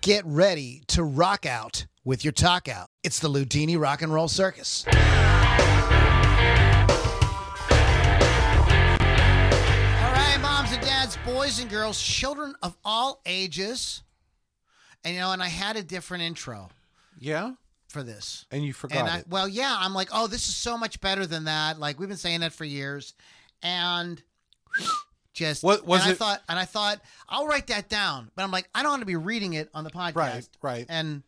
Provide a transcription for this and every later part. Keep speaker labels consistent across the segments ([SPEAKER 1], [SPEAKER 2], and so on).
[SPEAKER 1] Get ready to rock out with your talk out. It's the Ludini Rock and Roll Circus. All right, moms and dads, boys and girls, children of all ages. And you know, and I had a different intro
[SPEAKER 2] Yeah,
[SPEAKER 1] for this.
[SPEAKER 2] and you
[SPEAKER 1] and
[SPEAKER 2] forgot
[SPEAKER 1] I,
[SPEAKER 2] it.
[SPEAKER 1] well, yeah, I'm like, oh, this is so much better than that. Like we've been saying that for years, and just
[SPEAKER 2] What- was
[SPEAKER 1] and I
[SPEAKER 2] it-
[SPEAKER 1] thought, and I thought I'll write that down, but I'm like, I don't want to be reading it on the podcast,
[SPEAKER 2] Right, right.
[SPEAKER 1] And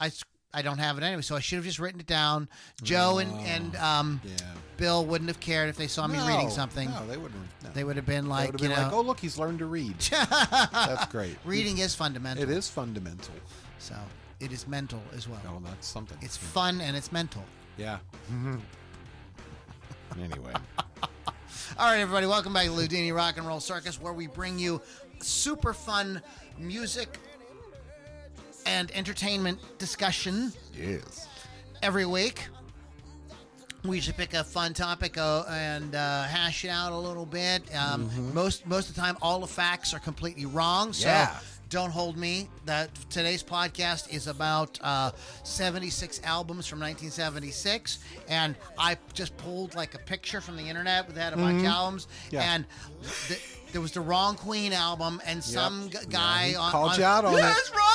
[SPEAKER 1] I, s- I don't have it anyway, so I should have just written it down. Joe and and um,
[SPEAKER 2] yeah,
[SPEAKER 1] Bill wouldn't have cared if they saw me reading something.
[SPEAKER 2] Ah. No, they wouldn't. have- No.
[SPEAKER 1] They would have been
[SPEAKER 2] They
[SPEAKER 1] like,
[SPEAKER 2] would've
[SPEAKER 1] you
[SPEAKER 2] been like,
[SPEAKER 1] know,
[SPEAKER 2] oh look, he's learned to read. That's great.
[SPEAKER 1] reading is fundamental.
[SPEAKER 2] It is fundamental.
[SPEAKER 1] So it is mental as well.
[SPEAKER 2] Oh, that's something.
[SPEAKER 1] It's fun and it's mental.
[SPEAKER 2] yeah. anyway,
[SPEAKER 1] All right, everybody, welcome back to Ludini Rock and Roll Circus, where we bring you super fun music and entertainment discussion
[SPEAKER 2] yes.
[SPEAKER 1] every week. We usually pick a fun topic uh, and uh, hash it out a little bit. Um, Most most of the time, all the facts are completely wrong. So
[SPEAKER 2] Mm-hmm. Yeah.
[SPEAKER 1] don't hold me. That today's podcast is about uh, 76 albums from 1976, and I just pulled like a picture from the internet that had a bunch of albums,
[SPEAKER 2] Mm-hmm. Yeah.
[SPEAKER 1] and th- there was the wrong Queen album, and some g-
[SPEAKER 2] Yeah,
[SPEAKER 1] guy
[SPEAKER 2] he
[SPEAKER 1] on,
[SPEAKER 2] called
[SPEAKER 1] on-
[SPEAKER 2] you out on
[SPEAKER 1] yeah,
[SPEAKER 2] it.
[SPEAKER 1] That's wrong.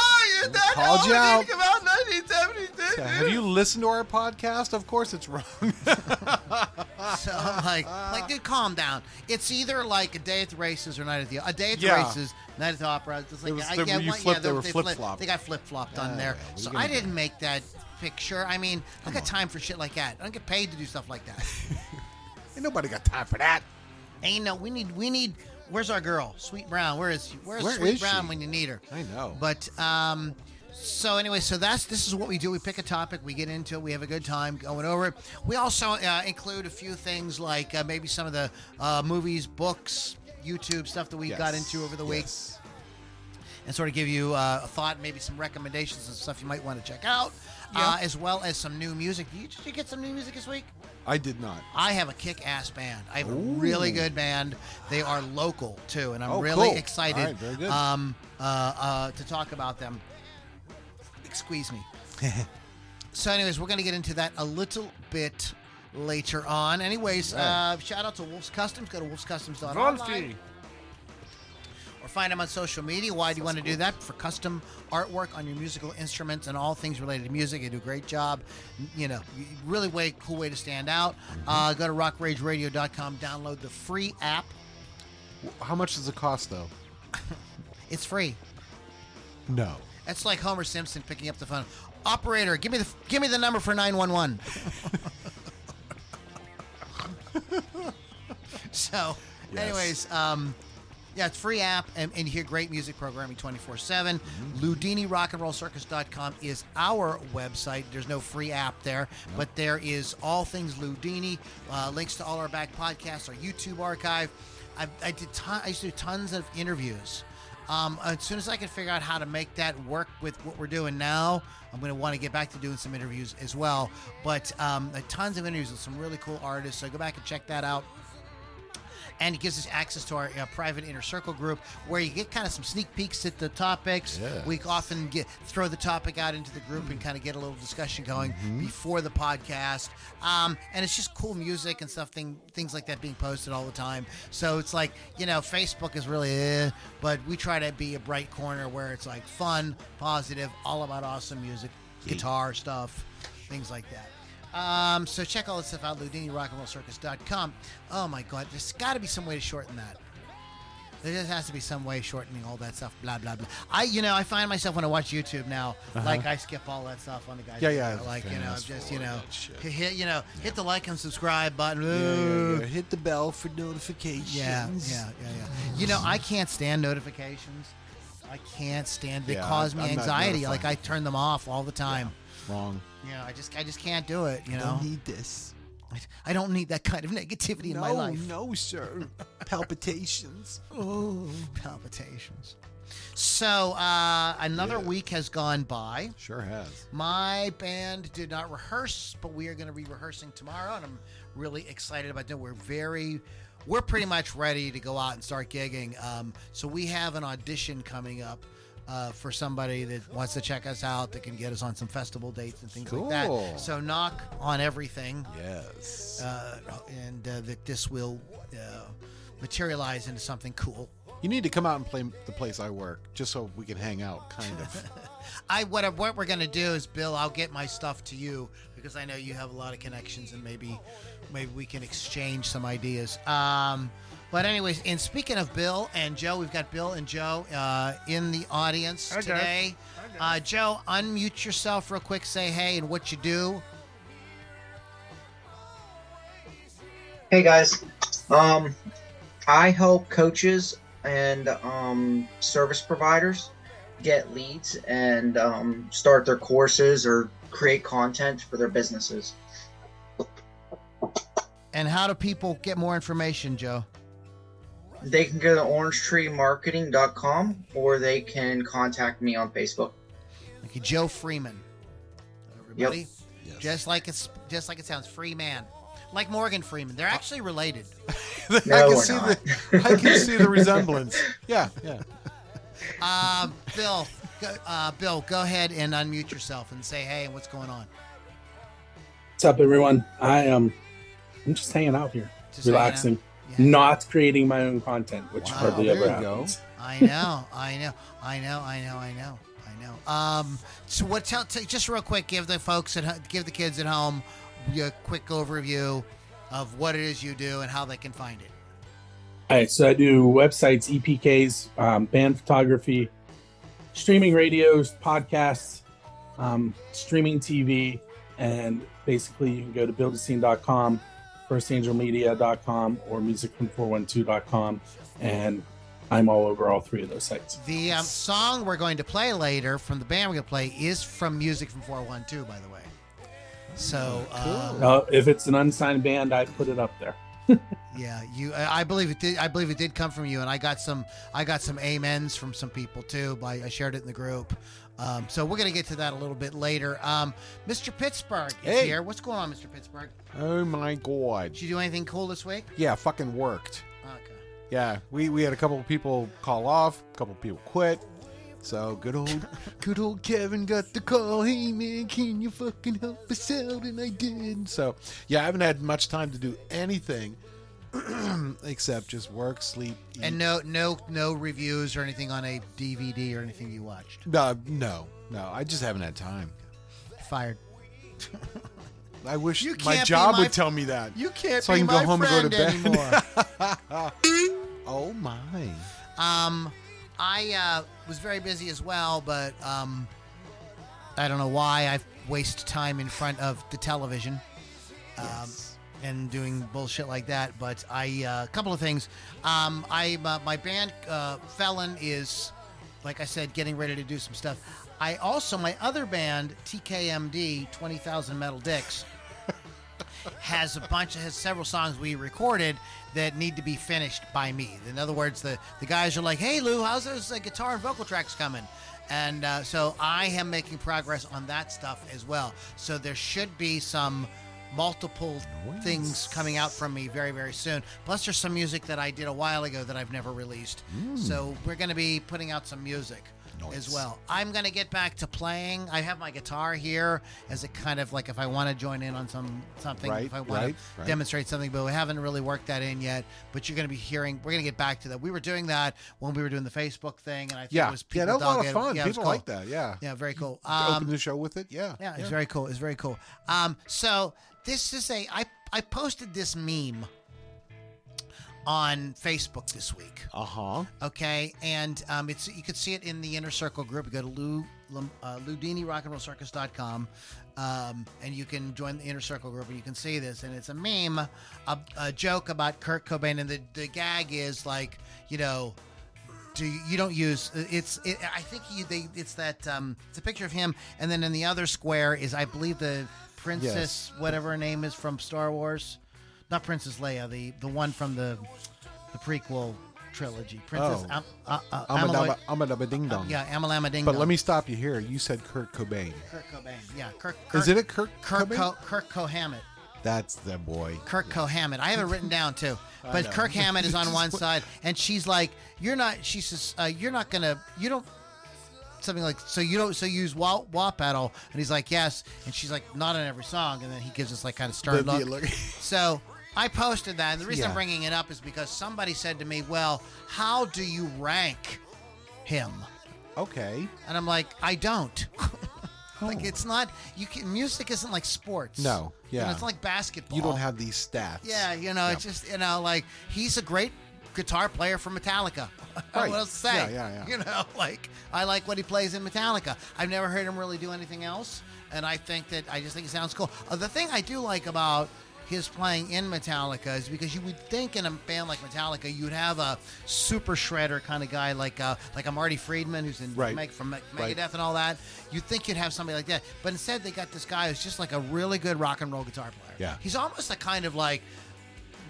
[SPEAKER 1] That album
[SPEAKER 2] Called you
[SPEAKER 1] didn't
[SPEAKER 2] out.
[SPEAKER 1] come out in 1976.
[SPEAKER 2] Yeah, have you listened to our podcast? Of course, it's wrong.
[SPEAKER 1] So I'm like, like, dude, calm down. It's either like a day at the races or night at the a day at the
[SPEAKER 2] Yeah.
[SPEAKER 1] races, night at the opera. It's like,
[SPEAKER 2] It was-
[SPEAKER 1] I,
[SPEAKER 2] they-
[SPEAKER 1] yeah,
[SPEAKER 2] you
[SPEAKER 1] one-
[SPEAKER 2] flipped-
[SPEAKER 1] yeah,
[SPEAKER 2] they were
[SPEAKER 1] flip-
[SPEAKER 2] flip-flopped.
[SPEAKER 1] They got flip flopped on
[SPEAKER 2] Yeah,
[SPEAKER 1] there.
[SPEAKER 2] yeah, what are you
[SPEAKER 1] so
[SPEAKER 2] gonna
[SPEAKER 1] I
[SPEAKER 2] do?
[SPEAKER 1] didn't make that picture. I mean, I got time for shit like that. I don't get paid to do stuff like that.
[SPEAKER 2] Ain't nobody got time for that.
[SPEAKER 1] Ain't no, we need, we need. Where's our girl, Sweet Brown? Where is she? Where's
[SPEAKER 2] Where
[SPEAKER 1] Sweet
[SPEAKER 2] is
[SPEAKER 1] Brown
[SPEAKER 2] she?
[SPEAKER 1] when you need her?
[SPEAKER 2] I know.
[SPEAKER 1] But um, so anyway, so that's this is what we do. We pick a topic, we get into it, we have a good time going over it. We also uh, include a few things like uh, maybe some of the uh, movies, books, YouTube stuff that we got
[SPEAKER 2] Yes,
[SPEAKER 1] into over the week,
[SPEAKER 2] yes.
[SPEAKER 1] and sort of give you uh, a thought, maybe some recommendations and stuff you might want to check out, uh, as well as some new music. Did you, did you get some new music this week?
[SPEAKER 2] I did not.
[SPEAKER 1] I have a kick-ass band. I have a really good band. They are local too, and I'm
[SPEAKER 2] Oh,
[SPEAKER 1] really
[SPEAKER 2] cool.
[SPEAKER 1] excited
[SPEAKER 2] All right, very good.
[SPEAKER 1] Um, uh, uh, to talk about them. Excuse me. so, anyways, we're going to get into that a little bit later on. Anyways, uh, shout out to Wolf's Customs. Go to wolfscustoms.online or find them on social media. Why do you want to do that? For custom artwork on your musical instruments and all things related to music. They do a great job. You know, you- really way cool way to stand out. Uh, go to rockrageradio.com, download the free app.
[SPEAKER 2] How much does it cost, though?
[SPEAKER 1] It's free.
[SPEAKER 2] No.
[SPEAKER 1] That's like Homer Simpson picking up the phone. Operator, give me the give me the number for 911. so,
[SPEAKER 2] Yes.
[SPEAKER 1] anyways, um yeah, it's free app and, and you hear great music programming 24 7. Ludini Rock and Roll Circus.com is our website. There's no free app there, but there is all things Ludini, uh, links to all our back podcasts, our YouTube archive. I, I did ton, I used to do tons of interviews. Um, as soon as I can figure out how to make that work with what we're doing now, I'm going to want to get back to doing some interviews as well. But um, tons of interviews with some really cool artists. So go back and check that out and it gives us access to our uh, private inner circle group where you get kind of some sneak peeks at the topics. We often get throw the topic out into the group and kind of get a little discussion going before the podcast. Um, and it's just cool music and stuff, thing, things like that being posted all the time. So it's like, you know, Facebook is really, eh, but we try to be a bright corner where it's like fun, positive, all about awesome music, guitar stuff, things like that. Um, so check all this stuff out, LudiniRockAndRollCircus.com. Oh my God, there's got to be some way to shorten that. There just has to be some way of shortening all that stuff. Blah blah blah. I, you know, I find myself when I watch YouTube now, like I skip all that stuff on the guys.
[SPEAKER 2] Uh-huh. Yeah, yeah,
[SPEAKER 1] Like you know, I'm
[SPEAKER 2] fast
[SPEAKER 1] just you
[SPEAKER 2] forward
[SPEAKER 1] know,
[SPEAKER 2] that shit.
[SPEAKER 1] hit, hit- you know, hit the like and subscribe button.
[SPEAKER 2] Yeah, yeah. Hit the bell for notifications.
[SPEAKER 1] Uh, Yeah, yeah, yeah, yeah. You know, I can't stand notifications. I can't stand. They
[SPEAKER 2] Yeah,
[SPEAKER 1] cause me
[SPEAKER 2] I'm not
[SPEAKER 1] anxiety. Like
[SPEAKER 2] notified.
[SPEAKER 1] I turn them off all the time.
[SPEAKER 2] Wrong.
[SPEAKER 1] You know, I just, I just can't do it. You know,
[SPEAKER 2] need this.
[SPEAKER 1] I don't need that kind of negativity in my life.
[SPEAKER 2] no, sir. Palpitations.
[SPEAKER 1] Ooh, palpitations. So uh, another week has gone by.
[SPEAKER 2] Sure has.
[SPEAKER 1] My band did not rehearse, but we are going to be rehearsing tomorrow, and I'm really excited about that. We're very, we're pretty much ready to go out and start gigging. Um, so we have an audition coming up uh, for somebody that wants to check us out that can get us on some festival dates and things like
[SPEAKER 2] Cool.
[SPEAKER 1] that. So knock on everything,
[SPEAKER 2] Yes.
[SPEAKER 1] uh, and uh, that this will uh, materialize into something cool.
[SPEAKER 2] you need to come out and play the place I work just so we can hang out, kind of.
[SPEAKER 1] I what I- what we're gonna do is, Bill, I'll get my stuff to you because I know you have a lot of connections, and maybe maybe we can exchange some ideas. Um, but anyways, and speaking of Bill and Joe, we've got Bill and Joe uh, in the audience
[SPEAKER 3] Hi, guys.
[SPEAKER 1] today. Uh, Joe, unmute yourself real quick. Say hey and what you do.
[SPEAKER 4] Hey guys, um, I help coaches and um, service providers get leads and um, start their courses or create content for their businesses.
[SPEAKER 1] And how do people get more information, Joe?
[SPEAKER 4] They can go to orangetreemarketing.com or they can contact me on Facebook.
[SPEAKER 1] Okay, Joe Freeman. Everybody,
[SPEAKER 2] Yes.
[SPEAKER 1] just like it's just like it sounds, free man, like Morgan Freeman. They're actually related.
[SPEAKER 2] I
[SPEAKER 4] No,
[SPEAKER 2] can
[SPEAKER 4] we're
[SPEAKER 2] see
[SPEAKER 4] not.
[SPEAKER 2] the I can see the resemblance. Yeah, yeah.
[SPEAKER 1] Um, Bill, go, uh, Bill, go ahead and unmute yourself and say hey and what's going on.
[SPEAKER 5] What's up, everyone? I am. I'm just hanging out here,
[SPEAKER 1] Just
[SPEAKER 5] relaxing,
[SPEAKER 1] hanging out.
[SPEAKER 5] not creating my own content, which
[SPEAKER 1] Wow,
[SPEAKER 5] hardly
[SPEAKER 2] there
[SPEAKER 5] ever
[SPEAKER 2] you go.
[SPEAKER 5] happens.
[SPEAKER 1] Yeah. I know, I know, I know, I know, I know, I know. Um, so what? Tell, t- just real quick, give the folks at ho- give the kids at home a quick overview of what it is you do and how they can find it.
[SPEAKER 5] All right, so I do websites, EPKs, um, band photography, streaming radios, podcasts, um, streaming TV, and basically you can go to buildascene.com, firstangelmedia.com, or musicfrom412.com, and I'm all over all three of those sites.
[SPEAKER 1] The um, song we're going to play later from the band we're going to play is from music from 412, by the way. So, um,
[SPEAKER 2] Oh.
[SPEAKER 5] Uh, if it's an unsigned band, I put it up there.
[SPEAKER 1] Yeah, you. I I believe it did. I believe it did come from you, and I got some. I got some amens from some people too. By I shared it in the group. Um, so we're gonna get to that a little bit later. Um, Mr. Pittsburgh is
[SPEAKER 2] Hey.
[SPEAKER 1] here. What's going on, Mr. Pittsburgh?
[SPEAKER 2] Oh my god.
[SPEAKER 1] Did you do anything cool this week?
[SPEAKER 2] Yeah, fucking worked.
[SPEAKER 1] Okay.
[SPEAKER 2] Yeah, we, we had a couple of people call off, a couple of people quit. So good old good old Kevin got the call. Hey man, can you fucking help us out? And I did. So yeah, I haven't had much time to do anything except just work, sleep, eat.
[SPEAKER 1] And no, no, no reviews or anything on a DVD or anything you watched.
[SPEAKER 2] no, Uh, no, no. I just haven't had time.
[SPEAKER 1] Fired.
[SPEAKER 2] I wish
[SPEAKER 1] You
[SPEAKER 2] my
[SPEAKER 1] can't be
[SPEAKER 2] job
[SPEAKER 1] my
[SPEAKER 2] would tell me that.
[SPEAKER 1] You can't
[SPEAKER 2] So I
[SPEAKER 1] be
[SPEAKER 2] can go
[SPEAKER 1] my
[SPEAKER 2] home and go
[SPEAKER 1] friend
[SPEAKER 2] to bed.
[SPEAKER 1] anymore.
[SPEAKER 2] oh my!
[SPEAKER 1] Um, I uh, was very busy as well, but um, I don't know why I waste time in front of the television. Um, And doing bullshit like that, but I uh, a couple of things. Um, I uh, my band uh, Felon is, like I said, getting ready to do some stuff. I also my other band TKMD Twenty Thousand Metal Dicks has a bunch has several songs we recorded that need to be finished by me. In other words, the the guys are like, "Hey Lou, how's those uh, guitar and vocal tracks coming?" And uh, so I am making progress on that stuff as well. So there should be some multiple things coming out from me very very soon. Plus there's some music that I did a while ago that I've never released. So we're going to be putting out some music as
[SPEAKER 2] Hmm. Nice.
[SPEAKER 1] well well. I'm gonna get back to playing. I have my guitar here as a kind of like if I want to join in on some something,
[SPEAKER 2] Right,
[SPEAKER 1] if I want
[SPEAKER 2] right,
[SPEAKER 1] to
[SPEAKER 2] right.
[SPEAKER 1] demonstrate something, but we haven't really worked that in yet. But you're gonna be hearing. We're gonna get back to that. We were doing that when we were doing the Facebook thing, and I think
[SPEAKER 2] Yeah,
[SPEAKER 1] it was people
[SPEAKER 2] yeah, that was a lot of
[SPEAKER 1] dogged-
[SPEAKER 2] fun.
[SPEAKER 1] Yeah, it was
[SPEAKER 2] people
[SPEAKER 1] cool.
[SPEAKER 2] like that. Yeah,
[SPEAKER 1] Yeah, very cool.
[SPEAKER 2] Open
[SPEAKER 1] Um,
[SPEAKER 2] the show with it. Yeah,
[SPEAKER 1] yeah, it's very cool. It's very cool. Um, so this is a I I posted this meme on Facebook this week
[SPEAKER 2] Uh huh.
[SPEAKER 1] okay and um, it's you could see it in the inner circle group you go to lou Lum- uh, ludini rock and roll circus.com um, and you can join the inner circle group and you can see this and it's a meme a, a joke about kurt cobain and the, the gag is like you know do you, you don't use it's it, i think you they it's that um it's a picture of him and then in the other square is i believe the princess whatever her name is from star wars not princess leia the the one from the the prequel trilogy princess
[SPEAKER 2] Oh.
[SPEAKER 1] Am, uh, uh,
[SPEAKER 2] I'm
[SPEAKER 1] Amalur-
[SPEAKER 2] a daba ding
[SPEAKER 1] uh,
[SPEAKER 2] dong.
[SPEAKER 1] yeah amalama ding
[SPEAKER 2] But
[SPEAKER 1] Dong.
[SPEAKER 2] let me stop you here. You said Kurt Cobain.
[SPEAKER 1] kurt cobain yeah kurt,
[SPEAKER 2] Is it a Kurt
[SPEAKER 1] kurt
[SPEAKER 2] Cobain?
[SPEAKER 1] Co- kurt cohammett
[SPEAKER 2] That's the boy.
[SPEAKER 1] Kirk Cohammett. I have it written down too. But
[SPEAKER 2] know.
[SPEAKER 1] Kirk Hammett is on one side, and she's like, "You're not." She says, uh, "You're not gonna. You don't. something like, "So you don't, so you use wah wah pedal?" And he's like, "Yes." And she's like, "Not on every song." And then he gives us like kind of
[SPEAKER 2] The-
[SPEAKER 1] stern
[SPEAKER 2] the
[SPEAKER 1] look.
[SPEAKER 2] look-
[SPEAKER 1] So I posted that, and the reason
[SPEAKER 2] Yeah.
[SPEAKER 1] I'm bringing it up is because somebody said to me, "Well, how do you rank him?"
[SPEAKER 2] okay.
[SPEAKER 1] And I'm like, "I don't." like
[SPEAKER 2] Oh.
[SPEAKER 1] it's not you can music isn't like sports.
[SPEAKER 2] No,
[SPEAKER 1] You know,
[SPEAKER 2] yeah.
[SPEAKER 1] it's like basketball.
[SPEAKER 2] You don't have these stats.
[SPEAKER 1] Yeah, you know, it's just you know, like he's a great guitar player for Metallica.
[SPEAKER 2] Right.
[SPEAKER 1] what else to say?
[SPEAKER 2] Yeah, yeah, yeah.
[SPEAKER 1] You know, like I like what he plays in Metallica. I've never heard him really do anything else, and I think that I just think he sounds cool. Uh, the thing I do like about his playing in Metallica is because you would think in a band like Metallica you'd have a super shredder kind of guy like uh, like a Marty Friedman who's in
[SPEAKER 2] Right.
[SPEAKER 1] Meg- from Meg-
[SPEAKER 2] Right.
[SPEAKER 1] Megadeth and all that. You'd think you'd have somebody like that, but instead they got this guy who's just like a really good rock and roll guitar player.
[SPEAKER 2] Yeah.
[SPEAKER 1] he's almost a kind of like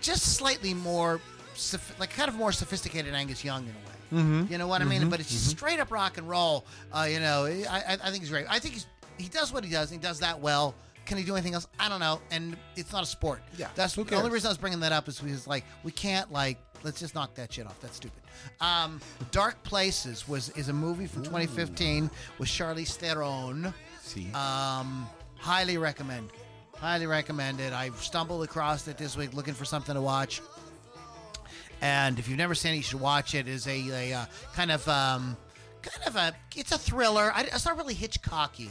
[SPEAKER 1] just slightly more, soph- like kind of more sophisticated Angus Young in a way.
[SPEAKER 2] Mm-hmm.
[SPEAKER 1] You know what I mean? But it's just straight up rock and roll. Uh, you know, I, I, I think he's great. I think he's he does what he does. And he does that well. Can he do anything else? I don't know. And it's not a sport.
[SPEAKER 2] Yeah,
[SPEAKER 1] that's
[SPEAKER 2] who
[SPEAKER 1] the only
[SPEAKER 2] cares?
[SPEAKER 1] reason I was bringing that up is because like we can't like let's just knock that shit off. That's stupid. Um, Dark Places was is a movie from 2015 with Charlize Theron.
[SPEAKER 2] See.
[SPEAKER 1] Um, highly recommend. Highly recommend it. I stumbled across it this week looking for something to watch. And if you've never seen it, you should watch it. It's a, a uh, kind of um, kind of a it's a thriller. I, it's not really Hitchcockian.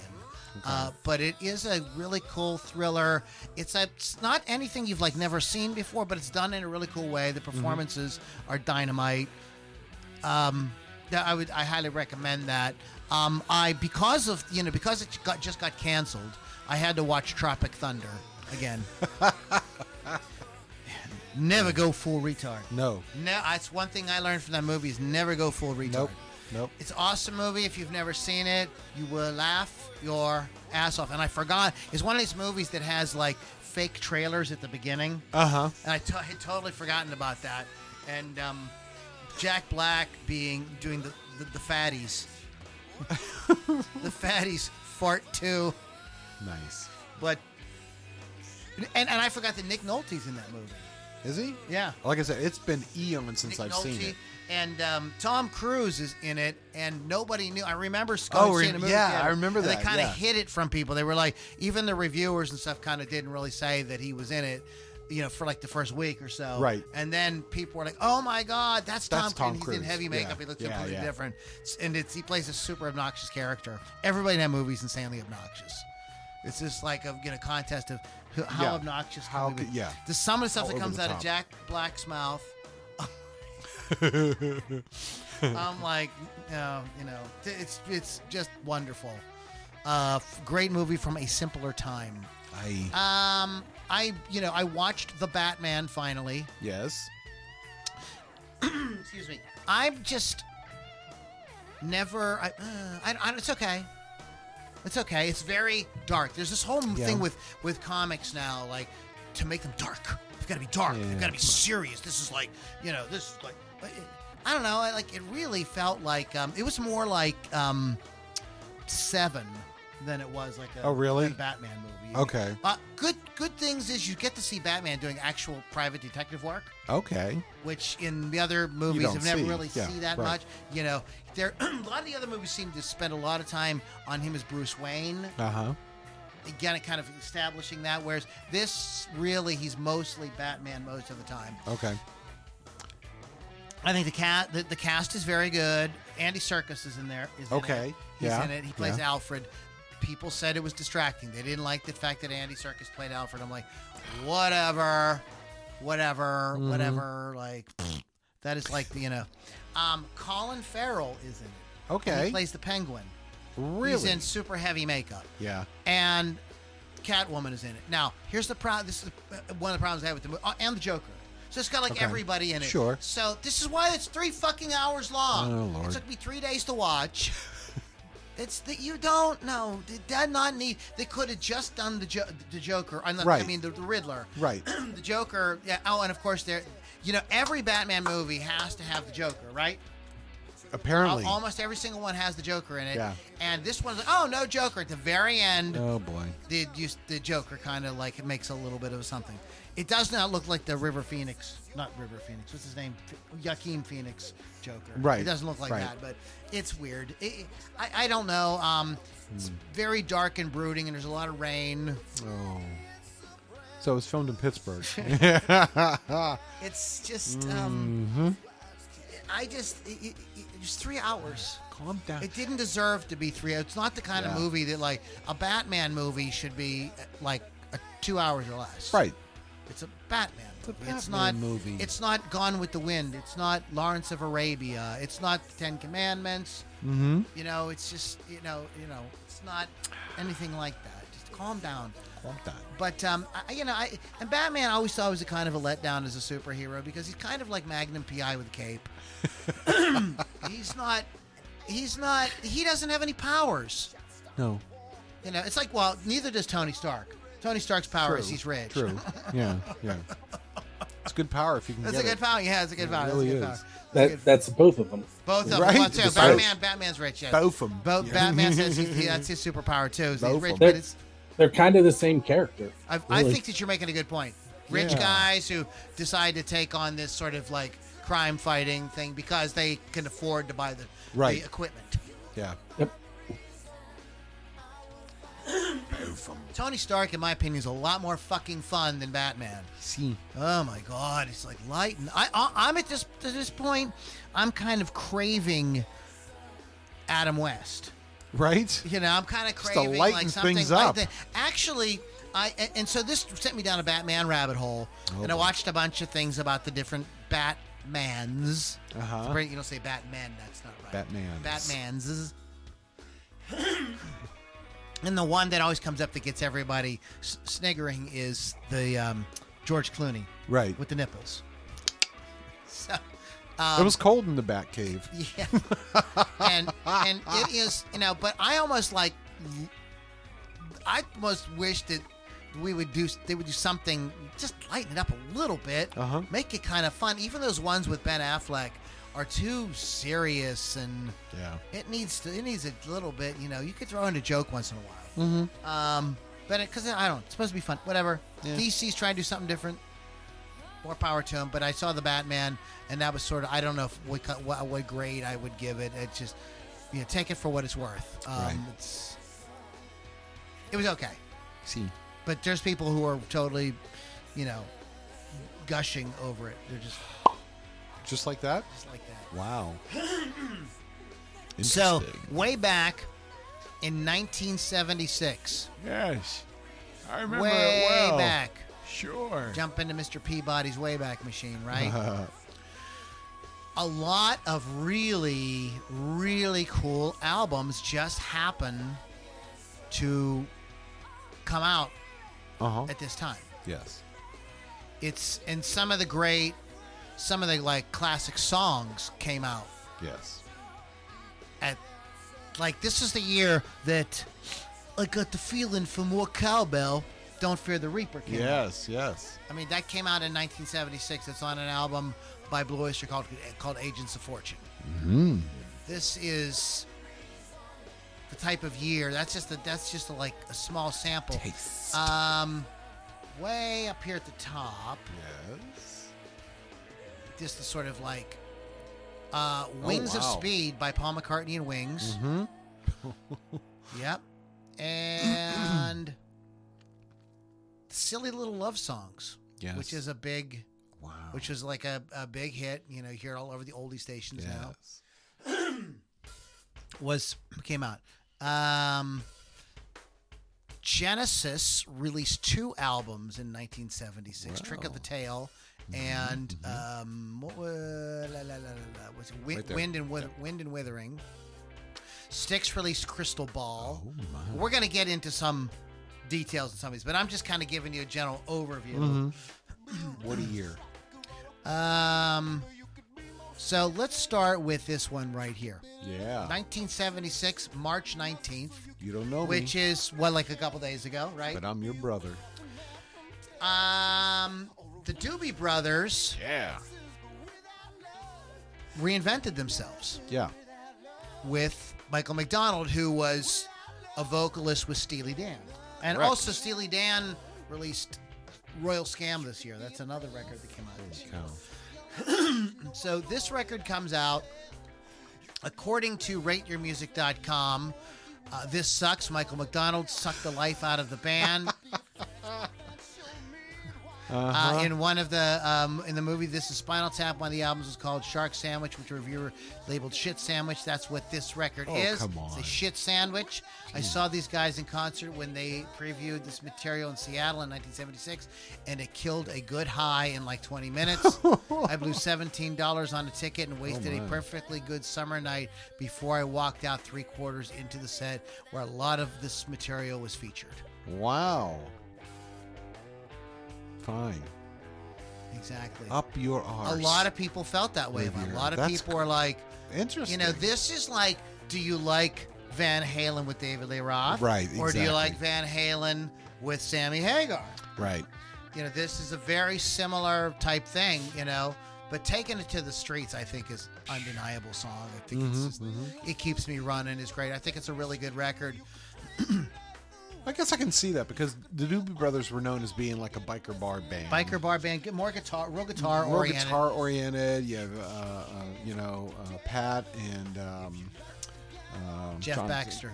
[SPEAKER 1] Uh, but it is a really cool thriller. It's a, it's not anything you've like never seen before, but it's done in a really cool way. The performances are dynamite. Um, yeah, I would I highly recommend that. Um, I because of you know because it got just got canceled, I had to watch Tropic Thunder again. never go full retard.
[SPEAKER 2] no.
[SPEAKER 1] No, that's one thing I learned from that movie is never go full retard.
[SPEAKER 2] Nope. Nope.
[SPEAKER 1] It's an awesome movie. If you've never seen it, you will laugh your ass off. And I forgot, it's one of these movies that has like fake trailers at the beginning.
[SPEAKER 2] Uh huh.
[SPEAKER 1] And I to- had totally forgotten about that. And um, Jack Black being doing the, the, the fatties. the fatties fart too.
[SPEAKER 2] Nice.
[SPEAKER 1] But, and, and I forgot that Nick Nolte's in that movie.
[SPEAKER 2] Is he?
[SPEAKER 1] Yeah.
[SPEAKER 2] Like I said, it's been eons since I've
[SPEAKER 1] Nick
[SPEAKER 2] seen
[SPEAKER 1] Nolte,
[SPEAKER 2] it.
[SPEAKER 1] And um, Tom Cruise is in it, and nobody knew. I remember Scott
[SPEAKER 2] Oh,
[SPEAKER 1] seeing a
[SPEAKER 2] re-
[SPEAKER 1] movie
[SPEAKER 2] yeah,
[SPEAKER 1] theater,
[SPEAKER 2] I remember
[SPEAKER 1] and
[SPEAKER 2] that,
[SPEAKER 1] They kind of
[SPEAKER 2] yeah.
[SPEAKER 1] hid it from people. They were like, even the reviewers and stuff kind of didn't really say that he was in it, you know, for like the first week or so.
[SPEAKER 2] Right.
[SPEAKER 1] And then people were like, "Oh my God, that's Tom,
[SPEAKER 2] That's Tom
[SPEAKER 1] Cruise. He's in
[SPEAKER 2] Cruise.
[SPEAKER 1] heavy
[SPEAKER 2] Yeah.
[SPEAKER 1] makeup. He looks
[SPEAKER 2] Yeah,
[SPEAKER 1] completely
[SPEAKER 2] yeah.
[SPEAKER 1] different, S- and it's he plays a super obnoxious character. Everybody in that movie is insanely obnoxious." It's just like a you know, contest of who- how
[SPEAKER 2] Yeah.
[SPEAKER 1] obnoxious.
[SPEAKER 2] How
[SPEAKER 1] can we
[SPEAKER 2] could-
[SPEAKER 1] be?
[SPEAKER 2] yeah.
[SPEAKER 1] The some of the stuff
[SPEAKER 2] How
[SPEAKER 1] that
[SPEAKER 2] over
[SPEAKER 1] comes
[SPEAKER 2] the
[SPEAKER 1] out of
[SPEAKER 2] top.
[SPEAKER 1] Jack Black's mouth I'm like, "Mm, no, you know, th- it's it's just wonderful. Uh, f- great movie from a simpler time.
[SPEAKER 2] I
[SPEAKER 1] Um, I you know I watched the Batman finally.
[SPEAKER 2] yes.
[SPEAKER 1] Mm, Excuse me. I'm just never. I, uh, I, I it's okay. It's okay. It's very dark. There's this whole
[SPEAKER 2] Yeah.
[SPEAKER 1] thing with with comics now, like to make them dark. They've got to be dark.
[SPEAKER 2] Yeah.
[SPEAKER 1] They've got to be serious. This is like you know this is like. but it- I don't know. I, like it really felt like um, it was more like um, Seven than it was like a
[SPEAKER 2] Oh, really?
[SPEAKER 1] a Batman movie.
[SPEAKER 2] Okay.
[SPEAKER 1] Uh, good good things is you get to see Batman doing actual private detective work
[SPEAKER 2] Okay.
[SPEAKER 1] which in the other movies
[SPEAKER 2] don't
[SPEAKER 1] I've never
[SPEAKER 2] see.
[SPEAKER 1] really
[SPEAKER 2] Yeah,
[SPEAKER 1] see that
[SPEAKER 2] right.
[SPEAKER 1] much. You know, there a lot of the other movies seem to spend a lot of time on him as Bruce Wayne,
[SPEAKER 2] Uh huh.
[SPEAKER 1] again, kind of establishing that. Whereas this, really, he's mostly Batman most of the time.
[SPEAKER 2] Okay.
[SPEAKER 1] I think the cat the, the cast is very good. Andy Serkis is in there. Is in
[SPEAKER 2] Okay,
[SPEAKER 1] it. He's
[SPEAKER 2] yeah,
[SPEAKER 1] in it. He plays
[SPEAKER 2] yeah.
[SPEAKER 1] Alfred. People said it was distracting. They didn't like the fact that Andy Serkis played Alfred. I'm like, whatever, whatever,
[SPEAKER 2] Mhm.
[SPEAKER 1] whatever. Like that is like you know. Um, Colin Farrell is in it. He
[SPEAKER 2] Okay.
[SPEAKER 1] plays the Penguin. He's
[SPEAKER 2] really?
[SPEAKER 1] in super heavy makeup
[SPEAKER 2] yeah.
[SPEAKER 1] and Catwoman is in it. Now, here's the problem. This is the, uh, one of the problems I have with the movie, and the Joker. So it's got like
[SPEAKER 2] Okay.
[SPEAKER 1] everybody in it.
[SPEAKER 2] Sure.
[SPEAKER 1] So this is why it's three fucking hours long.
[SPEAKER 2] Oh, Lord.
[SPEAKER 1] It took me three days to watch. It's that you don't know. Did that not need? They could have just done the jo- the Joker. I'm not, I
[SPEAKER 2] Right.
[SPEAKER 1] mean the, the Riddler.
[SPEAKER 2] Right.
[SPEAKER 1] the Joker. Yeah. Oh, and of course there. You know, every Batman movie has to have the Joker, right?
[SPEAKER 2] Apparently.
[SPEAKER 1] Al- almost every single one has the Joker in it.
[SPEAKER 2] Yeah.
[SPEAKER 1] And this one's like, oh no, Joker! At the very end,
[SPEAKER 2] Oh boy.
[SPEAKER 1] the you, the Joker kind of like makes a little bit of something. It does not look like the River Phoenix, not River Phoenix. What's his name? Joaquin Phoenix Joker.
[SPEAKER 2] Right,
[SPEAKER 1] It doesn't look like
[SPEAKER 2] right.
[SPEAKER 1] that, but it's weird. It, it- I I don't know. Um, it's
[SPEAKER 2] Hmm.
[SPEAKER 1] very dark and brooding, and there's a lot of rain.
[SPEAKER 2] Oh. So it was filmed in Pittsburgh.
[SPEAKER 1] It's just um,
[SPEAKER 2] Mm-hmm.
[SPEAKER 1] I just it, it, it, it's three hours.
[SPEAKER 2] Calm down.
[SPEAKER 1] It didn't deserve to be three. It's not the kind
[SPEAKER 2] Yeah.
[SPEAKER 1] of movie that like a Batman movie should be uh, like a two hours or less.
[SPEAKER 2] right.
[SPEAKER 1] It's a Batman.
[SPEAKER 2] a
[SPEAKER 1] movie. it's not
[SPEAKER 2] Batman movie.
[SPEAKER 1] It's not Gone with the Wind. It's not Lawrence of Arabia. It's not the Ten Commandments.
[SPEAKER 2] Mm-hmm.
[SPEAKER 1] You know, it's just you know, you know, it's not anything like that. Just calm down.
[SPEAKER 2] Calm down.
[SPEAKER 1] But um, I, you know, I and Batman I always thought was a kind of a letdown as a superhero because he's kind of like Magnum PI with a cape. he's not. He's not. He doesn't have any powers.
[SPEAKER 2] No.
[SPEAKER 1] You know, it's like well, neither does Tony Stark. Tony Stark's power
[SPEAKER 2] True.
[SPEAKER 1] is he's rich.
[SPEAKER 2] True. Yeah. Yeah. It's good power if you can
[SPEAKER 1] That's a
[SPEAKER 2] get
[SPEAKER 1] good
[SPEAKER 2] it.
[SPEAKER 1] power. Yeah, that's a good power.
[SPEAKER 2] really
[SPEAKER 1] that's a good
[SPEAKER 2] is.
[SPEAKER 1] power. That's a good-
[SPEAKER 5] That, that's both of them.
[SPEAKER 1] both of them.
[SPEAKER 2] Right?
[SPEAKER 1] Well, too,
[SPEAKER 2] Both.
[SPEAKER 1] Batman. Batman's rich. Yeah.
[SPEAKER 2] Both of 'em.
[SPEAKER 1] Both.
[SPEAKER 2] Yeah.
[SPEAKER 1] Batman says he's, he, that's his superpower too. Is he's
[SPEAKER 2] Both
[SPEAKER 1] rich,
[SPEAKER 2] 'em.
[SPEAKER 1] but it's
[SPEAKER 5] They're kind of the same character.
[SPEAKER 1] I, I
[SPEAKER 5] Really.
[SPEAKER 1] think that you're making a good point. Rich
[SPEAKER 2] Yeah.
[SPEAKER 1] guys who decide to take on this sort of like crime fighting thing because they can afford to buy the,
[SPEAKER 2] Right.
[SPEAKER 1] the equipment.
[SPEAKER 2] Yeah.
[SPEAKER 5] Yep.
[SPEAKER 1] Tony Stark, in my opinion, is a lot more fucking fun than Batman.
[SPEAKER 2] See.
[SPEAKER 1] Oh my God, it's like lighten. I, I I'm at this to this point. I'm kind of craving Adam West.
[SPEAKER 2] Right.
[SPEAKER 1] You know, I'm kind of
[SPEAKER 2] to
[SPEAKER 1] craving
[SPEAKER 2] lighten
[SPEAKER 1] like something
[SPEAKER 2] things
[SPEAKER 1] like
[SPEAKER 2] up.
[SPEAKER 1] that. Actually, I and, and so this sent me down a Batman rabbit hole,
[SPEAKER 2] Oh,
[SPEAKER 1] and I
[SPEAKER 2] boy.
[SPEAKER 1] watched a bunch of things about the different Batmans.
[SPEAKER 2] Uh-huh.
[SPEAKER 1] Right, You don't say Batman. That's not right.
[SPEAKER 2] Batmans.
[SPEAKER 1] Batmans. is- and the one that always comes up that gets everybody s- sniggering is the um, George Clooney
[SPEAKER 2] Right.
[SPEAKER 1] with the nipples. So. Um,
[SPEAKER 2] it was cold in the Bat Cave.
[SPEAKER 1] Yeah. and and it is you know, but I almost like I almost wish that we would do they would do something just lighten it up a little bit,
[SPEAKER 2] Uh-huh.
[SPEAKER 1] make it kind of fun. Even those ones with Ben Affleck are too serious and
[SPEAKER 2] Yeah.
[SPEAKER 1] it needs to, it needs a little bit. You know, you could throw in a joke once in a while. Mm-hmm. Um, but because I don't, it's supposed to be fun. Whatever. DC's trying to do something different. More power to him. But I saw the Batman, and that was sort of I don't know if what co- what, what grade I would give it. It just you know take it for what it's worth. Um,
[SPEAKER 2] Right.
[SPEAKER 1] It's it was okay,
[SPEAKER 2] See.
[SPEAKER 1] but there's people who are totally, you know, gushing over it. They're just
[SPEAKER 2] Just like that.
[SPEAKER 1] just like that.
[SPEAKER 2] Wow.
[SPEAKER 1] So
[SPEAKER 2] Interesting.
[SPEAKER 1] way back in 1976.
[SPEAKER 2] Yes. I remember
[SPEAKER 1] way
[SPEAKER 2] it well.
[SPEAKER 1] back.
[SPEAKER 2] Sure.
[SPEAKER 1] Jump into Mr. Peabody's Wayback Machine,
[SPEAKER 2] Uh-huh.
[SPEAKER 1] right? a lot of really, really cool albums just happen to come out
[SPEAKER 2] Uh huh.
[SPEAKER 1] at this time.
[SPEAKER 2] Yes.
[SPEAKER 1] It's and some of the great, some of the like classic songs came out
[SPEAKER 2] Yes.
[SPEAKER 1] at like this is the year that I got the feeling for more cowbell. Don't fear the Reaper. Came out.
[SPEAKER 2] Yes. Yes.
[SPEAKER 1] I mean, that came out in 1976. It's on an album by Blue Oyster called, called Agents of Fortune.
[SPEAKER 2] Mm-hmm.
[SPEAKER 1] This is the type of year. That's just a, that's just a, like a small sample. Um, way up here at the top,
[SPEAKER 2] Yes.
[SPEAKER 1] just the sort of like uh, Wings
[SPEAKER 2] Oh, wow.
[SPEAKER 1] of Speed by Paul McCartney and Wings.
[SPEAKER 2] Hmm. Mm-hmm.
[SPEAKER 1] Yep, and silly little love songs,
[SPEAKER 2] Yes.
[SPEAKER 1] which is a big.
[SPEAKER 2] wow.
[SPEAKER 1] which was like a, a big hit. You know, you hear it all over the oldie stations
[SPEAKER 2] yes.
[SPEAKER 1] now. Was came out. Um, Genesis released two albums in 1976: "Trick of the Tail" and
[SPEAKER 2] Mm-hmm,
[SPEAKER 1] um, what was, la, la, la, la, la, was it? Wind,
[SPEAKER 2] Right there.
[SPEAKER 1] Wind and Wither, Wind and Withering. Styx released "Crystal Ball."
[SPEAKER 2] Oh my.
[SPEAKER 1] We're gonna get into some details in some of these, but I'm just kind of giving you a general overview.
[SPEAKER 2] What a year.
[SPEAKER 1] Um, so let's start with this one right here.
[SPEAKER 2] Yeah.
[SPEAKER 1] 1976, March 19th,
[SPEAKER 2] You don't know
[SPEAKER 1] which
[SPEAKER 2] me,
[SPEAKER 1] is what like a couple days ago, right?
[SPEAKER 2] but I'm your brother.
[SPEAKER 1] Um, the Doobie Brothers
[SPEAKER 2] Yeah.
[SPEAKER 1] reinvented themselves.
[SPEAKER 2] Yeah.
[SPEAKER 1] with Michael McDonald, who was a vocalist with Steely Dan. And
[SPEAKER 2] Correct.
[SPEAKER 1] also, Steely Dan released Royal Scam this year. That's another record that came out this year. So this record comes out, according to RateYourMusic.com. Uh, this sucks. Michael McDonald sucked the life out of the band
[SPEAKER 2] Uh-huh.
[SPEAKER 1] uh, in one of the um, in the movie. This is Spinal Tap. One of the albums was called Shark Sandwich, which a reviewer labeled shit sandwich. That's what this record
[SPEAKER 2] Oh,
[SPEAKER 1] is.
[SPEAKER 2] come
[SPEAKER 1] It's
[SPEAKER 2] on.
[SPEAKER 1] a shit sandwich. I saw these guys in concert when they previewed this material in Seattle in 1976, and it killed a good high in like 20 minutes. I blew $17 on a ticket and wasted a
[SPEAKER 2] Oh, my.
[SPEAKER 1] perfectly good summer night before I walked out three quarters into the set, where a lot of this material was featured.
[SPEAKER 2] Wow. Fine.
[SPEAKER 1] Exactly.
[SPEAKER 2] Up your arse.
[SPEAKER 1] a lot of people felt that way.
[SPEAKER 2] Maybe.
[SPEAKER 1] A lot of
[SPEAKER 2] That's
[SPEAKER 1] people are like, you
[SPEAKER 2] interesting.
[SPEAKER 1] know, this is like, do you like Van Halen with David Lee Roth?
[SPEAKER 2] Right,
[SPEAKER 1] Or do you
[SPEAKER 2] exactly.
[SPEAKER 1] like Van Halen with Sammy Hagar?
[SPEAKER 2] right.
[SPEAKER 1] You know, this is a very similar type thing, you know. But taking it to the streets, I think, is undeniable song. I think it's
[SPEAKER 2] Mhm,
[SPEAKER 1] just, it keeps me running. is great. I think it's a really good record.
[SPEAKER 2] I guess I can see that because the Doobie Brothers were known as being like a biker bar band.
[SPEAKER 1] Biker bar band, get more guitar, real guitar
[SPEAKER 2] more
[SPEAKER 1] oriented.
[SPEAKER 2] guitar oriented. You have, uh, uh, you know, uh, Pat and um, um,
[SPEAKER 1] Jeff
[SPEAKER 2] John-
[SPEAKER 1] Baxter.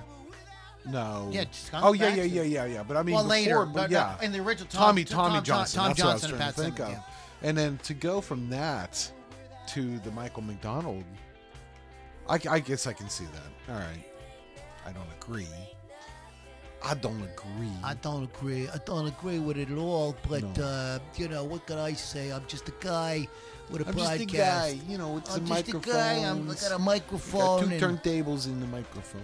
[SPEAKER 2] No.
[SPEAKER 1] Yeah, Scott
[SPEAKER 2] oh yeah,
[SPEAKER 1] Baxter.
[SPEAKER 2] yeah, yeah, yeah, yeah. But I mean,
[SPEAKER 1] well,
[SPEAKER 2] before,
[SPEAKER 1] later,
[SPEAKER 2] but,
[SPEAKER 1] but
[SPEAKER 2] yeah,
[SPEAKER 1] yeah. in the original Tom,
[SPEAKER 2] Tommy,
[SPEAKER 1] Tom-
[SPEAKER 2] Tommy
[SPEAKER 1] Tom-
[SPEAKER 2] Johnson.
[SPEAKER 1] Tom,
[SPEAKER 2] that's
[SPEAKER 1] Johnson,
[SPEAKER 2] what I was trying
[SPEAKER 1] and
[SPEAKER 2] to
[SPEAKER 1] Pat
[SPEAKER 2] think
[SPEAKER 1] Symons,
[SPEAKER 2] of. And then to go from that to the Michael McDonald, I, I guess I can see that. All right, I don't agree. I don't agree.
[SPEAKER 1] I don't agree. I don't agree with it at all. But
[SPEAKER 2] No.
[SPEAKER 1] uh, you know, what can I say? I'm just a guy with a
[SPEAKER 2] I'm
[SPEAKER 1] podcast.
[SPEAKER 2] just a guy, you know, it's
[SPEAKER 1] I'm
[SPEAKER 2] a
[SPEAKER 1] just a
[SPEAKER 2] microphone.
[SPEAKER 1] guy. I'm, I got a microphone.
[SPEAKER 2] got two
[SPEAKER 1] and-
[SPEAKER 2] turntables in the microphone.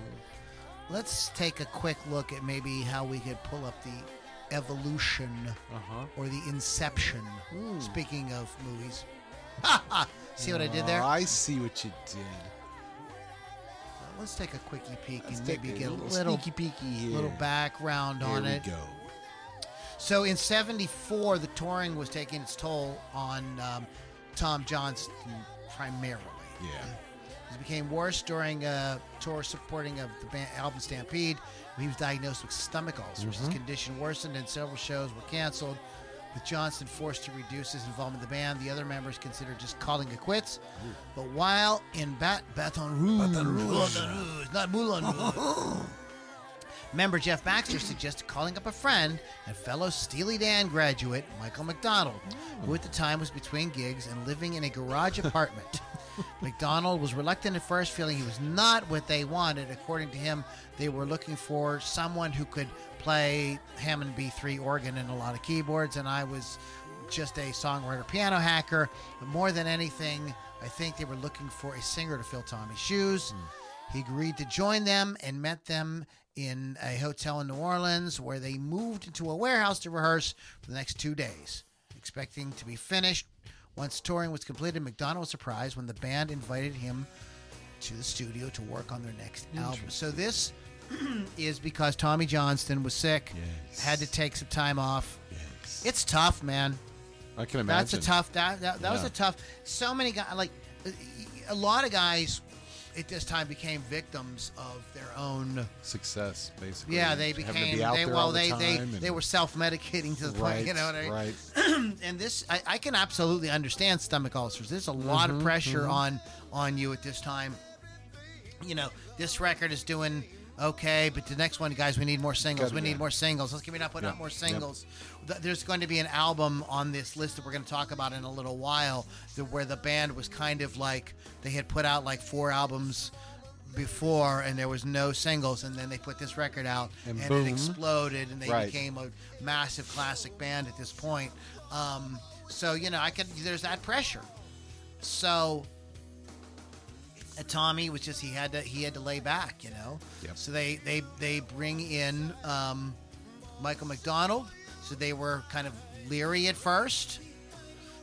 [SPEAKER 1] let's take a quick look at maybe how we could pull up the evolution
[SPEAKER 2] Uh huh.
[SPEAKER 1] or the inception. Speaking of movies, see what I did there?
[SPEAKER 2] Oh, I see what you did.
[SPEAKER 1] Let's take a quickie peek
[SPEAKER 2] Let's
[SPEAKER 1] and
[SPEAKER 2] take
[SPEAKER 1] maybe get a little
[SPEAKER 2] sneaky peeky here.
[SPEAKER 1] little background
[SPEAKER 2] There
[SPEAKER 1] on
[SPEAKER 2] we
[SPEAKER 1] it.
[SPEAKER 2] go.
[SPEAKER 1] So in '74, the touring was taking its toll on um, Tom Johnston primarily.
[SPEAKER 2] Yeah.
[SPEAKER 1] It became worse during a tour supporting of the band album Stampede. when He was diagnosed with stomach ulcers. His condition worsened, and several shows were canceled. With Johnston forced to reduce his involvement in the band, the other members considered just calling it quits. But while in Bat- Baton Rouge, Baton Rouge, not Moulin Rouge, member Jeff Baxter suggested calling up a friend and fellow Steely Dan graduate Michael McDonald, who at the time was between gigs and living in a garage apartment. McDonald was reluctant at first, feeling he was not what they wanted. According to him, they were looking for someone who could play Hammond B3 organ and a lot of keyboards, and I was just a songwriter piano hacker. But more than anything, I think they were looking for a singer to fill Tommy's shoes. He agreed to join them and met them in a hotel in New Orleans where they moved into a warehouse to rehearse for the next two days, expecting to be finished. Once touring was completed, McDonald was surprised when the band invited him to the studio to work on their next album. So this is because Tommy Johnston was sick,
[SPEAKER 2] Yes.
[SPEAKER 1] had to take some time off.
[SPEAKER 2] Yes.
[SPEAKER 1] It's tough, man.
[SPEAKER 2] I can imagine.
[SPEAKER 1] That's a tough. That that, that was
[SPEAKER 2] Yeah.
[SPEAKER 1] a tough. So many guys, like uh, a lot of guys, at this time became victims of their own.
[SPEAKER 2] success, basically.
[SPEAKER 1] Yeah, they
[SPEAKER 2] Having to
[SPEAKER 1] became.
[SPEAKER 2] be out
[SPEAKER 1] they
[SPEAKER 2] there
[SPEAKER 1] well,
[SPEAKER 2] all the
[SPEAKER 1] they they
[SPEAKER 2] time and-
[SPEAKER 1] they were self medicating to the
[SPEAKER 2] right,
[SPEAKER 1] point. You know what I mean?
[SPEAKER 2] Right.
[SPEAKER 1] and this I, I can absolutely understand stomach ulcers there's a lot
[SPEAKER 2] Mm-hmm,
[SPEAKER 1] of pressure on on you at this time you know this record is doing okay but the next one guys we need more singles
[SPEAKER 2] Gotta
[SPEAKER 1] we
[SPEAKER 2] be.
[SPEAKER 1] need more singles let's keep it up putting
[SPEAKER 2] Yeah.
[SPEAKER 1] out more
[SPEAKER 2] Yep.
[SPEAKER 1] singles Th- there's going to be an album on this list that we're going to talk about in a little while that where the band was kind of like they had put out like four albums before and there was no singles and then they put this record out
[SPEAKER 2] And
[SPEAKER 1] it
[SPEAKER 2] boom.
[SPEAKER 1] exploded and they
[SPEAKER 2] Right.
[SPEAKER 1] became became a massive classic band at this point. Um, so you know, I could there's that pressure. So uh, Tommy was just he had to he had to lay back, you know.
[SPEAKER 2] Yep.
[SPEAKER 1] So they they they bring in um, Michael McDonald. So they were kind of leery at first,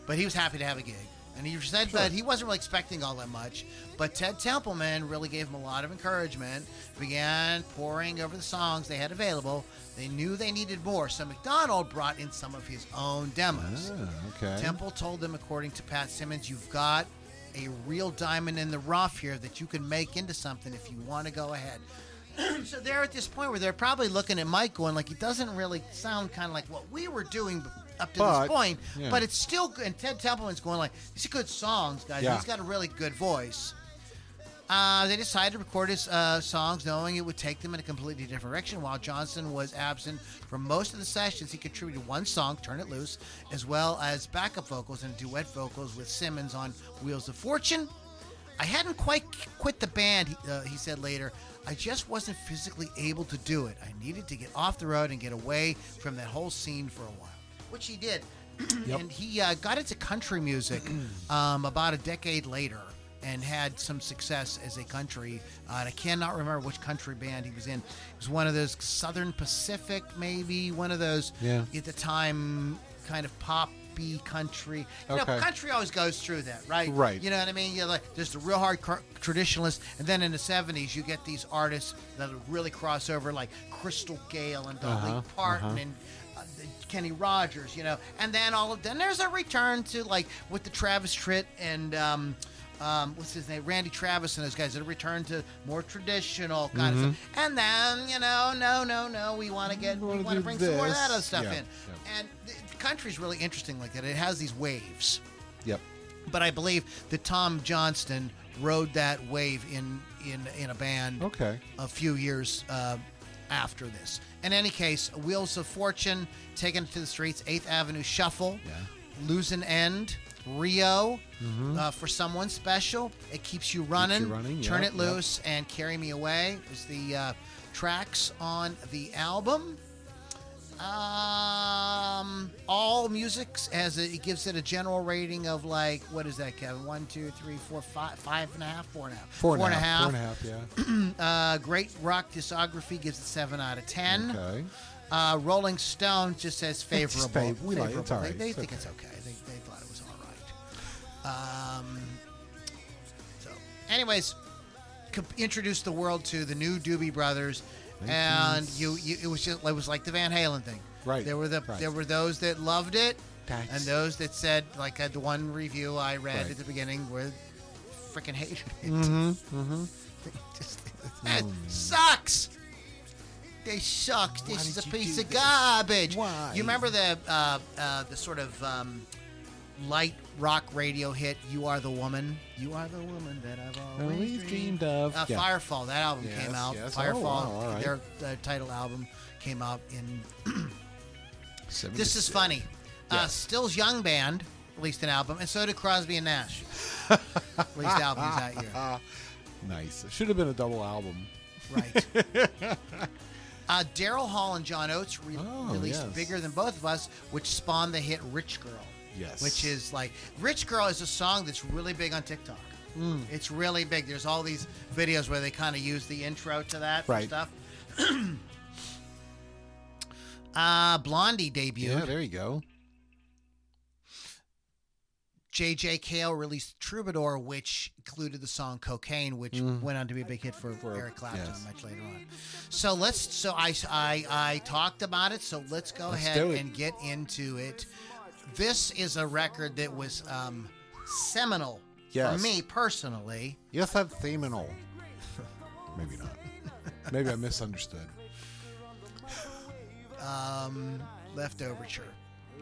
[SPEAKER 1] but he was happy to have a gig. And he said that he wasn't really expecting all that much, but Ted Templeman really gave him a lot of encouragement. Began pouring over the songs they had available. They knew they needed more, so McDonald brought in some of his own demos.
[SPEAKER 2] Ah, okay.
[SPEAKER 1] Temple told them, according to Pat Simmons, you've got a real diamond in the rough here that you can make into something if you want to go ahead. so they're at this point where they're probably looking at Mike going like, it doesn't really sound kind of like what we were doing b- up to
[SPEAKER 2] But,
[SPEAKER 1] this point,
[SPEAKER 2] yeah.
[SPEAKER 1] but it's still. good." And Ted Templeman's going like, these are good songs, guys.
[SPEAKER 2] Yeah.
[SPEAKER 1] He's got a really good voice. Uh, they decided to record his uh, songs knowing it would take them in a completely different direction. While Johnson was absent from most of the sessions, he contributed one song, Turn It Loose, as well as backup vocals and duet vocals with Simmons on Wheels of Fortune. I hadn't quite quit the band, he, uh, he said later. I just wasn't physically able to do it. I needed to get off the road and get away from that whole scene for a while, which he did.
[SPEAKER 2] Yep.
[SPEAKER 1] And he uh, got into country music um, about a decade later and had some success as a country. Uh, and I cannot remember which country band he was in. It was one of those Southern Pacific, maybe one of those
[SPEAKER 2] Yeah.
[SPEAKER 1] at the time kind of poppy country. You know,
[SPEAKER 2] Okay.
[SPEAKER 1] country always goes through that, right?
[SPEAKER 2] Right.
[SPEAKER 1] You know what I mean? You're like there's the real hard cr- traditionalists, and then in the '70s you get these artists that really cross over, like Crystal Gale and Dolly
[SPEAKER 2] Uh-huh,
[SPEAKER 1] Parton
[SPEAKER 2] uh-huh.
[SPEAKER 1] and. Uh, the Kenny Rogers, you know, and then all of then there's a return to like with the Travis Tritt and um, um, what's his name, Randy Travis and those guys. that return to more traditional kind of stuff, and then you know, no, no, no, we want to get
[SPEAKER 2] Mm-hmm. We
[SPEAKER 1] we
[SPEAKER 2] wanna
[SPEAKER 1] want to
[SPEAKER 2] do
[SPEAKER 1] bring some more of
[SPEAKER 2] this.
[SPEAKER 1] that other stuff
[SPEAKER 2] Yeah,
[SPEAKER 1] in, and the, the country's really interesting like that. It has these waves
[SPEAKER 2] Yep.
[SPEAKER 1] but I believe that Tom Johnston rode that wave in in in a band
[SPEAKER 2] Okay.
[SPEAKER 1] a few years uh, after this. In any case, Wheels of Fortune taken to the streets, Eighth Avenue Shuffle,
[SPEAKER 2] Yeah.
[SPEAKER 1] Lose an End, Rio, uh, for someone special. It keeps you running,
[SPEAKER 2] Mm-hmm. running,
[SPEAKER 1] turn
[SPEAKER 2] yep,
[SPEAKER 1] it
[SPEAKER 2] yep.
[SPEAKER 1] loose, and carry me away is the uh, tracks on the album. Um, all music has a, it gives it a general rating of like what is that, Kevin? One, two, three, four, five, five and a half, four and a half,
[SPEAKER 2] Four and a half.
[SPEAKER 1] half.
[SPEAKER 2] Four and
[SPEAKER 1] Uh, great rock discography gives it seven out of ten.
[SPEAKER 2] a half. Yeah. Okay.
[SPEAKER 1] Uh, Rolling Stone just says
[SPEAKER 2] It's
[SPEAKER 1] favorable.
[SPEAKER 2] just fav- we like it. It's all
[SPEAKER 1] They-
[SPEAKER 2] right.
[SPEAKER 1] They,
[SPEAKER 2] It's
[SPEAKER 1] think
[SPEAKER 2] okay.
[SPEAKER 1] it's okay. They, they thought it was all right. Um, so, anyways, co- introduced the world to the new Doobie Brothers, and you, you it was just it was like the Van Halen thing.
[SPEAKER 2] Right,
[SPEAKER 1] There were the
[SPEAKER 2] right.
[SPEAKER 1] there were those that loved it,
[SPEAKER 2] That's-
[SPEAKER 1] and those that said like uh, the one review I read
[SPEAKER 2] Right.
[SPEAKER 1] at the beginning where freaking hated it.
[SPEAKER 2] Mm-hmm. Mm-hmm.
[SPEAKER 1] Just- that
[SPEAKER 2] Hmm.
[SPEAKER 1] sucks. They sucks. This is a piece of garbage.
[SPEAKER 2] Why?
[SPEAKER 1] You remember the uh, uh, the sort of um, light rock radio hit "You Are the Woman"? Uh, You are the woman that I've always,
[SPEAKER 2] Always dreamed of.
[SPEAKER 1] Uh,
[SPEAKER 2] Yeah.
[SPEAKER 1] Firefall. That album
[SPEAKER 2] Yes,
[SPEAKER 1] came out.
[SPEAKER 2] yes. Oh,
[SPEAKER 1] Firefall.
[SPEAKER 2] wow, all right.
[SPEAKER 1] Their uh, title album came out in this is funny. Uh, Still's Young Band released an album, and so did Crosby and Nash. released albums that year.
[SPEAKER 2] nice. It should have been a double album.
[SPEAKER 1] Right. uh, Daryl Hall and John Oates re-
[SPEAKER 2] Oh,
[SPEAKER 1] released
[SPEAKER 2] yes.
[SPEAKER 1] Bigger Than Both of Us, which spawned the hit Rich Girl.
[SPEAKER 2] Yes.
[SPEAKER 1] Which is like, Rich Girl is a song that's really big on TikTok.
[SPEAKER 2] Hmm.
[SPEAKER 1] It's really big. There's all these videos where they kind of use the intro to that
[SPEAKER 2] Right.
[SPEAKER 1] and stuff. uh, Blondie debuted.
[SPEAKER 2] Yeah, there you go.
[SPEAKER 1] J.J. Cale released Troubadour, which included the song "Cocaine," which went on to be a big hit for Eric Clapton
[SPEAKER 2] Mm. yes.
[SPEAKER 1] much later on. So let's. So I I, I talked about it. So let's go
[SPEAKER 2] Let's
[SPEAKER 1] ahead
[SPEAKER 2] do it.
[SPEAKER 1] and get into it. This is a record that was um, seminal
[SPEAKER 2] Yes.
[SPEAKER 1] for me personally.
[SPEAKER 2] Yes, that's seminal. Maybe not. Maybe I misunderstood.
[SPEAKER 1] Um, Left Overture,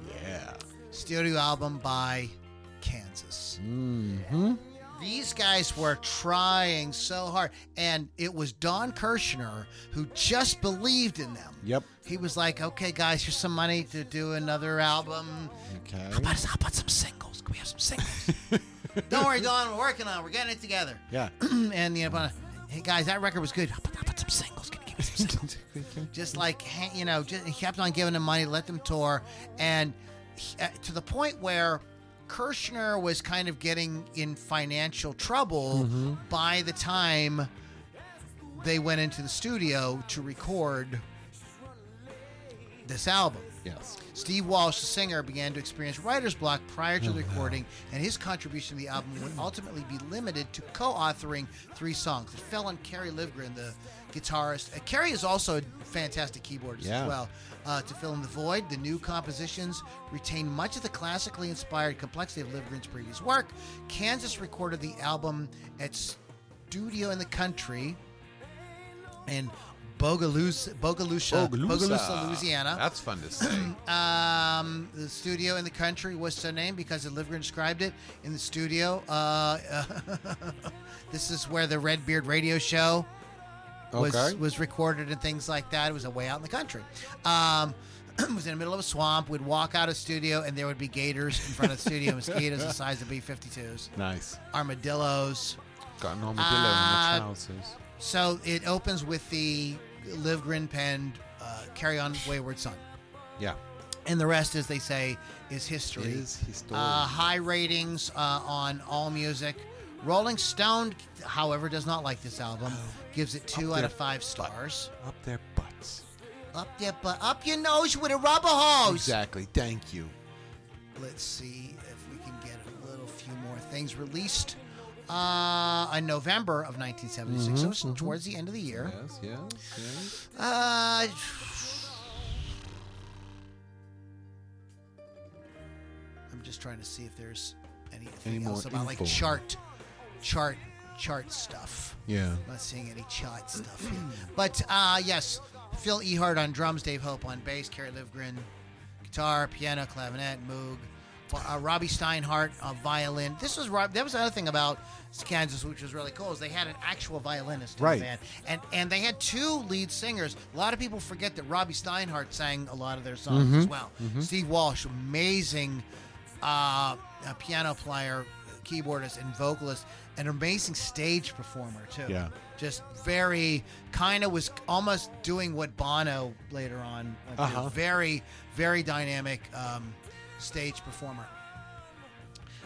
[SPEAKER 2] Yeah.
[SPEAKER 1] studio album by Kansas.
[SPEAKER 2] Mm-hmm.
[SPEAKER 1] These guys were trying so hard, and it was Don Kirshner who just believed in them.
[SPEAKER 2] Yep.
[SPEAKER 1] He was like, "Okay, guys, here's some money to do another album.
[SPEAKER 2] Okay.
[SPEAKER 1] How about, how about some singles? Can we have some singles? Don't worry, Don. We're working on. it. We're getting it together."
[SPEAKER 2] Yeah.
[SPEAKER 1] and you know, but, hey guys, that record was good. How about, how about some singles? Can you give me some singles? just like ha- you know, just he kept on giving them money, let them tour, and he- uh, to the point where Kirshner was kind of getting in financial trouble by the time they went into the studio to record this album.
[SPEAKER 2] Yes.
[SPEAKER 1] Steve Walsh, the singer, began to experience writer's block prior to the recording, and his contribution to the album would ultimately be limited to co authoring three songs. It fell on Kerry Livgren, the guitarist. Uh, Kerry is also a fantastic keyboardist
[SPEAKER 2] Yeah.
[SPEAKER 1] as well. Uh, to fill in the void, the new compositions retain much of the classically inspired complexity of Livgren's previous work. Kansas recorded the album at Studio in the Country in Bogalusa, Bogalusa, Bogalusa Uh, Louisiana.
[SPEAKER 2] That's fun to say.
[SPEAKER 1] Um, the studio in the country was so named because as Livgren described it in the studio. Uh, this is where the Redbeard radio show was
[SPEAKER 2] Okay.
[SPEAKER 1] was recorded and things like that. It was a way out in the country. Um, it was in the middle of a swamp. We'd walk out of studio and there would be gators in front of the studio, mosquitoes the size of B-52s,
[SPEAKER 2] nice.
[SPEAKER 1] armadillos.
[SPEAKER 2] Got an armadillo
[SPEAKER 1] Uh,
[SPEAKER 2] in the trousers.
[SPEAKER 1] So it opens with the Livgren penned uh, "Carry On Wayward Son,"
[SPEAKER 2] Yeah.
[SPEAKER 1] and the rest, as they say, is history.
[SPEAKER 2] Is historic.
[SPEAKER 1] Uh, high ratings uh, on AllMusic. Rolling Stone, however, does not like this album. Gives it two
[SPEAKER 2] Up
[SPEAKER 1] out
[SPEAKER 2] their
[SPEAKER 1] of five stars.
[SPEAKER 2] Up their butts.
[SPEAKER 1] Up there, but up your nose with a rubber hose.
[SPEAKER 2] Exactly. Thank you.
[SPEAKER 1] Let's see if we can get a little few more things released. Uh, in November of 1976, so it's towards the end of the year.
[SPEAKER 2] Yes, yes, yes.
[SPEAKER 1] Uh, I'm just trying to see if there's anything
[SPEAKER 2] Any more
[SPEAKER 1] else about
[SPEAKER 2] info?
[SPEAKER 1] like chart, chart, chart stuff.
[SPEAKER 2] Yeah.
[SPEAKER 1] I'm not seeing any chart stuff here. But uh, yes, Phil Ehart on drums, Dave Hope on bass, Kerry Livgren, guitar, piano, clavinet, Moog, uh, Robbie Steinhardt on violin. This was Rob. That was another thing about Kansas, which was really cool, is they had an actual violinist in
[SPEAKER 2] Right.
[SPEAKER 1] the band, and and they had two lead singers. A lot of people forget that Robbie Steinhardt sang a lot of their songs as
[SPEAKER 2] Mm-hmm.
[SPEAKER 1] well. Steve Walsh, amazing uh, a piano player, keyboardist, and vocalist, an amazing stage performer too.
[SPEAKER 2] Yeah.
[SPEAKER 1] just very kind of was almost doing what Bono later on. Like a
[SPEAKER 2] Uh-huh.
[SPEAKER 1] Very, very dynamic um, stage performer.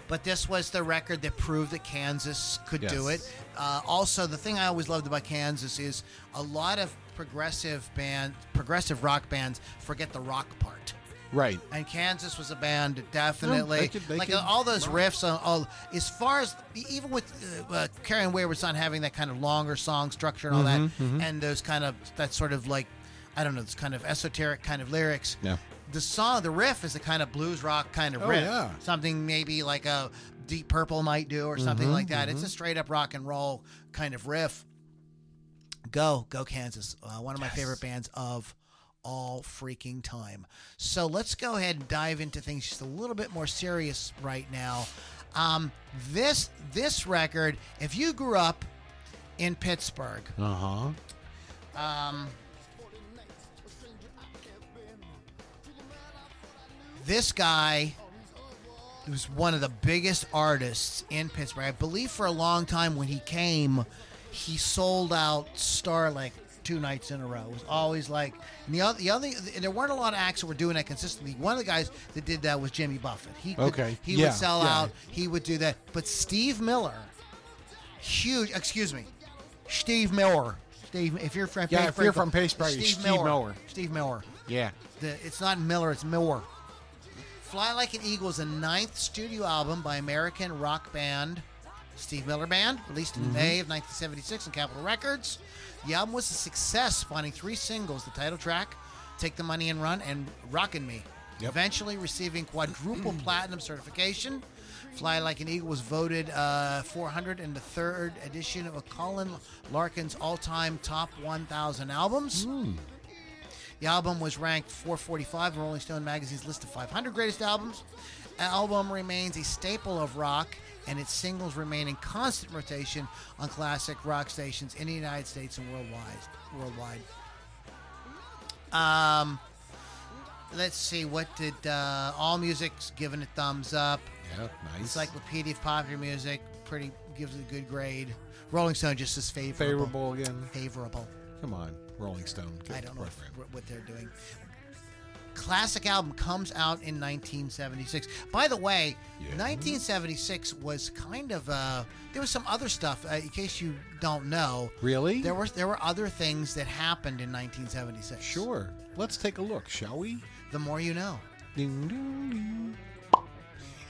[SPEAKER 1] But this was the record that proved that Kansas could do
[SPEAKER 2] Yes.
[SPEAKER 1] it. Uh, also, the thing I always loved about Kansas is a lot of progressive band, progressive rock bands forget the rock part
[SPEAKER 2] Right.
[SPEAKER 1] and Kansas was a band that definitely
[SPEAKER 2] No, they could- they
[SPEAKER 1] like
[SPEAKER 2] could-
[SPEAKER 1] uh, all those riffs on all as far as even with uh, uh, Karen Wayward's not having that kind of longer song structure and all that and those kind of that sort of like I don't know this kind of esoteric kind of lyrics
[SPEAKER 2] Yeah.
[SPEAKER 1] the song the riff is a kind of blues rock kind of
[SPEAKER 2] Oh,
[SPEAKER 1] riff
[SPEAKER 2] yeah.
[SPEAKER 1] something maybe like a Deep Purple might do or something like that
[SPEAKER 2] Mm-hmm,
[SPEAKER 1] it's a straight up rock and roll kind of riff go go kansas uh, one of my favorite bands of all freaking time so let's go ahead and dive into things just a little bit more serious right now um, this this record if you grew up in pittsburgh
[SPEAKER 2] Uh huh.
[SPEAKER 1] um, this guy was one of the biggest artists in Pittsburgh. I believe for a long time when he came, he sold out Starlink two nights in a row. It was always like and the other, the other, and there weren't a lot of acts that were doing that consistently. One of the guys that did that was Jimmy Buffett. He could-
[SPEAKER 2] Okay.
[SPEAKER 1] he
[SPEAKER 2] Yeah,
[SPEAKER 1] would sell
[SPEAKER 2] yeah.
[SPEAKER 1] out. He would do that. But Steve Miller, huge. Excuse me, Steve Miller. Steve, if you're from
[SPEAKER 2] Yeah, if you're from Pittsburgh, it's Steve Miller.
[SPEAKER 1] Steve Miller.
[SPEAKER 2] Yeah.
[SPEAKER 1] The, it's not Miller, it's Miller. Fly Like an Eagle is the ninth studio album by American rock band Steve Miller Band, released in May of 1976 on Capitol Records. The album was a success, spawning three singles the title track, Take the Money and Run, and Rockin' Me.
[SPEAKER 2] Yep.
[SPEAKER 1] Eventually receiving quadruple platinum certification. Fly Like an Eagle was voted uh, 400 in the third edition of Colin Larkin's all time top 1,000 albums. The album was ranked 445 in Rolling Stone magazine's list of 500 greatest albums. The album remains a staple of rock, and its singles remain in constant rotation on classic rock stations in the United States and worldwide. Worldwide. Um, let's see. What did uh, All Music's giving it thumbs up?
[SPEAKER 2] Yeah. Nice.
[SPEAKER 1] Encyclopedia of Popular Music pretty gives it a good grade. Rolling Stone just as favorable.
[SPEAKER 2] favorable again.
[SPEAKER 1] Favorable.
[SPEAKER 2] Come on, Rolling Stone. Get
[SPEAKER 1] I don't know
[SPEAKER 2] the
[SPEAKER 1] if,
[SPEAKER 2] program.
[SPEAKER 1] what they're doing. classic album comes out in 1976. By the way,
[SPEAKER 2] Yeah.
[SPEAKER 1] 1976 was kind of uh, there was some other stuff. Uh, in case you don't know,
[SPEAKER 2] Really?
[SPEAKER 1] there were there were other things that happened in 1976.
[SPEAKER 2] Sure. Let's take a look, shall we?
[SPEAKER 1] The more you know.
[SPEAKER 2] Ding, ding, ding.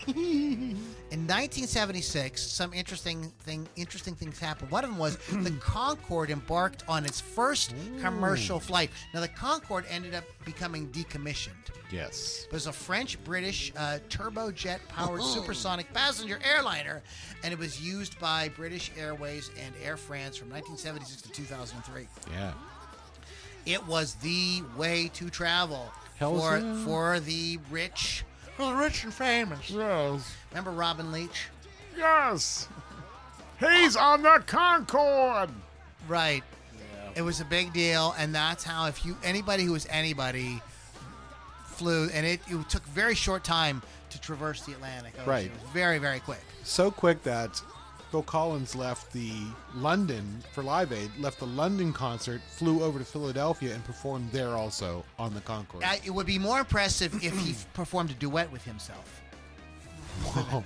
[SPEAKER 1] In 1976, some interesting thing interesting things happened. One of them was the Concorde embarked on its first commercial flight. Now, the Concorde ended up becoming decommissioned.
[SPEAKER 2] yes.
[SPEAKER 1] It was a French British uh, turbojet powered supersonic passenger airliner, and it was used by British Airways and Air France from 1976 to 2003.
[SPEAKER 2] Yeah.
[SPEAKER 1] It was the way to travel
[SPEAKER 2] Hells
[SPEAKER 1] for,
[SPEAKER 2] yeah.
[SPEAKER 1] for the rich, for the rich and famous.
[SPEAKER 2] Yes.
[SPEAKER 1] Remember Robin Leach?
[SPEAKER 2] Yes. He's on the Concorde.
[SPEAKER 1] Right. It was a big deal, and that's how if you anybody who was anybody flew, and it, it took very short time to traverse the Atlantic. Ocean.
[SPEAKER 2] Right.
[SPEAKER 1] It was very very quick.
[SPEAKER 2] So quick that Phil Collins left the London for Live Aid, left the London concert, flew over to Philadelphia, and performed there also on the Concorde.
[SPEAKER 1] Uh, it would be more impressive if he performed a duet with himself.
[SPEAKER 2] Whoa. Oh,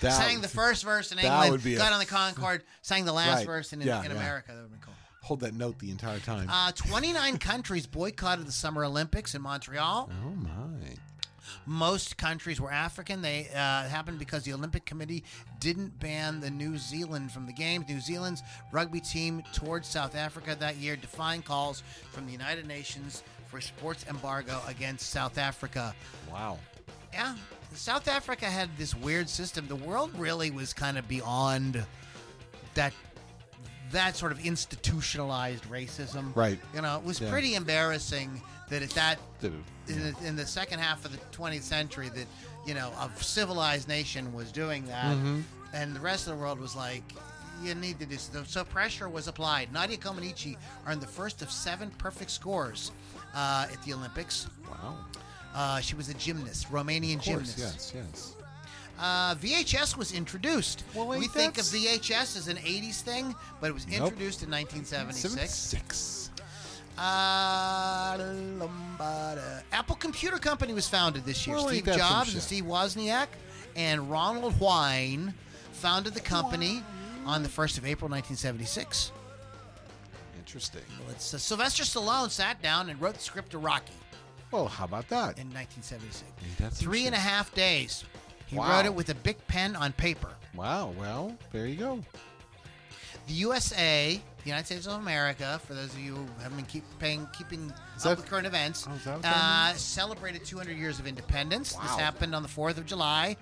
[SPEAKER 2] That-
[SPEAKER 1] sang the first verse in
[SPEAKER 2] that
[SPEAKER 1] England,
[SPEAKER 2] would be
[SPEAKER 1] got
[SPEAKER 2] a-
[SPEAKER 1] on the Concorde, sang the last
[SPEAKER 2] Right.
[SPEAKER 1] verse in, in,
[SPEAKER 2] Yeah, yeah.
[SPEAKER 1] America. That would be cool.
[SPEAKER 2] Hold that note the entire time.
[SPEAKER 1] Uh, 29 countries boycotted the Summer Olympics in Montreal.
[SPEAKER 2] oh my.
[SPEAKER 1] Most countries were African. They uh, happened because the Olympic Committee didn't ban the New Zealand from the games. New Zealand's rugby team toured South Africa that year, defying calls from the United Nations for sports embargo against South Africa.
[SPEAKER 2] Wow.
[SPEAKER 1] Yeah, South Africa had this weird system. The world really was kind of beyond that that sort of institutionalized racism.
[SPEAKER 2] Right.
[SPEAKER 1] You know, it was
[SPEAKER 2] Yeah.
[SPEAKER 1] pretty embarrassing that at that
[SPEAKER 2] Dude.
[SPEAKER 1] in the, in the second half of the 20th century that you know a civilized nation was doing that
[SPEAKER 2] Mm-hmm.
[SPEAKER 1] and the rest of the world was like you need to do so so pressure was applied nadia comaneci earned the first of seven perfect scores uh, at the olympics
[SPEAKER 2] Wow.
[SPEAKER 1] uh, she was a gymnast romanian
[SPEAKER 2] Of course,
[SPEAKER 1] gymnast
[SPEAKER 2] yes, yes.
[SPEAKER 1] uh, vhs was introduced
[SPEAKER 2] Well, wait,
[SPEAKER 1] we think of
[SPEAKER 2] that's-
[SPEAKER 1] vhs as an 80s thing but it was
[SPEAKER 2] Nope.
[SPEAKER 1] introduced in 1976
[SPEAKER 2] Six.
[SPEAKER 1] uh, lumbada. Apple Computer Company was founded this year.
[SPEAKER 2] Well, ain't
[SPEAKER 1] Steve
[SPEAKER 2] that some
[SPEAKER 1] Jobs and
[SPEAKER 2] shit?
[SPEAKER 1] Steve Wozniak and Ronald Wine founded the company on the 1st of April 1976.
[SPEAKER 2] Interesting.
[SPEAKER 1] Let's, uh, Sylvester Stallone sat down and wrote the script to Rocky
[SPEAKER 2] Well, how about that?
[SPEAKER 1] in 1976.
[SPEAKER 2] Ain't that some
[SPEAKER 1] Three and a
[SPEAKER 2] shit?
[SPEAKER 1] half days. He
[SPEAKER 2] Wow.
[SPEAKER 1] wrote it with a big pen on paper.
[SPEAKER 2] Wow. Well, there you go.
[SPEAKER 1] The USA, the United States of America, for those of you who haven't been keep paying, keeping up
[SPEAKER 2] Is that-
[SPEAKER 1] with current events,
[SPEAKER 2] Oh, is that what that
[SPEAKER 1] uh, celebrated 200 years of independence. This
[SPEAKER 2] Wow.
[SPEAKER 1] happened on the 4th of July,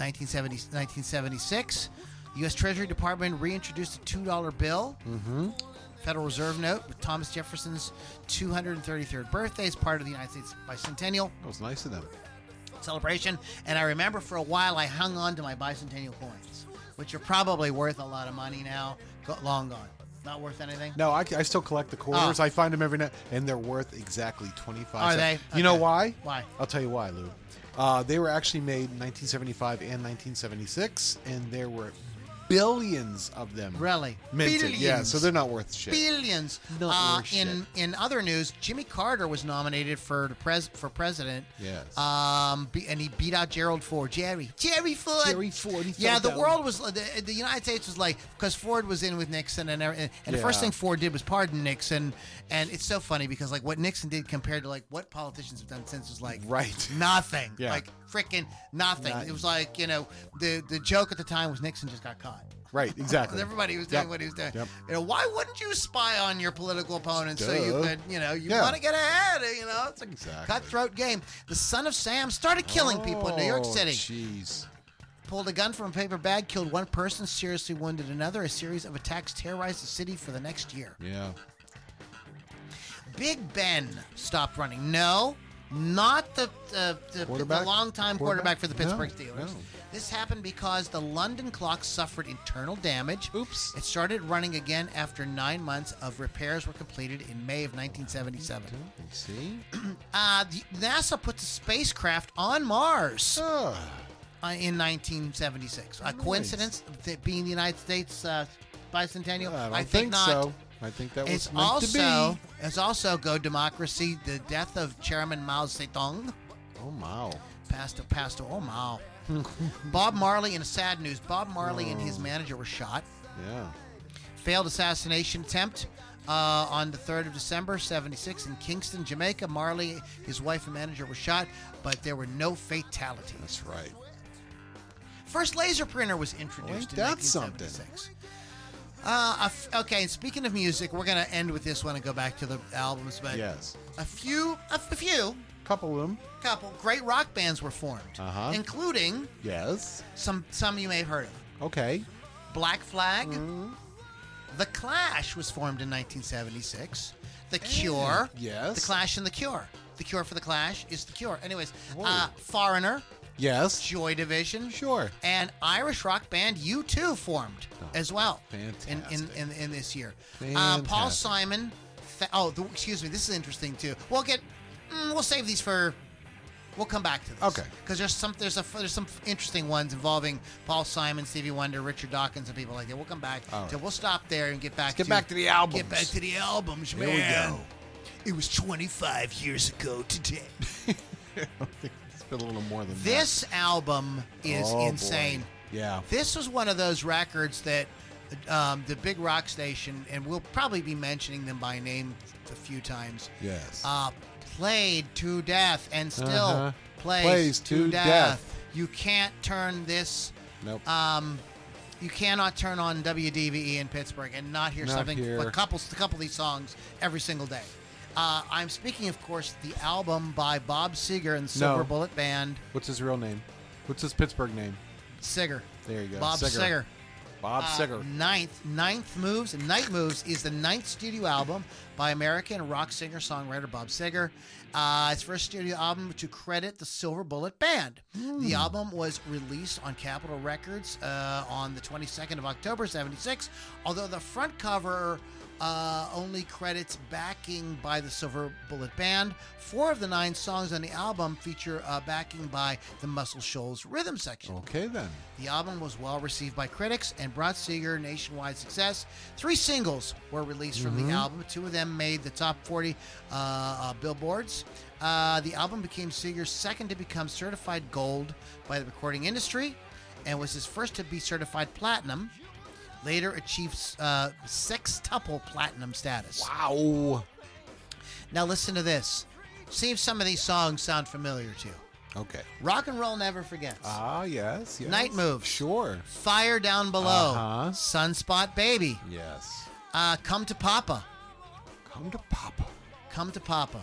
[SPEAKER 1] 1970, 1976. The U.S. Treasury Department reintroduced a $2 bill,
[SPEAKER 2] Mm-hmm.
[SPEAKER 1] Federal Reserve note, with Thomas Jefferson's 233rd birthday as part of the United States bicentennial
[SPEAKER 2] That was nice of them.
[SPEAKER 1] celebration. And I remember for a while I hung on to my bicentennial coins, which are probably worth a lot of money now. Go, long gone. Not worth anything.
[SPEAKER 2] No, I, I still collect the quarters.
[SPEAKER 1] Oh.
[SPEAKER 2] I find them every night, and they're worth exactly twenty five.
[SPEAKER 1] Are they?
[SPEAKER 2] You know
[SPEAKER 1] Okay.
[SPEAKER 2] why?
[SPEAKER 1] Why?
[SPEAKER 2] I'll tell you why, Lou. Uh, they were actually made in 1975 and 1976, and there were billions of them.
[SPEAKER 1] Really?
[SPEAKER 2] Minted. Yeah,
[SPEAKER 1] Billions.
[SPEAKER 2] so they're not worth shit.
[SPEAKER 1] Billions.
[SPEAKER 2] Not
[SPEAKER 1] Uh,
[SPEAKER 2] worth
[SPEAKER 1] in in other news, Jimmy Carter was nominated for the pres for president.
[SPEAKER 2] Yes.
[SPEAKER 1] Um, be- and he beat out Gerald Ford. Jerry. Jerry Ford.
[SPEAKER 2] Jerry Ford, he
[SPEAKER 1] Yeah,
[SPEAKER 2] fell
[SPEAKER 1] the
[SPEAKER 2] down.
[SPEAKER 1] world was the, the United States was like because Ford was in with Nixon and everything. And the first
[SPEAKER 2] Yeah.
[SPEAKER 1] thing Ford did was pardon Nixon. And it's so funny because like what Nixon did compared to like what politicians have done since was like
[SPEAKER 2] Right.
[SPEAKER 1] nothing.
[SPEAKER 2] Yeah.
[SPEAKER 1] Like freaking nothing.
[SPEAKER 2] Nothing.
[SPEAKER 1] It was like you know the the joke at the time was Nixon just got caught.
[SPEAKER 2] right. Exactly.
[SPEAKER 1] Everybody was doing
[SPEAKER 2] Yep.
[SPEAKER 1] what he was doing.
[SPEAKER 2] Yep.
[SPEAKER 1] You know, why wouldn't you spy on your political opponents so you
[SPEAKER 2] Duh.
[SPEAKER 1] could, you know, you
[SPEAKER 2] Yeah.
[SPEAKER 1] want to get ahead? You know, it's a
[SPEAKER 2] Exactly.
[SPEAKER 1] cutthroat game. The son of Sam started killing people in New York
[SPEAKER 2] Oh,
[SPEAKER 1] City.
[SPEAKER 2] Jeez.
[SPEAKER 1] Pulled a gun from a paper bag, killed one person, seriously wounded another. A series of attacks terrorized the city for the next year.
[SPEAKER 2] Yeah.
[SPEAKER 1] Big Ben stopped running. No, not the the, the,
[SPEAKER 2] Quarterback?
[SPEAKER 1] the longtime quarterback,
[SPEAKER 2] Quarterback?
[SPEAKER 1] for the
[SPEAKER 2] No,
[SPEAKER 1] Pittsburgh Steelers.
[SPEAKER 2] no.
[SPEAKER 1] This happened because the London clock suffered internal damage.
[SPEAKER 2] Oops.
[SPEAKER 1] It started running again after nine months of repairs were completed in May of 1977.
[SPEAKER 2] See.
[SPEAKER 1] Uh, the, NASA put the spacecraft on Mars uh,
[SPEAKER 2] Ah.
[SPEAKER 1] in 1976. A coincidence that being the United States uh, bicentennial?
[SPEAKER 2] I don't
[SPEAKER 1] think, not.
[SPEAKER 2] so. I think that was
[SPEAKER 1] It's
[SPEAKER 2] meant
[SPEAKER 1] also
[SPEAKER 2] to be.
[SPEAKER 1] it's also Go Democracy, the death of Chairman Mao Zedong.
[SPEAKER 2] Oh, wow.
[SPEAKER 1] Pastor, Pastor, oh Mao. Bob Marley in sad news. Bob Marley and
[SPEAKER 2] Oh.
[SPEAKER 1] his manager were shot.
[SPEAKER 2] Yeah.
[SPEAKER 1] Failed assassination attempt uh, on the 3rd of December, 76, in Kingston, Jamaica. Marley, his wife and manager, were shot, but there were no fatalities.
[SPEAKER 2] That's right.
[SPEAKER 1] First laser printer was introduced
[SPEAKER 2] Ain't
[SPEAKER 1] in
[SPEAKER 2] that something?
[SPEAKER 1] 1976. Uh, a f- okay, and speaking of music, we're going to end with this one and go back to the albums. But
[SPEAKER 2] Yes.
[SPEAKER 1] a few, a f- a few,
[SPEAKER 2] Couple of them.
[SPEAKER 1] couple great rock bands were formed,
[SPEAKER 2] Uh-huh.
[SPEAKER 1] including
[SPEAKER 2] Yes.
[SPEAKER 1] some some you may have heard of.
[SPEAKER 2] Okay.
[SPEAKER 1] Black Flag.
[SPEAKER 2] Mm-hmm.
[SPEAKER 1] The Clash was formed in 1976. The Cure.
[SPEAKER 2] Mm, yes.
[SPEAKER 1] The Clash and The Cure. The Cure for The Clash is The Cure. Anyways,
[SPEAKER 2] Whoa.
[SPEAKER 1] uh, Foreigner,
[SPEAKER 2] Yes.
[SPEAKER 1] Joy Division,
[SPEAKER 2] Sure.
[SPEAKER 1] and Irish rock band U2 formed as well in, in,
[SPEAKER 2] Oh, fantastic.
[SPEAKER 1] in, in this year. Uh, Paul
[SPEAKER 2] Fantastic.
[SPEAKER 1] Simon. Th- oh, the, excuse me. This is interesting too. We'll get. Mm, we'll save these for. We'll come back to this.
[SPEAKER 2] Okay.
[SPEAKER 1] Because there's some there's a there's some interesting ones involving Paul Simon, Stevie Wonder, Richard Dawkins, and people like that. We'll come back.
[SPEAKER 2] All right.
[SPEAKER 1] So we'll stop there and get back.
[SPEAKER 2] get back to the albums.
[SPEAKER 1] Get back to the albums,
[SPEAKER 2] Here
[SPEAKER 1] man.
[SPEAKER 2] we
[SPEAKER 1] It was 25 years ago today.
[SPEAKER 2] it's been a little more than
[SPEAKER 1] This album
[SPEAKER 2] that.
[SPEAKER 1] is
[SPEAKER 2] Oh, boy.
[SPEAKER 1] insane.
[SPEAKER 2] Yeah.
[SPEAKER 1] This was one of those records that um, the big rock station, and we'll probably be mentioning them by name a few times,
[SPEAKER 2] Yes.
[SPEAKER 1] uh, played to death and still
[SPEAKER 2] Uh-huh.
[SPEAKER 1] plays,
[SPEAKER 2] Plays
[SPEAKER 1] to,
[SPEAKER 2] to
[SPEAKER 1] death.
[SPEAKER 2] death.
[SPEAKER 1] You can't turn this.
[SPEAKER 2] nope.
[SPEAKER 1] Um, you cannot turn on WDVE E in Pittsburgh and not hear
[SPEAKER 2] Not
[SPEAKER 1] something
[SPEAKER 2] here.
[SPEAKER 1] but couples a couple of these songs every single day. Uh, I'm speaking, of course, the album by Bob Seger and Silver
[SPEAKER 2] No.
[SPEAKER 1] Bullet Band.
[SPEAKER 2] What's his real name? What's his Pittsburgh name?
[SPEAKER 1] Seger.
[SPEAKER 2] There you go.
[SPEAKER 1] Bob
[SPEAKER 2] Seger.
[SPEAKER 1] Seger.
[SPEAKER 2] Bob
[SPEAKER 1] Uh,
[SPEAKER 2] Seger.
[SPEAKER 1] Ninth, ninth moves and night moves is the ninth studio album by American rock singer songwriter Bob Seger. Uh, his first studio album to credit the Silver Bullet Band.
[SPEAKER 2] Hmm.
[SPEAKER 1] The album was released on Capitol Records uh, on the 22nd of October '76. Although the front cover uh, only credits backing by the Silver Bullet Band. Four of the nine songs on the album feature uh, backing by the Muscle Shoals Rhythm Section.
[SPEAKER 2] Okay then.
[SPEAKER 1] The album was well received by critics and brought Seeger nationwide success. Three singles were released from the album. Two of them made the top 40 uh, uh, billboards. Uh, the album became Seeger's second to become certified gold by the recording industry and was his first to be certified platinum. Later achieved uh, sextuple platinum status.
[SPEAKER 2] Wow.
[SPEAKER 1] Now listen to this. See if some of these songs sound familiar to you.
[SPEAKER 2] Okay.
[SPEAKER 1] Rock and Roll Never Forgets.
[SPEAKER 2] Ah, yes, yes.
[SPEAKER 1] Night moves.
[SPEAKER 2] Sure.
[SPEAKER 1] Fire Down Below,
[SPEAKER 2] Uh-huh.
[SPEAKER 1] Sunspot Baby,
[SPEAKER 2] Yes.
[SPEAKER 1] uh, Come to Papa,
[SPEAKER 2] Come to Papa.
[SPEAKER 1] Come to Papa.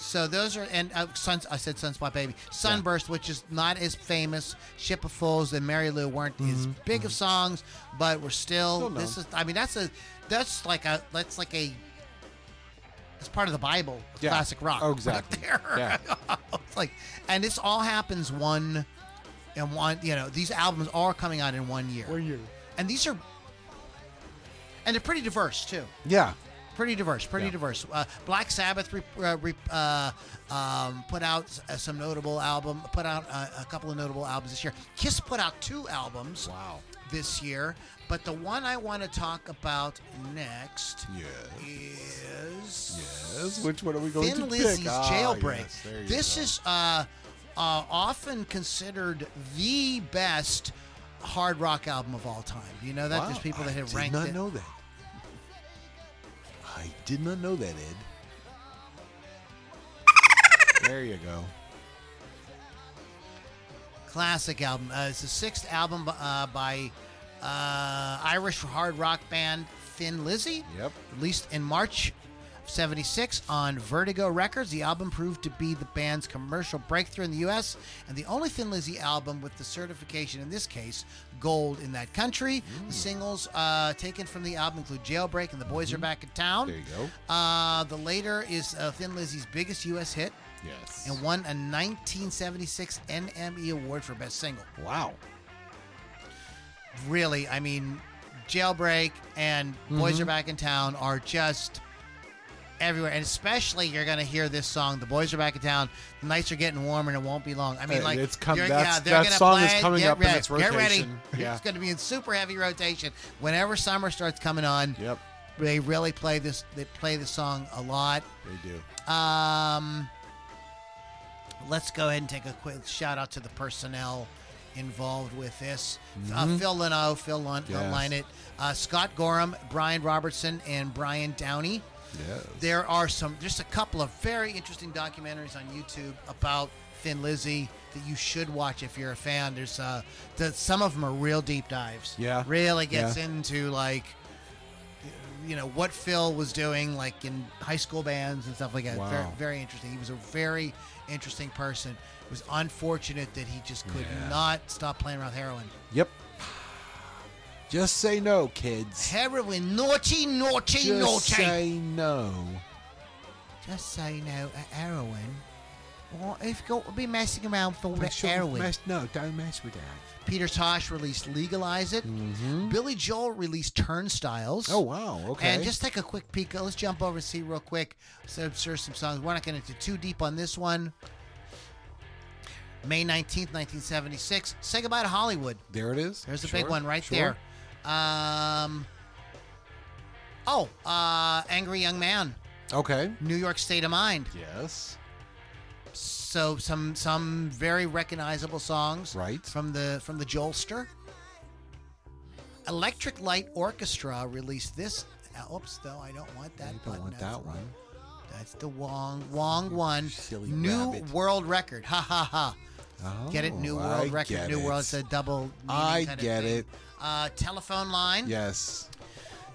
[SPEAKER 1] So those are and uh, sun, I said Sunspot Baby, Sunburst, which is not as famous. Ship of Fools and Mary Lou weren't as big of songs, but we're still,
[SPEAKER 2] Mm-hmm. Still known.
[SPEAKER 1] this is. I mean that's a that's like a that's like a it's part of the Bible, of
[SPEAKER 2] Yeah.
[SPEAKER 1] classic rock.
[SPEAKER 2] Oh, exactly.
[SPEAKER 1] Right there. It's like, and this all happens one and one. You know, these albums are coming out in one year.
[SPEAKER 5] you?
[SPEAKER 1] and these are and they're pretty diverse too
[SPEAKER 2] Yeah.
[SPEAKER 1] pretty diverse pretty
[SPEAKER 2] Yeah.
[SPEAKER 1] diverse uh, black sabbath re- uh, re- uh, um, put out s- uh, some notable album put out uh, a couple of notable albums this year kiss put out two albums
[SPEAKER 2] Wow.
[SPEAKER 1] this year but the one i want to talk about next
[SPEAKER 2] Yes.
[SPEAKER 1] is
[SPEAKER 2] Yes. Which one are we going to
[SPEAKER 1] Thin
[SPEAKER 2] pick?
[SPEAKER 1] Lizzy's
[SPEAKER 2] Ah,
[SPEAKER 1] Jailbreak.
[SPEAKER 2] yes, there you
[SPEAKER 1] this
[SPEAKER 2] go.
[SPEAKER 1] is uh, uh, often considered the best hard rock album of all time. You know that
[SPEAKER 2] Wow,
[SPEAKER 1] there's people
[SPEAKER 2] I
[SPEAKER 1] that have
[SPEAKER 2] did
[SPEAKER 1] ranked
[SPEAKER 2] not
[SPEAKER 1] it.
[SPEAKER 2] know that. I did not know that, Ed. There you go.
[SPEAKER 1] Classic album. Uh, it's the sixth album uh, by uh, Irish hard rock band Thin Lizzy.
[SPEAKER 2] Yep.
[SPEAKER 1] Released in March of 76 on Vertigo Records, the album proved to be the band's commercial breakthrough in the U.S. and the only Thin Lizzy album with the certification, in this case, gold in that country. The singles uh, taken from the album include Jailbreak and The Boys Are Back in Town.
[SPEAKER 2] Mm-hmm. There you go.
[SPEAKER 1] Uh, the later is uh, Thin Lizzy's biggest U.S. hit
[SPEAKER 2] Yes.
[SPEAKER 1] and won a 1976 NME E Award for Best Single.
[SPEAKER 2] wow.
[SPEAKER 1] Really, I mean, Jailbreak and
[SPEAKER 2] Mm-hmm.
[SPEAKER 1] Boys Are Back in Town are just everywhere. And especially, you're going to hear this song, The Boys Are Back in Town. The nights are getting warmer and it won't be long. I mean,
[SPEAKER 2] Uh,
[SPEAKER 1] like,
[SPEAKER 2] it's com-
[SPEAKER 1] you're-
[SPEAKER 2] that's-
[SPEAKER 1] yeah, they're
[SPEAKER 2] that
[SPEAKER 1] gonna
[SPEAKER 2] song is
[SPEAKER 1] play it.
[SPEAKER 2] coming
[SPEAKER 1] Get
[SPEAKER 2] up in
[SPEAKER 1] ready.
[SPEAKER 2] its
[SPEAKER 1] Get ready.
[SPEAKER 2] rotation. Yeah.
[SPEAKER 1] It's going to be in super heavy rotation whenever summer starts coming on.
[SPEAKER 2] Yep.
[SPEAKER 1] They really play this. They play the song a lot.
[SPEAKER 2] They do.
[SPEAKER 1] Um, let's go ahead and take a quick shout out to the personnel involved with this. Uh,
[SPEAKER 2] Mhm.
[SPEAKER 1] Phil Leno, Phil Lon-
[SPEAKER 2] Yes.
[SPEAKER 1] Lynott, uh, Scott Gorham, Brian Robertson, and Brian Downey.
[SPEAKER 2] Yes.
[SPEAKER 1] There are some, just a couple of very interesting documentaries on YouTube about Thin Lizzy that you should watch if you're a fan. There's uh, the, some of them are real deep dives.
[SPEAKER 2] Yeah.
[SPEAKER 1] really gets into like, you know, what Phil was doing like in high school bands and stuff like that. Very,
[SPEAKER 2] Wow.
[SPEAKER 1] very interesting. He was a very interesting person. It was unfortunate that he just could
[SPEAKER 2] Yeah.
[SPEAKER 1] not stop playing around heroin.
[SPEAKER 2] Yep. Just say no, kids.
[SPEAKER 1] Heroin, naughty, naughty,
[SPEAKER 2] Just
[SPEAKER 1] naughty.
[SPEAKER 2] say no.
[SPEAKER 1] Just so you know, at heroin, well, if you've got to be messing around with all the
[SPEAKER 2] But sure,
[SPEAKER 1] heroin.
[SPEAKER 2] mess- no, don't mess with that.
[SPEAKER 1] Peter Tosh released Legalize It.
[SPEAKER 2] Mm-hmm.
[SPEAKER 1] Billy Joel released Turnstiles.
[SPEAKER 2] Oh wow. Okay.
[SPEAKER 1] And just take a quick peek. Let's jump over and see real quick. So, sure, some songs. We're not getting into too deep on this one. May 19th, 1976. Say goodbye to Hollywood.
[SPEAKER 2] there it is.
[SPEAKER 1] There's a
[SPEAKER 2] Sure,
[SPEAKER 1] big one right
[SPEAKER 2] sure.
[SPEAKER 1] there. Um, oh, uh, Angry Young Man.
[SPEAKER 2] Okay.
[SPEAKER 1] New York State of Mind.
[SPEAKER 2] Yes.
[SPEAKER 1] so some some very recognizable songs
[SPEAKER 2] Right.
[SPEAKER 1] from the from the Jolster. Electric Light Orchestra released this. uh, Oops, though I don't want that.
[SPEAKER 2] You don't
[SPEAKER 1] button.
[SPEAKER 2] want
[SPEAKER 1] That's
[SPEAKER 2] that one.
[SPEAKER 1] That's the Wong Wong one.
[SPEAKER 2] silly
[SPEAKER 1] New
[SPEAKER 2] rabbit.
[SPEAKER 1] World Record. Ha ha ha.
[SPEAKER 2] Oh,
[SPEAKER 1] Get it? New
[SPEAKER 2] I
[SPEAKER 1] World Record.
[SPEAKER 2] get
[SPEAKER 1] New
[SPEAKER 2] it.
[SPEAKER 1] World. It's a double. meaning
[SPEAKER 2] I
[SPEAKER 1] kind of
[SPEAKER 2] get
[SPEAKER 1] thing.
[SPEAKER 2] it.
[SPEAKER 1] Uh, telephone line.
[SPEAKER 2] Yes.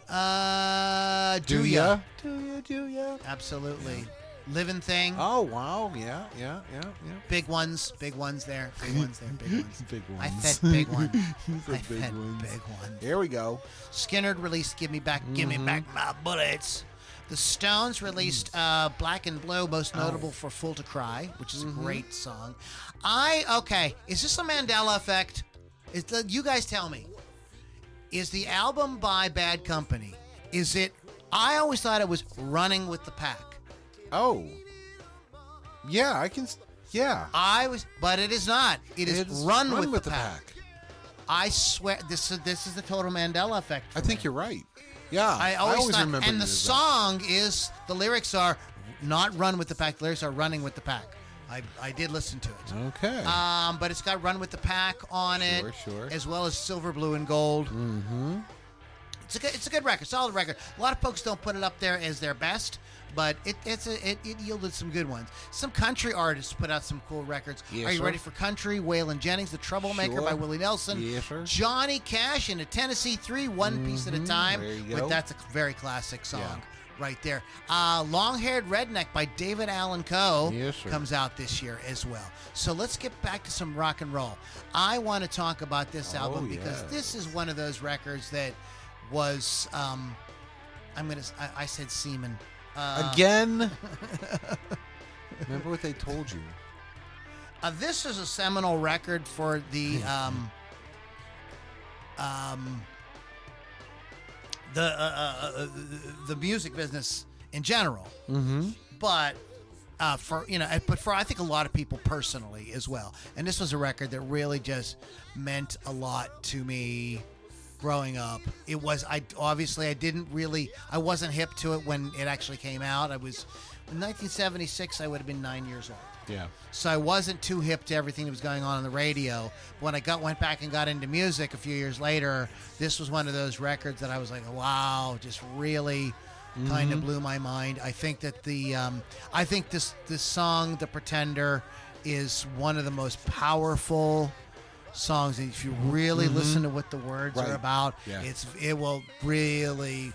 [SPEAKER 1] Uh, do,
[SPEAKER 2] Do
[SPEAKER 1] ya?
[SPEAKER 2] ya? Do ya? Do ya?
[SPEAKER 1] Absolutely. Living thing.
[SPEAKER 2] Oh wow. Yeah. Yeah. Yeah. Yeah.
[SPEAKER 1] Big ones. Big ones there. Big ones there. Big ones.
[SPEAKER 2] Big ones.
[SPEAKER 1] I fed big one.
[SPEAKER 2] The
[SPEAKER 1] I
[SPEAKER 2] big
[SPEAKER 1] fed
[SPEAKER 2] ones.
[SPEAKER 1] big one.
[SPEAKER 2] There we go.
[SPEAKER 1] Skinner released "Give Me Back, Give Me Back My Bullets." The Stones released uh, "Black and Blue," most notable for "Fool to Cry," which is a great song. I okay, is this a Mandela effect? Is the, you guys tell me? Is the album by Bad Company? Is it? I always thought it was "Running with the Pack."
[SPEAKER 2] Oh. Yeah, I can. s- Yeah.
[SPEAKER 1] I was, but it is not. It is,
[SPEAKER 2] It's
[SPEAKER 1] "Run, with, the, pack. I swear, this is this is the total Mandela effect.
[SPEAKER 2] I
[SPEAKER 1] for
[SPEAKER 2] think
[SPEAKER 1] me.
[SPEAKER 2] you're right. Yeah.
[SPEAKER 1] I always, thought,
[SPEAKER 2] remember
[SPEAKER 1] And the song is the lyrics are not run with the pack. The lyrics are running with the pack. I, I did listen to it.
[SPEAKER 2] Okay.
[SPEAKER 1] Um, but it's got run with the pack on
[SPEAKER 2] Sure,
[SPEAKER 1] it,
[SPEAKER 2] sure.
[SPEAKER 1] as well as silver, blue, and gold.
[SPEAKER 2] mm-hmm.
[SPEAKER 1] It's a good, it's a good record, solid record. A lot of folks don't put it up there as their best, but it it's a, it, it yielded some good ones. Some country artists put out some cool records.
[SPEAKER 2] Yes,
[SPEAKER 1] Are you
[SPEAKER 2] sir.
[SPEAKER 1] ready for country? Waylon Jennings, The Troublemaker
[SPEAKER 2] Sure.
[SPEAKER 1] by Willie Nelson.
[SPEAKER 2] Yes, sir.
[SPEAKER 1] Johnny Cash and a Tennessee Three, One Piece at a
[SPEAKER 2] Mhm,
[SPEAKER 1] Time.
[SPEAKER 2] there you
[SPEAKER 1] But
[SPEAKER 2] go.
[SPEAKER 1] that's a very classic song. Right there. Uh, Long Haired Redneck by David Allen Coe
[SPEAKER 2] Yes, sir.
[SPEAKER 1] comes out this year as well. So let's get back to some rock and roll. I want to talk about this
[SPEAKER 2] Oh,
[SPEAKER 1] album because
[SPEAKER 2] yes.
[SPEAKER 1] this is one of those records that was, um, I'm going to, I said semen. Uh,
[SPEAKER 2] Again. remember what they told you.
[SPEAKER 1] Uh, this is a seminal record for the um, um, the uh, uh, uh, the music business in general,
[SPEAKER 2] Mm-hmm.
[SPEAKER 1] but. Uh, for you know, but for I think a lot of people personally as well, and this was a record that really just meant a lot to me growing up. It was I obviously I didn't really I wasn't hip to it when it actually came out. I was in 1976. I would have been nine years old
[SPEAKER 2] Yeah.
[SPEAKER 1] so I wasn't too hip to everything that was going on on the radio. But when I got went back and got into music a few years later, this was one of those records that I was like, wow, just really kind of
[SPEAKER 2] Mm-hmm.
[SPEAKER 1] blew my mind. I think that the um, I think this this song, The Pretender, is one of the most powerful songs. And if you really listen to what the words
[SPEAKER 2] Mm-hmm. Right.
[SPEAKER 1] are about,
[SPEAKER 2] Yeah.
[SPEAKER 1] it's it will really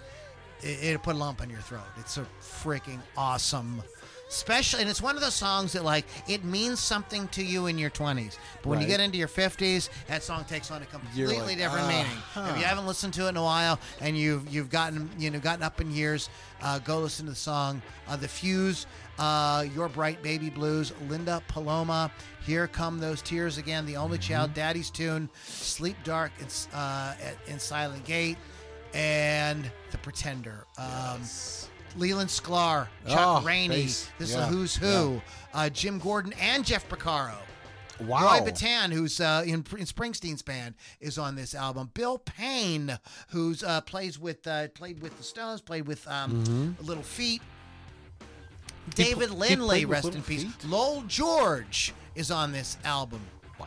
[SPEAKER 1] it, it'll put a lump in your throat. It's a freaking awesome. Especially, and it's one of those songs that like it means something to you in your 20s, but when you
[SPEAKER 2] Right.
[SPEAKER 1] get into your 50s, that song takes on a completely
[SPEAKER 2] like,
[SPEAKER 1] different
[SPEAKER 2] ah,
[SPEAKER 1] meaning.
[SPEAKER 2] huh.
[SPEAKER 1] If you haven't listened to it in a while and you've you've gotten you know gotten up in years, uh, go listen to the song uh, "The Fuse," uh, "Your Bright Baby Blues," Linda Paloma, "Here Come Those Tears Again," "The Only
[SPEAKER 2] Mm-hmm.
[SPEAKER 1] Child," "Daddy's Tune," "Sleep Dark," and s- uh, at- and "Silent Gate," and "The Pretender." Um, Leland Sklar, Chuck
[SPEAKER 2] Oh,
[SPEAKER 1] Rainey,
[SPEAKER 2] bass.
[SPEAKER 1] this is
[SPEAKER 2] Yeah,
[SPEAKER 1] a who's who, uh, Jim Gordon and Jeff Porcaro.
[SPEAKER 2] Wow.
[SPEAKER 1] Roy Batan, who's uh, in, in Springsteen's band, is on this album. Bill Payne, who's uh, plays with uh, played with the Stones, played with um,
[SPEAKER 2] Mhm.
[SPEAKER 1] Little Feet.
[SPEAKER 2] He
[SPEAKER 1] David
[SPEAKER 2] pl- he
[SPEAKER 1] Lindley,
[SPEAKER 2] played with
[SPEAKER 1] rest
[SPEAKER 2] Little
[SPEAKER 1] in peace.
[SPEAKER 2] Feet?
[SPEAKER 1] Lowell George is on this album.
[SPEAKER 2] Wow.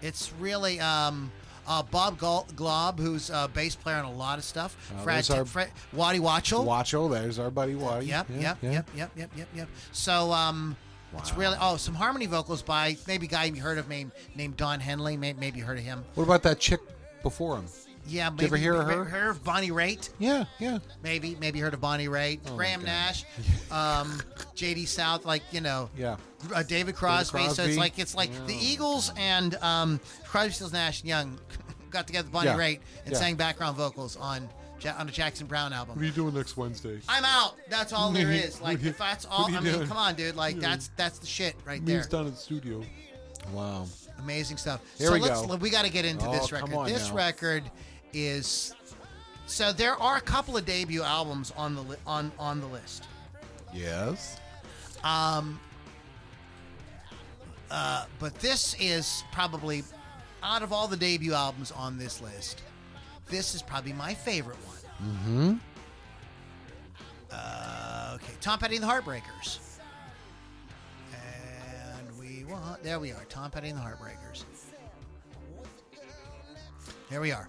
[SPEAKER 1] It's really um, uh, Bob Gol- Glob, who's a bass player on a lot of stuff.
[SPEAKER 2] Uh,
[SPEAKER 1] Fred,
[SPEAKER 2] those are-
[SPEAKER 1] Fred Waddy Watchell.
[SPEAKER 2] Watcho, oh, there's our buddy Waddy.
[SPEAKER 1] Yep,
[SPEAKER 2] Yeah,
[SPEAKER 1] yep,
[SPEAKER 2] yeah.
[SPEAKER 1] yep, yep, yep, yep, yep. So um, it's
[SPEAKER 2] Wow.
[SPEAKER 1] really oh, some harmony vocals by maybe a guy you heard of named named Don Henley. May, maybe you heard of him.
[SPEAKER 2] What about that chick before him?
[SPEAKER 1] Yeah, maybe
[SPEAKER 2] you ever hear of
[SPEAKER 1] maybe
[SPEAKER 2] her?
[SPEAKER 1] Heard of Bonnie Raitt?
[SPEAKER 2] Yeah, yeah.
[SPEAKER 1] Maybe maybe heard of Bonnie Raitt.
[SPEAKER 2] Oh my
[SPEAKER 1] Graham
[SPEAKER 2] God.
[SPEAKER 1] Nash, um, J.D. South, like you know.
[SPEAKER 2] Yeah.
[SPEAKER 1] Uh, David Crosby, so
[SPEAKER 2] Crosby.
[SPEAKER 1] it's like it's like the Eagles and um, Crosby, Stills, Nash, and Young got together, with Bonnie
[SPEAKER 2] Yeah.
[SPEAKER 1] Raitt, and
[SPEAKER 2] Yeah.
[SPEAKER 1] sang background vocals on Ja- on the Jackson Brown album.
[SPEAKER 2] you doing next Wednesday?
[SPEAKER 1] I'm out. That's all there is. Like if that's all,
[SPEAKER 2] What are you
[SPEAKER 1] I mean,
[SPEAKER 2] doing?
[SPEAKER 1] come on, dude. Like that's that's the shit right there.
[SPEAKER 2] down at the studio. Wow.
[SPEAKER 1] Amazing stuff.
[SPEAKER 2] Here
[SPEAKER 1] so
[SPEAKER 2] we
[SPEAKER 1] let's
[SPEAKER 2] go.
[SPEAKER 1] we got to get into
[SPEAKER 2] Oh,
[SPEAKER 1] this
[SPEAKER 2] come
[SPEAKER 1] record.
[SPEAKER 2] on
[SPEAKER 1] This
[SPEAKER 2] now.
[SPEAKER 1] record is so there are a couple of debut albums on the li- on on the list.
[SPEAKER 2] Yes.
[SPEAKER 1] Um, uh, but this is probably out of all the debut albums on this list, this is probably my favorite one.
[SPEAKER 2] Mm-hmm.
[SPEAKER 1] Uh, okay, Tom Petty and the Heartbreakers. And we want. There we are. Tom Petty and the Heartbreakers. There we are.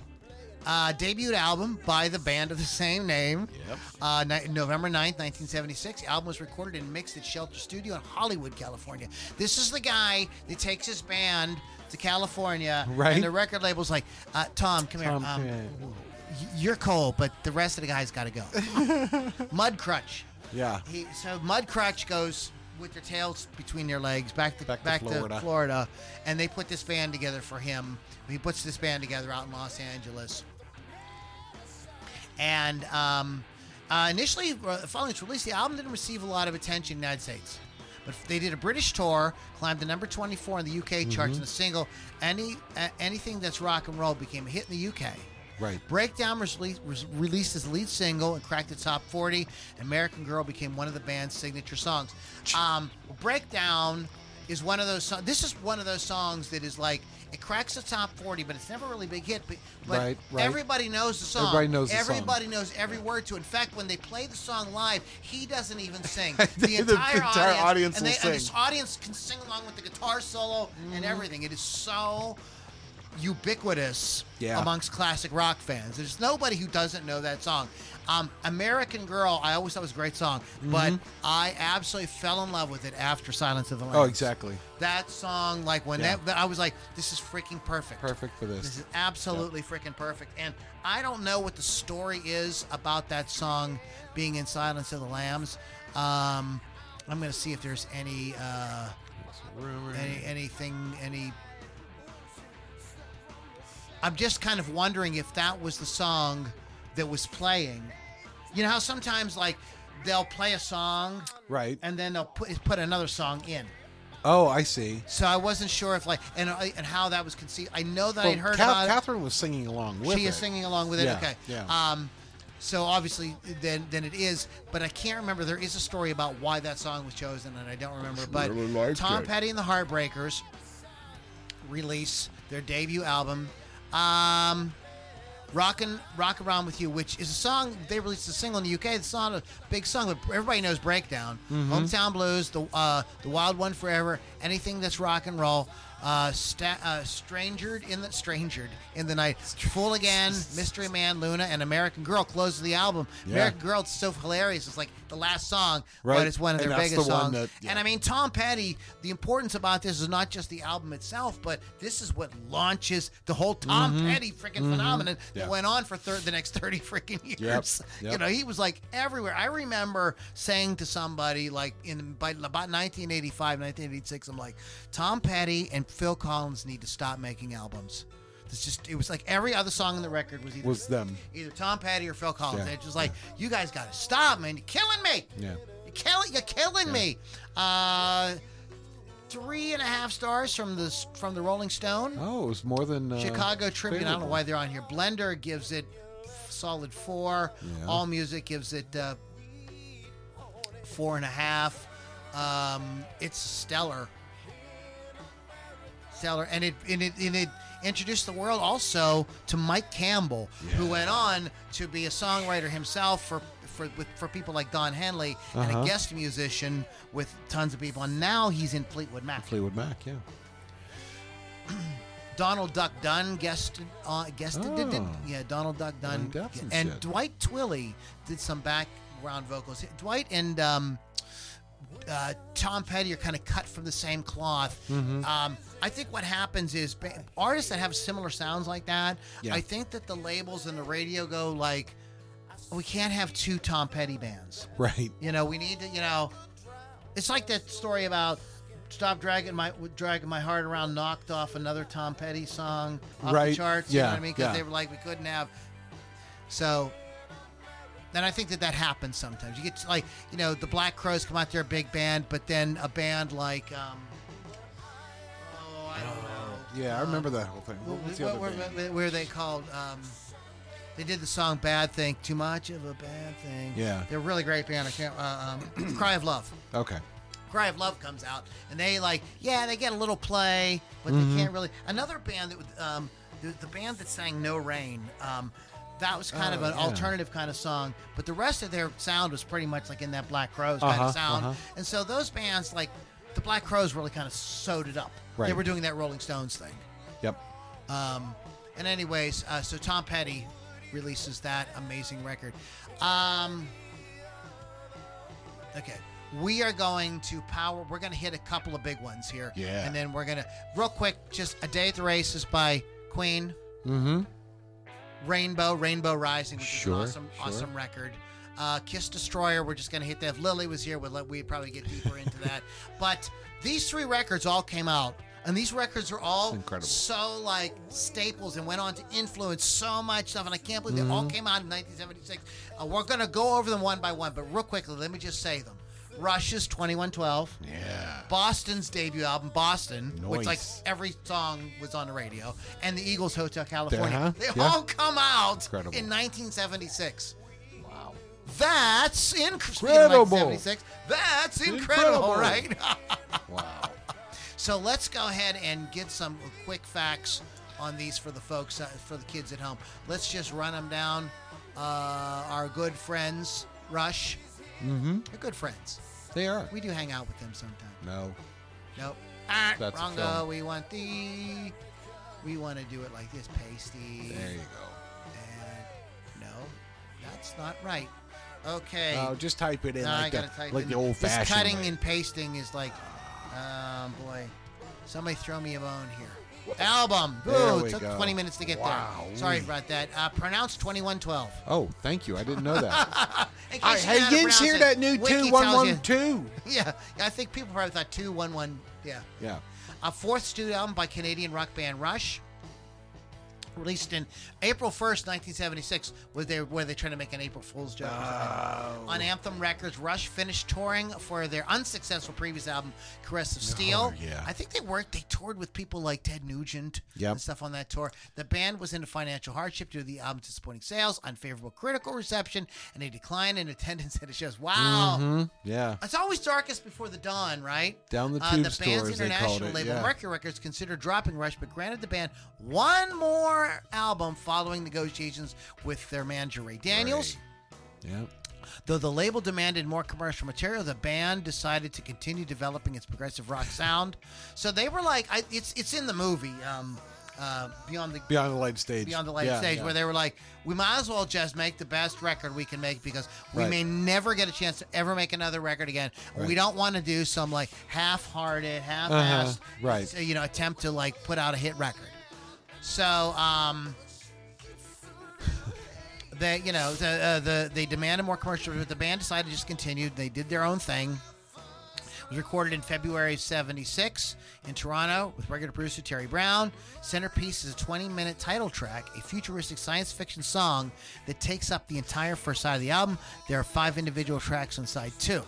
[SPEAKER 1] Uh, debuted album by the band of the same name.
[SPEAKER 2] Yep.
[SPEAKER 1] Uh, ni- November 9th, 1976. The album was recorded and mixed at Shelter Studio in Hollywood, California. This is the guy that takes his band to California.
[SPEAKER 2] Right.
[SPEAKER 1] And the record label's like, uh, Tom, come
[SPEAKER 2] Tom,
[SPEAKER 1] here. Um,
[SPEAKER 2] come here."
[SPEAKER 1] y- You're cold, but the rest of the guys got to go. Mudcrutch.
[SPEAKER 2] Yeah.
[SPEAKER 1] He, so Mudcrutch goes with their tails between their legs back to
[SPEAKER 2] Back to Florida.
[SPEAKER 1] Florida, and they put this band together for him. He puts this band together out in Los Angeles, and um, uh, initially, uh, following its release, the album didn't receive a lot of attention in the United States. But they did a British tour, climbed to number 24 in the UK
[SPEAKER 2] Mm-hmm.
[SPEAKER 1] charts, and a single, any uh, anything that's rock and roll became a hit in the UK.
[SPEAKER 2] Right.
[SPEAKER 1] Breakdown was, rele- was released as the lead single and cracked the top 40. American Girl became one of the band's signature songs. Um, Breakdown is one of those songs. This is one of those songs that is like it cracks the top 40, but it's never a really big hit. But, but
[SPEAKER 2] Right, right.
[SPEAKER 1] everybody knows the song.
[SPEAKER 2] Everybody knows the song.
[SPEAKER 1] Everybody knows every word to. it. In fact, when they play the song live, he doesn't even sing.
[SPEAKER 2] The
[SPEAKER 1] The entire,
[SPEAKER 2] entire audience
[SPEAKER 1] and
[SPEAKER 2] will
[SPEAKER 1] they, And this
[SPEAKER 2] sing. Mm-hmm.
[SPEAKER 1] audience can sing along with the guitar solo and everything. It is so ubiquitous
[SPEAKER 2] Yeah.
[SPEAKER 1] amongst classic rock fans. There's nobody who doesn't know that song. Um, American Girl, I always thought was a great song, but I absolutely fell in love with it after Silence of the Lambs.
[SPEAKER 2] Mm-hmm. Oh, exactly.
[SPEAKER 1] That song, like when
[SPEAKER 2] Yeah.
[SPEAKER 1] that, that, I was like, this is freaking perfect.
[SPEAKER 2] Perfect for
[SPEAKER 1] This
[SPEAKER 2] this.
[SPEAKER 1] is absolutely freaking perfect. And I don't know what the story is about that song being in Silence of the Lambs. Um, I'm going to see if there's any. Uh, any, anything, any. I'm just kind of wondering if that was the song that was playing. You know how sometimes like they'll play a song
[SPEAKER 2] Right.
[SPEAKER 1] and then they'll put put another song in.
[SPEAKER 2] Oh, I see.
[SPEAKER 1] So I wasn't sure if like and uh, and how that was conceived. I know that I'd
[SPEAKER 2] Well,
[SPEAKER 1] heard
[SPEAKER 2] Kath-
[SPEAKER 1] about it
[SPEAKER 2] Catherine was singing along with
[SPEAKER 1] she is
[SPEAKER 2] it.
[SPEAKER 1] singing along with it.
[SPEAKER 2] Yeah,
[SPEAKER 1] Okay.
[SPEAKER 2] yeah.
[SPEAKER 1] Um, so obviously, then then it is. But I can't remember. There is a story about why that song was chosen, and I don't remember. But Tom Petty and the Heartbreakers release their debut album, um, "Rockin' Rock Around with You," which is a song they released a single in the UK. It's not a big song, but everybody knows "Breakdown,"
[SPEAKER 2] Mm-hmm.
[SPEAKER 1] "Hometown Blues," "The uh, The Wild One Forever," anything that's rock and roll. Uh, sta- uh, strangered in the strangered in the night, full again, mystery man, Luna, and American Girl close the album.
[SPEAKER 2] Yeah.
[SPEAKER 1] American Girl, it's so hilarious. It's like the last song,
[SPEAKER 2] Right.
[SPEAKER 1] but it's one of
[SPEAKER 2] And
[SPEAKER 1] their
[SPEAKER 2] that's
[SPEAKER 1] biggest
[SPEAKER 2] the one
[SPEAKER 1] songs.
[SPEAKER 2] that- yeah.
[SPEAKER 1] And I mean, Tom Petty. The importance about this is not just the album itself, but this is what launches the whole Tom Petty freaking phenomenon
[SPEAKER 2] Mm-hmm. Yeah.
[SPEAKER 1] that went on for thir- the next thirty freaking years.
[SPEAKER 2] Yep.
[SPEAKER 1] You know, he was like everywhere. I remember saying to somebody like in by about 1985, 1986, I'm like, Tom Petty and Phil Collins need to stop making albums. It's just it was like every other song on the record was either
[SPEAKER 2] Was them.
[SPEAKER 1] either Tom Petty or Phil Collins.
[SPEAKER 2] Yeah.
[SPEAKER 1] It's just like you guys got to stop, man. You're killing me.
[SPEAKER 2] Yeah.
[SPEAKER 1] You're killing, you're killing me. Uh, three and a half stars from the from the Rolling Stone,
[SPEAKER 2] Oh, it was more than uh,
[SPEAKER 1] Chicago Tribune. I don't know
[SPEAKER 2] favorable.
[SPEAKER 1] why they're on here. Blender gives it solid four.
[SPEAKER 2] Yeah.
[SPEAKER 1] All Music gives it uh, four and a half. Um, it's stellar. stellar, and it and it and it introduced the world also to Mike Campbell, who went on to be a songwriter himself for. For, with, for people like Don Henley and
[SPEAKER 2] Uh-huh.
[SPEAKER 1] a guest musician with tons of people, and now he's in Fleetwood Mac.
[SPEAKER 2] Fleetwood Mac, yeah.
[SPEAKER 1] Donald Duck Dunn guest uh, guest did, did-
[SPEAKER 2] Oh.
[SPEAKER 1] yeah Donald Duck Dunn
[SPEAKER 2] Donald Duck and
[SPEAKER 1] and
[SPEAKER 2] shit.
[SPEAKER 1] Dwight Twilley did some background vocals. Dwight and um, uh, Tom Petty are kind of cut from the same cloth.
[SPEAKER 2] Mm-hmm.
[SPEAKER 1] Um, I think what happens is ba- artists that have similar sounds like that.
[SPEAKER 2] Yeah.
[SPEAKER 1] I think that the labels and the radio go like, we can't have two Tom Petty bands.
[SPEAKER 2] Right.
[SPEAKER 1] You know, we need to. You know, it's like that story about stop dragging my dragging my heart around. Knocked off another Tom Petty song off
[SPEAKER 2] Right.
[SPEAKER 1] the charts.
[SPEAKER 2] Yeah,
[SPEAKER 1] You know what I mean? Because
[SPEAKER 2] yeah.
[SPEAKER 1] they were like, we couldn't have. So. And I think that that happens sometimes. You get to, like, you know, the Black Crows come out there, big band, but then a band like, um, oh, I don't know.
[SPEAKER 2] Yeah, I remember that whole thing. What, what's the
[SPEAKER 1] What
[SPEAKER 2] other
[SPEAKER 1] were,
[SPEAKER 2] band?
[SPEAKER 1] what were they called? Um, they did the song "Bad Thing." Too much of a bad thing.
[SPEAKER 2] Yeah.
[SPEAKER 1] they're a really great band. I can't. Uh, um, Cry of Love.
[SPEAKER 2] Okay.
[SPEAKER 1] Cry of Love comes out, and they like, yeah, they get a little play, but
[SPEAKER 2] Mm-hmm.
[SPEAKER 1] they can't really. Another band that would, um, the, the band that sang "No Rain," um, that was kind of
[SPEAKER 2] Oh,
[SPEAKER 1] an
[SPEAKER 2] yeah.
[SPEAKER 1] alternative kind of song, but the rest of their sound was pretty much like in that Black Crows kind
[SPEAKER 2] Uh-huh,
[SPEAKER 1] of sound,
[SPEAKER 2] uh-huh.
[SPEAKER 1] and so those bands like the Black Crows really kind of sewed it up. They
[SPEAKER 2] Right.
[SPEAKER 1] were doing that Rolling Stones thing.
[SPEAKER 2] Yep.
[SPEAKER 1] Um, and anyways, uh, so Tom Petty releases that amazing record. Um, okay, we are going to power. We're going to hit a couple of big ones here.
[SPEAKER 2] Yeah.
[SPEAKER 1] And then we're going to real quick just a day at the races by Queen.
[SPEAKER 2] Mm-hmm.
[SPEAKER 1] Rainbow, Rainbow Rising, which
[SPEAKER 2] Sure,
[SPEAKER 1] is an awesome,
[SPEAKER 2] sure.
[SPEAKER 1] awesome record. Uh, Kiss Destroyer, we're just going to hit that. If Lily was here, we'd, let, we'd probably get deeper into that. But these three records all came out, and these records are all
[SPEAKER 2] It's incredible.
[SPEAKER 1] so like staples and went on to influence so much stuff. And I can't believe they all
[SPEAKER 2] Mm-hmm.
[SPEAKER 1] came out in 1976. Uh, we're going to go over them one by one, but real quickly, let me just say them. Rush's 2112.
[SPEAKER 2] Yeah.
[SPEAKER 1] Boston's debut album, Boston, which like
[SPEAKER 2] Nice.
[SPEAKER 1] every song was on the radio, and the Eagles Hotel California.
[SPEAKER 2] Uh-huh,
[SPEAKER 1] They
[SPEAKER 2] yeah.
[SPEAKER 1] all come out
[SPEAKER 2] Incredible.
[SPEAKER 1] in 1976. Wow. That's inc- speaking of
[SPEAKER 2] Incredible.
[SPEAKER 1] 1976. That's incredible,
[SPEAKER 2] Incredible.
[SPEAKER 1] right?
[SPEAKER 2] Wow.
[SPEAKER 1] so let's go ahead and get some quick facts on these for the folks, uh, for the kids at home. Let's just run them down. Uh, our good friends, Rush.
[SPEAKER 2] Mm-hmm.
[SPEAKER 1] They're good friends.
[SPEAKER 2] They are.
[SPEAKER 1] We do hang out with them sometimes.
[SPEAKER 2] No.
[SPEAKER 1] Nope. Ah,
[SPEAKER 2] That's a
[SPEAKER 1] wrong
[SPEAKER 2] film.
[SPEAKER 1] go. We want the. We want to do it like this, pasty.
[SPEAKER 2] There you go.
[SPEAKER 1] And no, that's not right. Okay.
[SPEAKER 2] Oh, just type it in
[SPEAKER 1] now I
[SPEAKER 2] like,
[SPEAKER 1] gotta
[SPEAKER 2] the,
[SPEAKER 1] type
[SPEAKER 2] like
[SPEAKER 1] in.
[SPEAKER 2] the old
[SPEAKER 1] this
[SPEAKER 2] fashioned.
[SPEAKER 1] cutting
[SPEAKER 2] way.
[SPEAKER 1] and pasting is like, um, boy, somebody throw me a bone here. Album.
[SPEAKER 2] There
[SPEAKER 1] Ooh,
[SPEAKER 2] we
[SPEAKER 1] took
[SPEAKER 2] go.
[SPEAKER 1] 20 minutes to get
[SPEAKER 2] Wow-wee.
[SPEAKER 1] there. Sorry about that. Uh, pronounce 2112.
[SPEAKER 2] Oh, thank you. I didn't know that.
[SPEAKER 1] In
[SPEAKER 2] I,
[SPEAKER 1] case you know how to
[SPEAKER 2] hey, you didn't
[SPEAKER 1] pronounce
[SPEAKER 2] hear
[SPEAKER 1] it,
[SPEAKER 2] that new
[SPEAKER 1] Wiki tells
[SPEAKER 2] two
[SPEAKER 1] you.
[SPEAKER 2] one one two?
[SPEAKER 1] Yeah, I think people probably thought 211. Yeah.
[SPEAKER 2] Yeah.
[SPEAKER 1] a fourth studio album by Canadian rock band Rush. Released in April 1st, 1976, was they were they trying to make an April Fool's joke? or something? On Anthem Records, Rush finished touring for their unsuccessful previous album, Caress of Steel.
[SPEAKER 2] Oh, yeah.
[SPEAKER 1] I think they worked, they toured with people like Ted Nugent
[SPEAKER 2] Yep.
[SPEAKER 1] and stuff on that tour. The band was into financial hardship due to the album's disappointing sales, unfavorable critical reception, and a decline in attendance at the shows. Wow.
[SPEAKER 2] Mm-hmm. Yeah.
[SPEAKER 1] It's always darkest before the dawn, right?
[SPEAKER 2] Down the
[SPEAKER 1] uh, the
[SPEAKER 2] tube
[SPEAKER 1] band's
[SPEAKER 2] stores, they
[SPEAKER 1] international
[SPEAKER 2] called it,
[SPEAKER 1] label
[SPEAKER 2] yeah.
[SPEAKER 1] Mercury Records considered dropping Rush, but granted the band one more album following negotiations with their manager Ray Daniels.
[SPEAKER 2] Yeah.
[SPEAKER 1] Though the label demanded more commercial material, the band decided to continue developing its progressive rock sound. So they were like, I, it's it's in the movie um, uh, Beyond the
[SPEAKER 2] Beyond the light stage.
[SPEAKER 1] Beyond the Light
[SPEAKER 2] Yeah,
[SPEAKER 1] stage,
[SPEAKER 2] yeah.
[SPEAKER 1] where they were like, we might as well just make the best record we can make because we
[SPEAKER 2] Right.
[SPEAKER 1] may never get a chance to ever make another record again. We
[SPEAKER 2] Right.
[SPEAKER 1] don't want to do some like half hearted, half
[SPEAKER 2] Uh-huh,
[SPEAKER 1] assed,
[SPEAKER 2] right.
[SPEAKER 1] you know, attempt to like put out a hit record. So, um, they, you know, the, uh, the they demanded more commercial, but the band decided to just continue. They did their own thing was recorded in February of 76 in Toronto with regular producer Terry Brown. Centerpiece is a 20 minute title track, a futuristic science fiction song that takes up the entire first side of the album. There are five individual tracks on side two.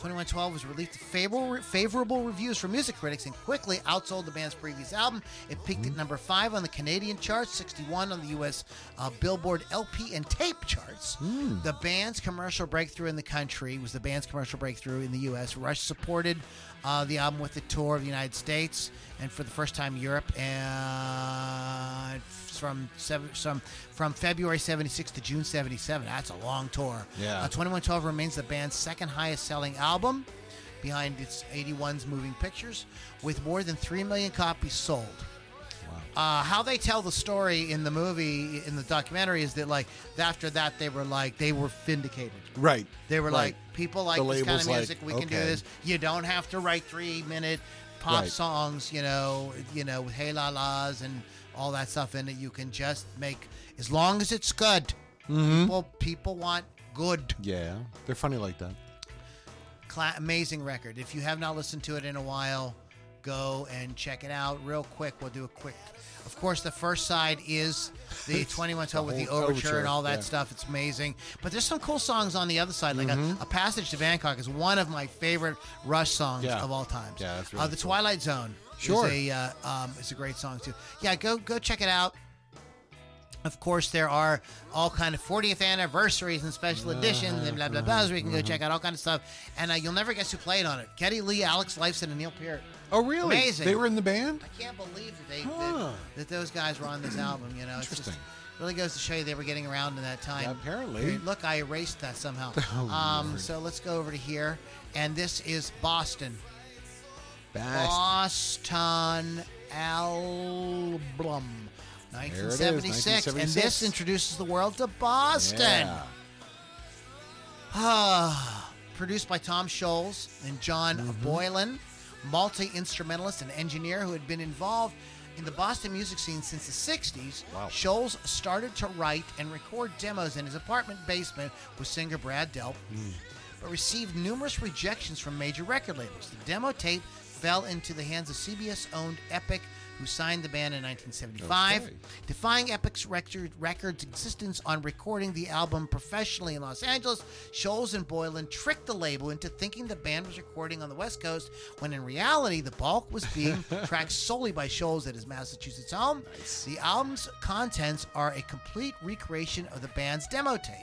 [SPEAKER 1] 2112 was released to favorable, favorable reviews from music critics and quickly outsold the band's previous album. It peaked at number 5 on the Canadian charts, 61 on the U.S. Uh, Billboard LP and tape charts. The band's commercial breakthrough in the country was the band's commercial breakthrough in the U.S. Rush supported uh, the album with the tour of the United States and for the first time Europe and from seven, some from February 76 to June 77. That's a long tour.
[SPEAKER 2] Yeah.
[SPEAKER 1] Uh, 2112 remains the band's second highest selling album behind its 81's Moving Pictures with more than 3 million copies sold. Uh, how they tell the story in the movie, in the documentary, is that like after that they were like they were vindicated.
[SPEAKER 2] Right.
[SPEAKER 1] They were
[SPEAKER 2] Right.
[SPEAKER 1] like, people like
[SPEAKER 2] The
[SPEAKER 1] this kind
[SPEAKER 2] label's
[SPEAKER 1] of
[SPEAKER 2] like,
[SPEAKER 1] music. we can do
[SPEAKER 2] okay.
[SPEAKER 1] this. You don't have to write three minute pop
[SPEAKER 2] Right.
[SPEAKER 1] songs. You know, you know, with hey la las and all that stuff in it. You can just make as long as it's good.
[SPEAKER 2] Mm-hmm.
[SPEAKER 1] People, people want good,
[SPEAKER 2] Yeah. They're funny like that.
[SPEAKER 1] cla- amazing record. If you have not listened to it in a while, go and check it out real quick. We'll do a quick. Of course, the first side is the 21 Toe with the
[SPEAKER 2] whole
[SPEAKER 1] overture, and
[SPEAKER 2] overture,
[SPEAKER 1] all that
[SPEAKER 2] yeah.
[SPEAKER 1] stuff. It's amazing. But there's some cool songs on the other side. Like
[SPEAKER 2] Mm-hmm.
[SPEAKER 1] a, a Passage to Bangkok is one of my favorite Rush songs
[SPEAKER 2] Yeah.
[SPEAKER 1] of all time.
[SPEAKER 2] Yeah, that's
[SPEAKER 1] uh,
[SPEAKER 2] really
[SPEAKER 1] The
[SPEAKER 2] cool.
[SPEAKER 1] Twilight Zone
[SPEAKER 2] Sure.
[SPEAKER 1] is, a, uh, um, is a great song, too. Yeah, go go check it out. Of course, there are all kind of 40th anniversaries and special editions and blah blah blah. So we
[SPEAKER 2] Mm-hmm.
[SPEAKER 1] can go check out all kind of stuff. And uh, you'll never guess who played on it: Geddy Lee, Alex Lifeson, and Neil Peart.
[SPEAKER 2] Oh, really?
[SPEAKER 1] Amazing.
[SPEAKER 2] They were in the band?
[SPEAKER 1] I can't believe that they
[SPEAKER 2] Huh.
[SPEAKER 1] that, that those guys were on this album. You know, it's just
[SPEAKER 2] Interesting.
[SPEAKER 1] really goes to show you they were getting around in that time.
[SPEAKER 2] Yeah, apparently. Oh,
[SPEAKER 1] Look, I erased that somehow. um, so let's go over to here, and this is Boston.
[SPEAKER 2] Bash.
[SPEAKER 1] Boston album.
[SPEAKER 2] it
[SPEAKER 1] 1976,
[SPEAKER 2] is,
[SPEAKER 1] and this
[SPEAKER 2] 1976.
[SPEAKER 1] introduces the world to Boston.
[SPEAKER 2] Yeah.
[SPEAKER 1] Ah, Produced by Tom Scholes and John
[SPEAKER 2] Mm-hmm.
[SPEAKER 1] Boylan, multi instrumentalist and engineer who had been involved in the Boston music scene since the 60s,
[SPEAKER 2] Wow.
[SPEAKER 1] Scholes started to write and record demos in his apartment basement with singer Brad Delp, but received numerous rejections from major record labels. The demo tape fell into the hands of CBS owned Epic, who signed the band in 1975
[SPEAKER 2] Okay.
[SPEAKER 1] defying Epic's record, record's existence on recording the album professionally in Los Angeles, Scholes and Boylan tricked the label into thinking the band was recording on the West Coast, when in reality, the bulk was being tracked solely by Scholes at his Massachusetts home. The album's contents are a complete recreation of the band's demo tape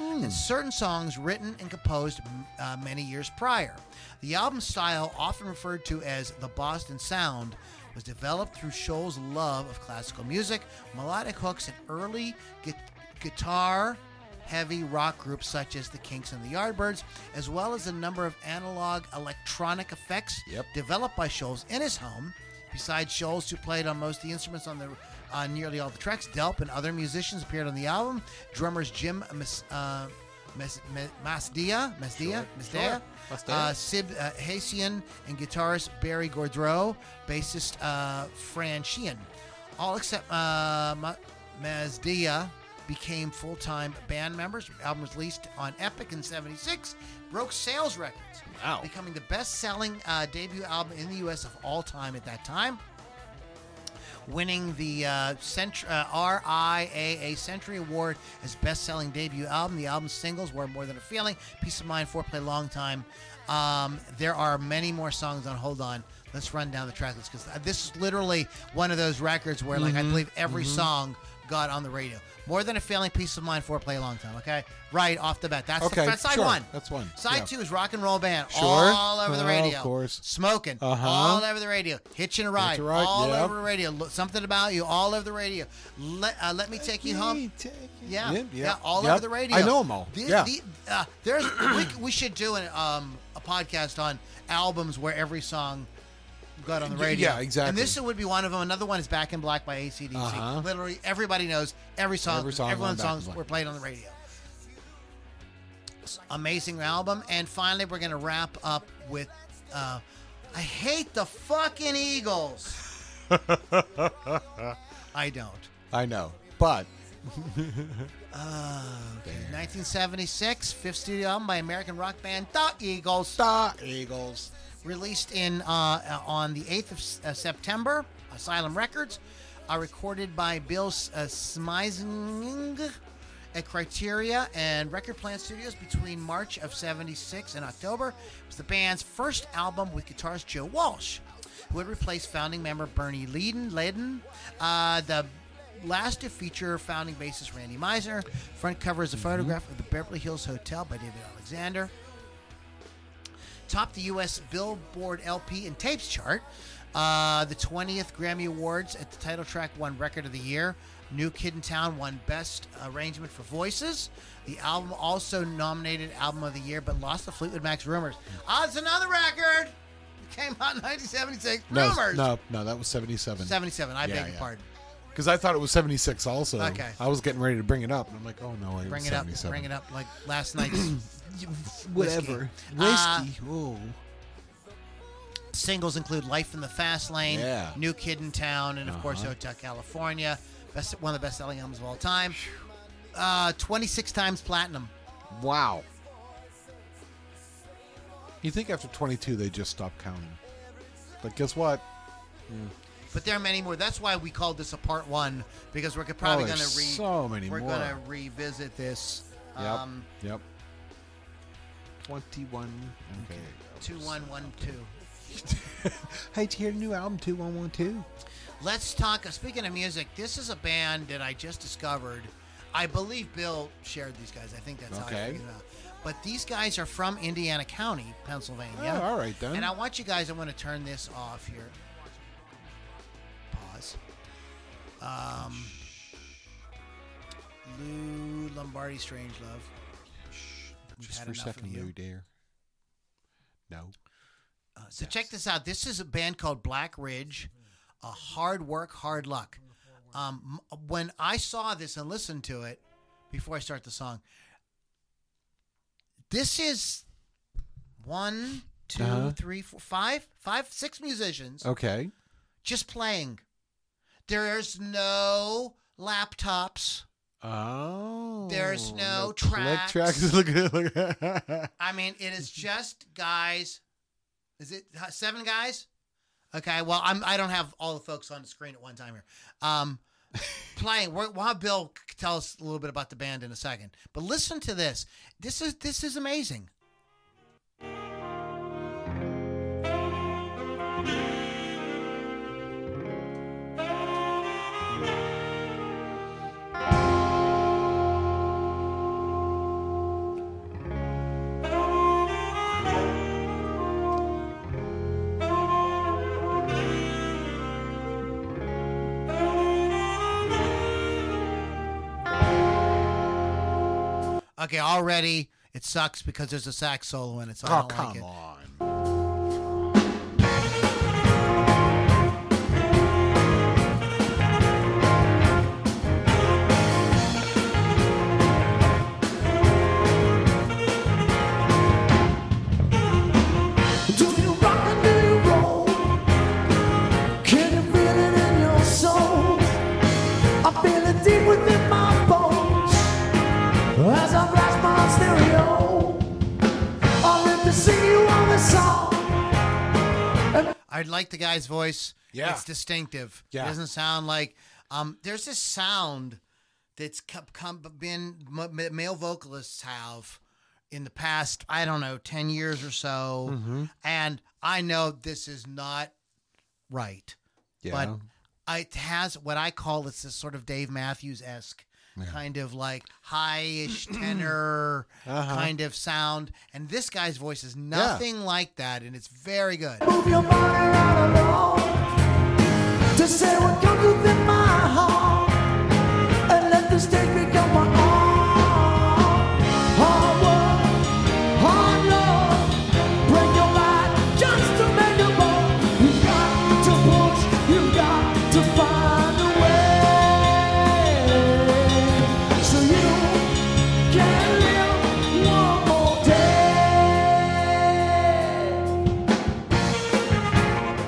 [SPEAKER 1] and certain songs written and composed uh, many years prior. The album style, often referred to as the Boston Sound, was developed through Scholl's love of classical music, melodic hooks, and early gu- guitar heavy rock groups such as the Kinks and the Yardbirds, as well as a number of analog electronic effects
[SPEAKER 2] Yep.
[SPEAKER 1] developed by Scholes in his home. Besides Scholes, who played on most of the instruments on the on nearly all the tracks, Delp and other musicians appeared on the album. Drummers Jim Mas, uh, Mas, Mas, Masdia, Masdia, Masdia,
[SPEAKER 2] sure. Masdea.
[SPEAKER 1] uh, Sib uh, Hacian, and guitarist Barry Gordreau, bassist uh, Fran Sheehan. All except uh, Ma- Masdia became full-time band members. The album was released on Epic in '76, broke sales records
[SPEAKER 2] Wow.
[SPEAKER 1] becoming the best-selling uh, debut album in the U.S. of all time at that time, winning the uh, cent- uh, RIAA Century Award as best-selling debut album. The album's singles were "More Than a Feeling," "Peace of Mind," "Foreplay," "Long Time." Um, there are many more songs on "Hold On." Let's run down the track list because this is literally one of those records where, like, I
[SPEAKER 2] Mm-hmm.
[SPEAKER 1] believe every song got on the radio. More than a failing peace of mind, foreplay, long time. Okay, right off the bat, that's
[SPEAKER 2] Okay,
[SPEAKER 1] the, that's side
[SPEAKER 2] sure.
[SPEAKER 1] one.
[SPEAKER 2] That's one.
[SPEAKER 1] Side
[SPEAKER 2] Yeah.
[SPEAKER 1] two is rock and roll band
[SPEAKER 2] Sure.
[SPEAKER 1] all over the
[SPEAKER 2] Oh,
[SPEAKER 1] radio.
[SPEAKER 2] of course.
[SPEAKER 1] Smoking.
[SPEAKER 2] Uh-huh.
[SPEAKER 1] All over the radio. Hitching a ride.
[SPEAKER 2] Hitch a ride,
[SPEAKER 1] all
[SPEAKER 2] yep.
[SPEAKER 1] over the radio. Look, something about you. All over the radio. Let, uh, let me take you home. Yeah.
[SPEAKER 2] Yep,
[SPEAKER 1] Yeah. All
[SPEAKER 2] yep.
[SPEAKER 1] over the radio.
[SPEAKER 2] I know them all.
[SPEAKER 1] The-
[SPEAKER 2] yeah.
[SPEAKER 1] the- uh, there's, we, c- we should do an, um, a podcast on albums where every song got on the
[SPEAKER 2] Yeah,
[SPEAKER 1] radio. And
[SPEAKER 2] exactly.
[SPEAKER 1] this would be one of them. Another one is Back in Black by ACDC.
[SPEAKER 2] Uh-huh.
[SPEAKER 1] Literally everybody knows every song.
[SPEAKER 2] Every song on
[SPEAKER 1] everyone's
[SPEAKER 2] Back in
[SPEAKER 1] songs
[SPEAKER 2] Black.
[SPEAKER 1] were played on the radio. Amazing album. And finally, we're going to wrap up with uh, I hate the fucking Eagles. I don't.
[SPEAKER 2] I know. But
[SPEAKER 1] Okay. 1976, Oh, fifth studio album by American rock band The Eagles,
[SPEAKER 2] the Eagles.
[SPEAKER 1] released in uh, uh, on the 8th of S- uh, September, Asylum Records, uh, recorded by Bill S- uh, Smizing at Criteria and Record Plant Studios between March of 76 and October. It was the band's first album with guitarist Joe Walsh, who had replaced founding member Bernie Leadon. Leadon. Uh, the last to feature founding bassist Randy Meisner. Front cover
[SPEAKER 2] Mm-hmm.
[SPEAKER 1] is a photograph of the Beverly Hills Hotel by David Alexander topped the U.S. Billboard LP and tapes chart. Uh, the 20th Grammy Awards at the title track won Record of the Year. New Kid in Town won Best Arrangement for Voices. The album also nominated Album of the Year, but lost to Fleetwood Mac's Rumors.
[SPEAKER 2] Mm.
[SPEAKER 1] Ah, it's another record. It came out in 1976.
[SPEAKER 2] No,
[SPEAKER 1] Rumors.
[SPEAKER 2] no, no, that was 77.
[SPEAKER 1] 77. I
[SPEAKER 2] Yeah,
[SPEAKER 1] beg your
[SPEAKER 2] yeah.
[SPEAKER 1] pardon.
[SPEAKER 2] Because I thought it was 76 also.
[SPEAKER 1] Okay.
[SPEAKER 2] I was getting ready to bring it up, and I'm like, oh no, it
[SPEAKER 1] Bring
[SPEAKER 2] was
[SPEAKER 1] it up.
[SPEAKER 2] 77.
[SPEAKER 1] Bring it up like last night's
[SPEAKER 2] Whatever.
[SPEAKER 1] Whiskey. Uh,
[SPEAKER 2] Whiskey. oh.
[SPEAKER 1] Singles include "Life in the Fast Lane,"
[SPEAKER 2] Yeah.
[SPEAKER 1] "New Kid in Town," and of course
[SPEAKER 2] Uh-huh.
[SPEAKER 1] "Hotel California," best one of the best-selling albums of all time. Uh, 26 times platinum.
[SPEAKER 2] Wow. You think after 22 they just stopped counting? But guess what?
[SPEAKER 1] But there are many more. That's why we called this a part one because we're probably
[SPEAKER 2] oh,
[SPEAKER 1] going to re-
[SPEAKER 2] there's so many
[SPEAKER 1] we're
[SPEAKER 2] more.
[SPEAKER 1] going to revisit this.
[SPEAKER 2] Yep.
[SPEAKER 1] Um,
[SPEAKER 2] Yep. 21. Okay.
[SPEAKER 1] two one one two.
[SPEAKER 2] Hey, did you hear the new album 2112?
[SPEAKER 1] Let's talk. uh, Speaking of music, this is a band that I just discovered. I believe Bill shared these guys. I think that's how I
[SPEAKER 2] Okay.
[SPEAKER 1] figured it out. But these guys are from Indiana County, Pennsylvania.
[SPEAKER 2] Oh, all right then.
[SPEAKER 1] And I want you guys, I want to turn this off here. Pause. Um, Lou Lombardi Strangelove. We've
[SPEAKER 2] just
[SPEAKER 1] had
[SPEAKER 2] for a
[SPEAKER 1] enough of
[SPEAKER 2] second,
[SPEAKER 1] you.
[SPEAKER 2] Lou, dear. No.
[SPEAKER 1] Uh, so check this out. This is a band called Black Ridge, a hard work, hard luck. Um, m- when I saw this and listened to it before I start the song, this is one, two,
[SPEAKER 2] Uh-huh. Oh.
[SPEAKER 1] three, four, five, five, six musicians
[SPEAKER 2] Okay.
[SPEAKER 1] just playing. There's no laptops.
[SPEAKER 2] Oh.
[SPEAKER 1] There's no
[SPEAKER 2] click
[SPEAKER 1] tracks.
[SPEAKER 2] tracks. Look at look at-
[SPEAKER 1] I mean, it is
[SPEAKER 2] Mm-hmm.
[SPEAKER 1] just guys. Is it uh, seven guys? Okay. Well, I'm. I don't have all the folks on the screen at one time here. Um, playing. We're, we'll have Bill c- tell us a little bit about the band in a second. But listen to this. This is this is amazing. Okay. Already, it sucks because there's a sax solo in it. So I
[SPEAKER 2] Oh,
[SPEAKER 1] don't like
[SPEAKER 2] come
[SPEAKER 1] it.
[SPEAKER 2] on.
[SPEAKER 3] Do you rock and do you roll? Can you feel it in your soul? I feel it deep within my bones. As I blast my stereo, I live to sing you on this song.
[SPEAKER 1] I like the guy's voice.
[SPEAKER 2] Yeah.
[SPEAKER 1] It's distinctive.
[SPEAKER 2] Yeah.
[SPEAKER 1] It doesn't sound like um there's this sound that's come, come been m- m- male vocalists have in the past, I don't know, 10 years or so.
[SPEAKER 2] Mm-hmm.
[SPEAKER 1] And I know this is not right.
[SPEAKER 2] Yeah.
[SPEAKER 1] But it has what I call it's this sort of Dave Matthews esque kind of like high-ish tenor
[SPEAKER 2] Uh-huh.
[SPEAKER 1] kind of sound. And this guy's voice is nothing like that, and it's very good.
[SPEAKER 3] Move your body right along to say what comes within my heart, and let the stage become my arm. Hard work, hard love, bring your light just to make it more. You've got to push, you've got to find a way, so you can live one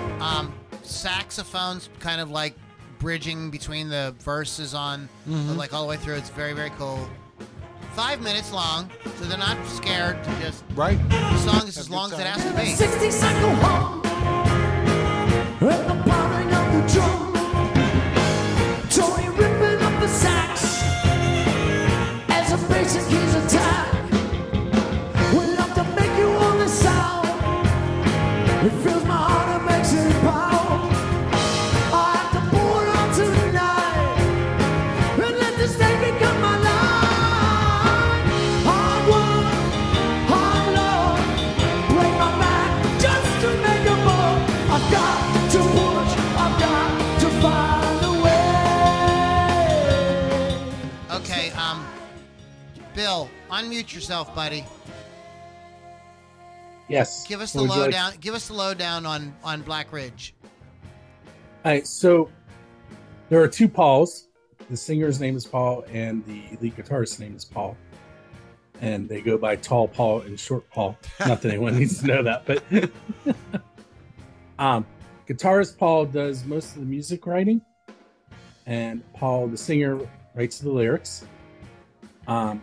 [SPEAKER 3] more day.
[SPEAKER 1] Um, saxophones kind of like bridging between the verses on,
[SPEAKER 2] Mm-hmm.
[SPEAKER 1] like all the way through. It's very, very cool. Five minutes long, so they're not scared to just.
[SPEAKER 2] Right.
[SPEAKER 1] The song is
[SPEAKER 2] Have
[SPEAKER 1] as
[SPEAKER 2] a
[SPEAKER 1] long as
[SPEAKER 2] good
[SPEAKER 1] it
[SPEAKER 2] time.
[SPEAKER 1] has to
[SPEAKER 3] And a
[SPEAKER 1] be.
[SPEAKER 3] 60 cycle hum. And the pounding of the drum. Tony ripping up the sax. And It fills my heart and makes it pound. I have to pour it out tonight and let this day become my life. Hard work, hard love, break my back just to make a move. I've got to push, I've got to find a way.
[SPEAKER 1] Okay, um, Bill, unmute yourself, buddy.
[SPEAKER 5] Yes.
[SPEAKER 1] Give us the
[SPEAKER 5] What would you like?
[SPEAKER 1] lowdown. Give us the lowdown on on Black Ridge.
[SPEAKER 5] All right, so there are two Pauls. The singer's name is Paul, and the lead guitarist's name is Paul. And they go by Tall Paul and Short Paul. Not that anyone needs to know that, but um, guitarist Paul does most of the music writing, and Paul, the singer, writes the lyrics. Um,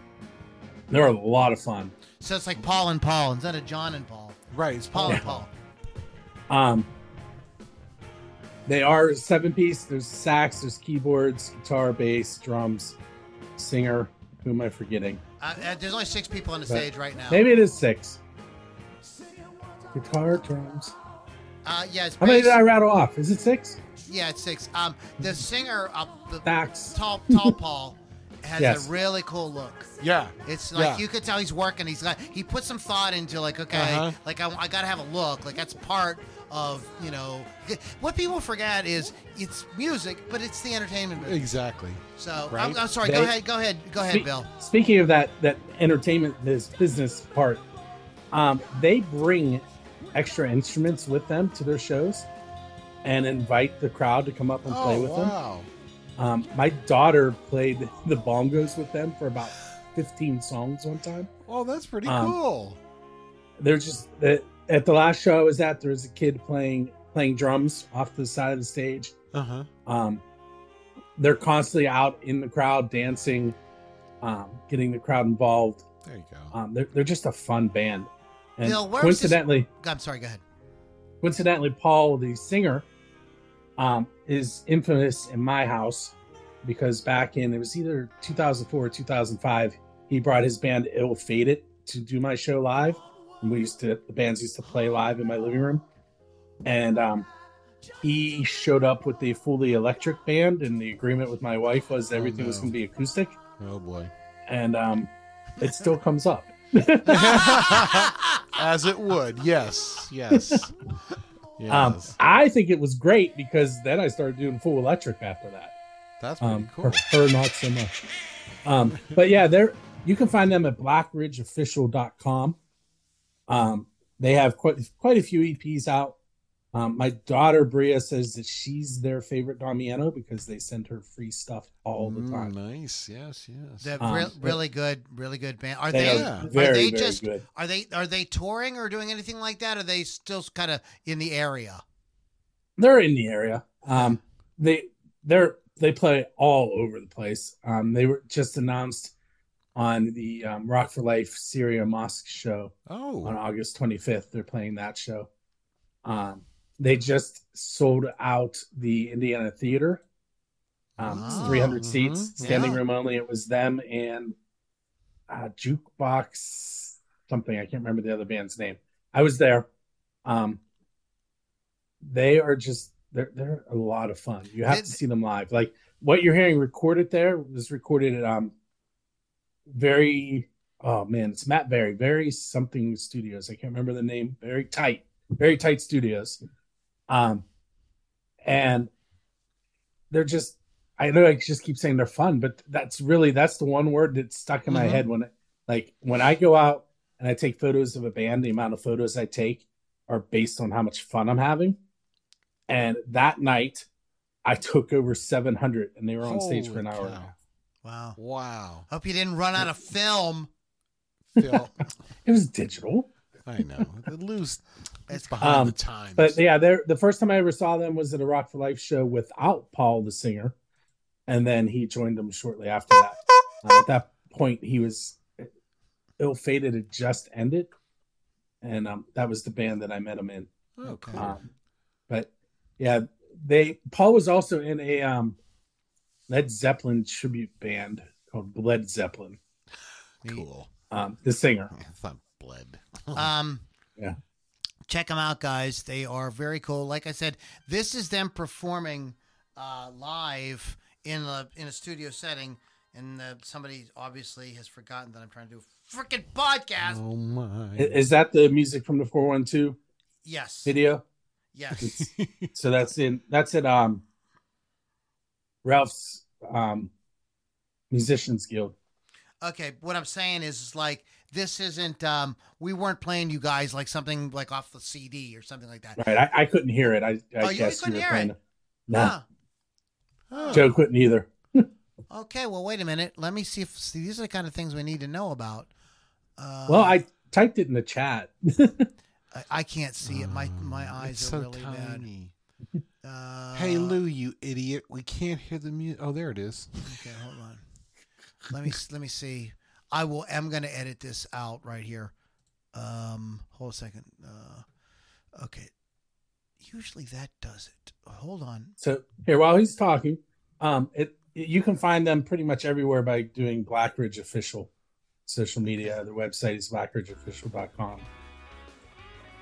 [SPEAKER 5] they're a lot of fun.
[SPEAKER 1] So it's like Paul and Paul instead of John and Paul.
[SPEAKER 2] Right, it's
[SPEAKER 1] Paul
[SPEAKER 2] Paul.
[SPEAKER 1] and Paul.
[SPEAKER 5] Um, they are seven piece. There's sax, there's keyboards, guitar, bass, drums, singer. Who am I forgetting?
[SPEAKER 1] Uh, uh, there's only six people on the
[SPEAKER 5] But
[SPEAKER 1] stage right now.
[SPEAKER 5] Maybe it is six. Guitar, drums.
[SPEAKER 1] Uh, yeah, it's
[SPEAKER 5] How many did
[SPEAKER 1] bass-
[SPEAKER 5] I rattle off? Is it six?
[SPEAKER 1] yeah, it's six. Um, the singer, uh, the
[SPEAKER 5] Sax.
[SPEAKER 1] tall, tall Paul, has
[SPEAKER 5] Yes.
[SPEAKER 1] a really cool look.
[SPEAKER 2] Yeah.
[SPEAKER 1] It's like
[SPEAKER 2] Yeah.
[SPEAKER 1] you could tell he's working. He's like he put some thought into like okay,
[SPEAKER 2] Uh-huh.
[SPEAKER 1] like I, I gotta have a look. Like that's part of you know what people forget is it's music, but it's the entertainment. Business.
[SPEAKER 2] Exactly.
[SPEAKER 1] So I'm,
[SPEAKER 2] Right.
[SPEAKER 1] I'm sorry.
[SPEAKER 5] They-
[SPEAKER 1] go ahead. Go ahead. Go ahead,
[SPEAKER 5] Spe-
[SPEAKER 1] Bill.
[SPEAKER 5] Speaking of that, that entertainment, this business part, um, they bring extra instruments with them to their shows, and invite the crowd to come up and play
[SPEAKER 2] oh,
[SPEAKER 5] with them.
[SPEAKER 2] wow.
[SPEAKER 5] Um, my daughter played the bongos with them for about 15 songs one time.
[SPEAKER 2] Oh, that's pretty
[SPEAKER 5] Um,
[SPEAKER 2] cool.
[SPEAKER 5] They're just that at the last show I was at, there was a kid playing playing drums off the side of the stage.
[SPEAKER 2] Uh huh.
[SPEAKER 5] Um, they're constantly out in the crowd dancing, um, getting the crowd involved.
[SPEAKER 2] There you go.
[SPEAKER 5] Um, they're, they're just a fun band. And
[SPEAKER 1] Bill, where was this-
[SPEAKER 5] coincidentally,
[SPEAKER 1] I'm sorry. Go ahead.
[SPEAKER 5] coincidentally, Paul, the singer, um, is infamous in my house because back in it was either 2004 or 2005, he brought his band Ill Fated to do my show live. And we used to the bands used to play live in my living room, and um, he showed up with the fully electric band. And the agreement with my wife was everything was
[SPEAKER 2] no.
[SPEAKER 5] going to be acoustic,
[SPEAKER 2] oh boy.
[SPEAKER 5] and um, it still comes up.
[SPEAKER 2] As it would. Yes. Yes. yes.
[SPEAKER 5] Um, I think it was great because then I started doing full electric after that.
[SPEAKER 2] that's pretty
[SPEAKER 5] um,
[SPEAKER 2] cool.
[SPEAKER 5] her, her not so much. Um, but yeah, there you can find them at blackridgeofficial.com. Um, they have quite quite a few EPs out. Um, my daughter Bria says that she's their favorite Damiano because they send her free stuff all the
[SPEAKER 2] Mm,
[SPEAKER 5] time.
[SPEAKER 2] nice. Yes. Yes.
[SPEAKER 1] They're
[SPEAKER 5] Um,
[SPEAKER 1] re-
[SPEAKER 5] but-
[SPEAKER 1] really good, really good band. Are
[SPEAKER 5] They
[SPEAKER 1] they?
[SPEAKER 5] are
[SPEAKER 2] Yeah.
[SPEAKER 5] very,
[SPEAKER 1] are they
[SPEAKER 5] very
[SPEAKER 1] just?
[SPEAKER 5] good.
[SPEAKER 1] Are they? Are they touring or doing anything like that? Are they still kind of in the area?
[SPEAKER 5] They're in the area. Um, they they're they play all over the place. Um, they were just announced on the um, Rock for Life Syria Mosque show. on
[SPEAKER 2] oh.
[SPEAKER 5] August 25th. They're playing that show. Um, they just sold out the Indiana Theater. Um, it's
[SPEAKER 1] Wow.
[SPEAKER 5] 300 seats,
[SPEAKER 2] Mhm.
[SPEAKER 5] standing
[SPEAKER 1] Yeah.
[SPEAKER 5] room only. It was them and uh, Jukebox something. I can't remember the other band's name. I was there. Um, they are just they're they're a lot of fun. You have
[SPEAKER 1] Did-
[SPEAKER 5] to see them live. Like what you're hearing recorded there was recorded at um very oh man, it's Matt Berry, very something studios. I can't remember the name. Very tight, very tight studios. Um and they're just I know I just keep saying they're fun, but that's really that's the one word that stuck in my
[SPEAKER 2] Mm-hmm.
[SPEAKER 1] Mhm.
[SPEAKER 5] head when like when I go out and I take photos of a band, the amount of photos I take are based on how much fun I'm having. And that night, I took over 700, and they were on stage for an
[SPEAKER 2] Holy
[SPEAKER 5] hour. and a
[SPEAKER 2] cow.
[SPEAKER 5] half.
[SPEAKER 1] Wow.
[SPEAKER 2] Wow.
[SPEAKER 1] Hope you didn't run out of film.
[SPEAKER 2] Phil,
[SPEAKER 5] It was digital,
[SPEAKER 2] I know. The lose.
[SPEAKER 1] It's-
[SPEAKER 2] It's behind
[SPEAKER 5] Um,
[SPEAKER 2] the times.
[SPEAKER 5] but yeah, they're, the first time I ever saw them was at a Rock for Life show without Paul, the singer, and then he joined them shortly after that. Uh, at that point, he was ill fated; had just ended, and um, that was the band that I met him in.
[SPEAKER 2] oh, cool.
[SPEAKER 5] Um, but yeah, they Paul was also in a um, Led Zeppelin tribute band called Led Zeppelin.
[SPEAKER 2] cool. Oh,
[SPEAKER 5] Um, the singer.
[SPEAKER 2] I thought bled.
[SPEAKER 1] Um,
[SPEAKER 5] Yeah.
[SPEAKER 1] check them out, guys. They are very cool. Like I said, this is them performing uh, live in a in a studio setting, and uh, somebody obviously has forgotten that I'm trying to do a freaking podcast.
[SPEAKER 2] Oh my.
[SPEAKER 5] I- Is that the music from the 412
[SPEAKER 1] Yes,
[SPEAKER 5] video?
[SPEAKER 1] yes,
[SPEAKER 5] So that's in that's in um Ralph's um musicians guild.
[SPEAKER 1] okay. What I'm saying is, is like this isn't. Um, we weren't playing you guys like something like off the CD or something like that.
[SPEAKER 5] Right. I, I couldn't hear it. I, I
[SPEAKER 1] Oh, you
[SPEAKER 5] guess
[SPEAKER 1] couldn't
[SPEAKER 5] you were
[SPEAKER 1] hear
[SPEAKER 5] playing
[SPEAKER 1] it? Oh.
[SPEAKER 5] it. No.
[SPEAKER 1] Huh.
[SPEAKER 2] Huh.
[SPEAKER 5] Joe couldn't either.
[SPEAKER 1] Okay, well, wait a minute. Let me see if see these are the kind of things we need to know about. Uh,
[SPEAKER 5] well, I typed it in the chat.
[SPEAKER 1] I, I can't see it. My my
[SPEAKER 2] Oh,
[SPEAKER 1] eyes
[SPEAKER 2] it's
[SPEAKER 1] are
[SPEAKER 2] so
[SPEAKER 1] really bad.
[SPEAKER 2] tiny.
[SPEAKER 1] Uh,
[SPEAKER 2] hey Lou, you idiot! We can't hear the music. Oh, there it is.
[SPEAKER 1] Okay, hold on. Let me let me see. I will. I'm going to edit this out right here. Um, hold a second. Uh, okay. Usually that does it. Hold on.
[SPEAKER 5] So here, while he's talking, um, it you can find them pretty much everywhere by doing Blackridge Official social media. Their website is blackridgeofficial.com.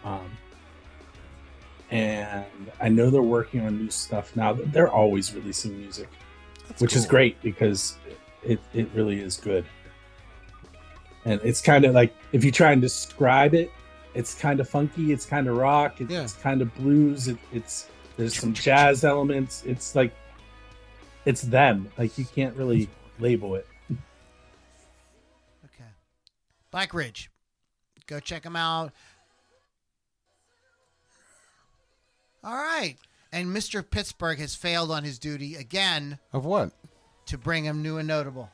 [SPEAKER 5] Um, and I know they're working on new stuff now. They're always releasing music, which is
[SPEAKER 2] cool.
[SPEAKER 5] great because it it really is good. And it's kind of like if you try and describe it, it's kind of funky, it's kind of rock, it-
[SPEAKER 2] Yeah.
[SPEAKER 5] it's kind of blues, it, it's there's some jazz elements. It's like it's them. Like you can't really label it.
[SPEAKER 1] Okay. Black Ridge. Go check them out. All right. And Mr. Pittsburgh has failed on his duty again
[SPEAKER 2] Of what?
[SPEAKER 1] to bring him new and notable.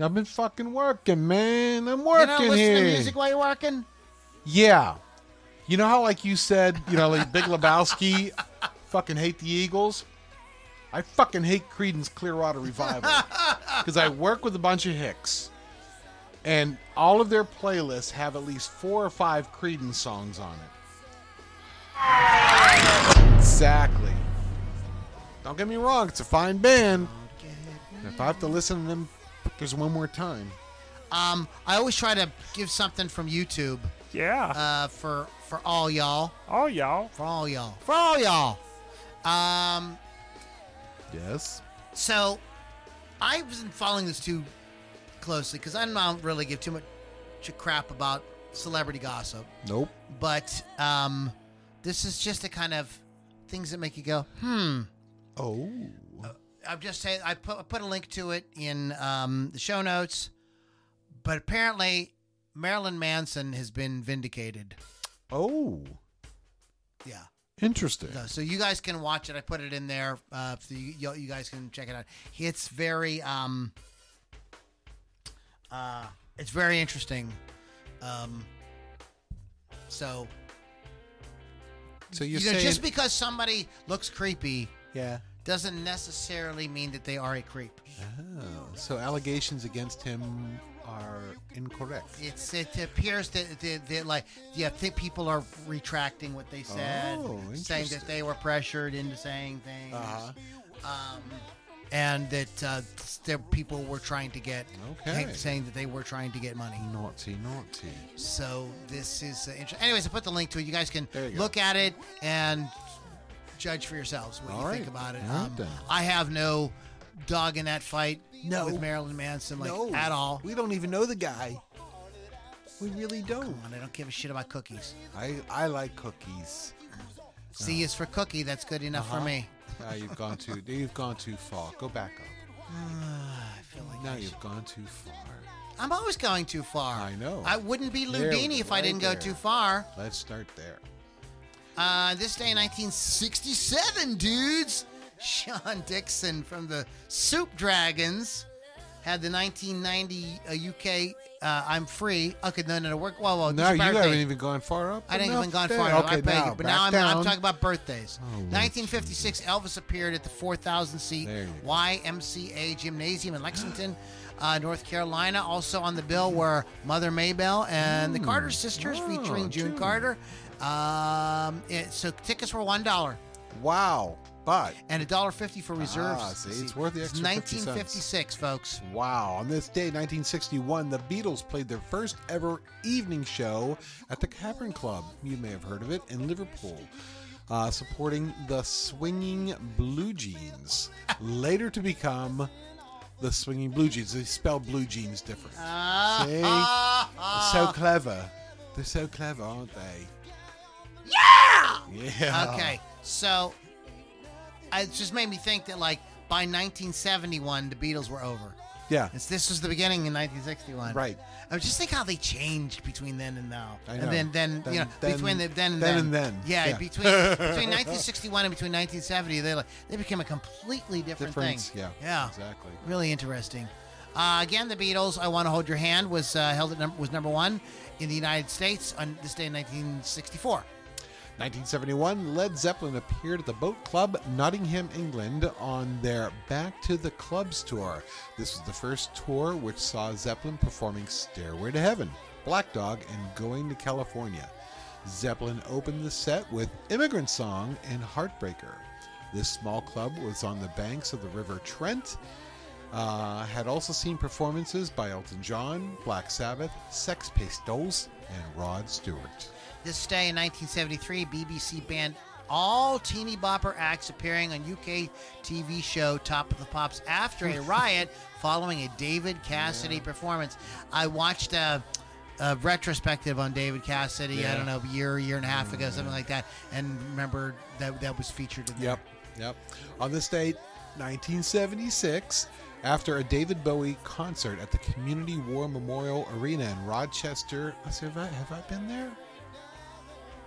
[SPEAKER 2] I've been fucking working, man. I'm
[SPEAKER 1] You
[SPEAKER 2] working
[SPEAKER 1] know, listen
[SPEAKER 2] here.
[SPEAKER 1] to music while you're working.
[SPEAKER 2] Yeah. You know how, like you said, you know, like Big Lebowski, fucking hate the Eagles. I fucking hate Creedence Clearwater Revival because I work with a bunch of hicks, and all of their playlists have at least four or five Creedence songs on it. Exactly. Don't get me wrong; it's a fine band. If I have to listen to them, there's one more time.
[SPEAKER 1] Um, I always try to give something from YouTube
[SPEAKER 6] Yeah.
[SPEAKER 1] uh, for for all y'all,
[SPEAKER 6] oh, y'all.
[SPEAKER 1] for all y'all, for all y'all. Um,
[SPEAKER 2] Yes.
[SPEAKER 1] So, I wasn't following this too closely because I don't really give too much crap about celebrity gossip.
[SPEAKER 2] Nope.
[SPEAKER 1] But um, this is just the kind of things that make you go, hmm. Uh,
[SPEAKER 2] Oh.
[SPEAKER 1] I'm just saying. I put I put a link to it in um, the show notes, but apparently Marilyn Manson has been vindicated.
[SPEAKER 2] Oh.
[SPEAKER 1] Yeah.
[SPEAKER 2] Interesting.
[SPEAKER 1] No, so you guys can watch it. I put it in there. Uh, so you, you, you guys can check it out. It's very, um, uh, it's very interesting. Um, so
[SPEAKER 2] So
[SPEAKER 1] you
[SPEAKER 2] you're
[SPEAKER 1] know,
[SPEAKER 2] saying,
[SPEAKER 1] just because somebody looks creepy
[SPEAKER 2] yeah.
[SPEAKER 1] doesn't necessarily mean that they are a creep.
[SPEAKER 2] Oh, so allegations against him are incorrect.
[SPEAKER 1] It's it appears that they that like yeah, think people are retracting what they said,
[SPEAKER 2] Oh,
[SPEAKER 1] saying that
[SPEAKER 2] interesting.
[SPEAKER 1] they were pressured into saying things.
[SPEAKER 2] Uh-huh.
[SPEAKER 1] um, and that uh, their people were trying to get
[SPEAKER 2] Okay.
[SPEAKER 1] saying that they were trying to get money.
[SPEAKER 2] Naughty, naughty.
[SPEAKER 1] So this is uh, interesting. Anyways, I put the link to it. You guys can
[SPEAKER 2] There you go.
[SPEAKER 1] look at it and judge for yourselves what
[SPEAKER 2] All
[SPEAKER 1] you
[SPEAKER 2] right.
[SPEAKER 1] think about it.
[SPEAKER 2] All right,
[SPEAKER 1] Um,
[SPEAKER 2] then.
[SPEAKER 1] I have no dog in that fight
[SPEAKER 2] No.
[SPEAKER 1] with Marilyn Manson like at all.
[SPEAKER 2] We don't even know the guy. We really don't. Oh.
[SPEAKER 1] And I don't give a shit about cookies.
[SPEAKER 2] I, I like cookies.
[SPEAKER 1] C is for cookie. That's good enough for
[SPEAKER 2] Uh-huh.
[SPEAKER 1] me.
[SPEAKER 2] Now you've gone too. You've gone too far. Go back up. Ah,
[SPEAKER 1] I feel like
[SPEAKER 2] Now
[SPEAKER 1] I
[SPEAKER 2] you've gone too far.
[SPEAKER 1] am always going too far.
[SPEAKER 2] I know.
[SPEAKER 1] I wouldn't be
[SPEAKER 2] There,
[SPEAKER 1] Ludini if I
[SPEAKER 2] right
[SPEAKER 1] didn't
[SPEAKER 2] there.
[SPEAKER 1] go too far.
[SPEAKER 2] Let's start there.
[SPEAKER 1] Uh, this day in 1967, dudes, Sean Dixon from the Soup Dragons had the 1990 uh, UK uh, I'm Free. Okay, no, no, no. We're, whoa, whoa. this
[SPEAKER 2] No,
[SPEAKER 1] is
[SPEAKER 2] you
[SPEAKER 1] birthday.
[SPEAKER 2] haven't even gone far up.
[SPEAKER 1] I didn't
[SPEAKER 2] enough
[SPEAKER 1] even gone
[SPEAKER 2] there.
[SPEAKER 1] far enough.
[SPEAKER 2] Okay,
[SPEAKER 1] I beg
[SPEAKER 2] now,
[SPEAKER 1] you, but now I'm,
[SPEAKER 2] back
[SPEAKER 1] I'm
[SPEAKER 2] down.
[SPEAKER 1] talking about birthdays.
[SPEAKER 2] Oh, Lord
[SPEAKER 1] 1956, Elvis appeared at the 4,000 seat
[SPEAKER 2] There you go.
[SPEAKER 1] YMCA Gymnasium in Lexington, uh, North Carolina. Also on the bill were Mother Maybell and the Carter Sisters
[SPEAKER 2] Oh,
[SPEAKER 1] featuring June
[SPEAKER 2] June.
[SPEAKER 1] Carter. Um, it- so tickets were one dollar.
[SPEAKER 2] Wow. But
[SPEAKER 1] and a dollar fifty for reserves.
[SPEAKER 2] Ah, see,
[SPEAKER 1] this
[SPEAKER 2] it's
[SPEAKER 1] evening.
[SPEAKER 2] worth the extra 50 cents.
[SPEAKER 1] 1956, folks.
[SPEAKER 2] wow, on this day, 1961, the Beatles played their first ever evening show at the Cavern Club. You may have heard of it in Liverpool. Uh, supporting the Swinging Blue Jeans, later to become the Swinging Blue Jeans. They spell Blue Jeans different. See?
[SPEAKER 1] ah.
[SPEAKER 2] so clever. They're so clever, aren't they? Yeah! Yeah.
[SPEAKER 1] Okay, so I- it just made me think that like by 1971 the Beatles were over.
[SPEAKER 2] Yeah.
[SPEAKER 1] It's, this was the beginning in 1961.
[SPEAKER 2] Right.
[SPEAKER 1] I was just think how they changed between then and now,
[SPEAKER 2] I know.
[SPEAKER 1] and then then, you
[SPEAKER 2] Then-
[SPEAKER 1] know
[SPEAKER 2] then-
[SPEAKER 1] between the, then and
[SPEAKER 2] then
[SPEAKER 1] then,
[SPEAKER 2] and then.
[SPEAKER 1] Yeah,
[SPEAKER 2] Yeah.
[SPEAKER 1] between between 1961 and between 1970, they like they became a completely different
[SPEAKER 2] Difference.
[SPEAKER 1] thing.
[SPEAKER 2] Yeah.
[SPEAKER 1] yeah,
[SPEAKER 2] Exactly.
[SPEAKER 1] really interesting. Uh, again, the Beatles, "I Want to Hold Your Hand" was uh, held at num- was number one in the United States on this day in 1964.
[SPEAKER 2] 1971, Led Zeppelin appeared at the Boat Club, Nottingham, England, on their Back to the Clubs tour. This was the first tour which saw Zeppelin performing Stairway to Heaven, Black Dog, and Going to California. Zeppelin opened the set with Immigrant Song and Heartbreaker. This small club was on the banks of the River Trent uh, had also seen performances by Elton John, Black Sabbath, Sex Pistols, and Rod Stewart.
[SPEAKER 1] This day in 1973, BBC banned all teeny bopper acts appearing on UK TV show Top of the Pops after a riot following a David Cassidy performance. I watched a, a retrospective on David Cassidy, I don't know, a year, year and a half ago, something like that, and remember that that was featured in
[SPEAKER 2] Yep, yep. On this date, 1976, after a David Bowie concert at the Community War Memorial Arena in Rochester, I said, have I, have I been there?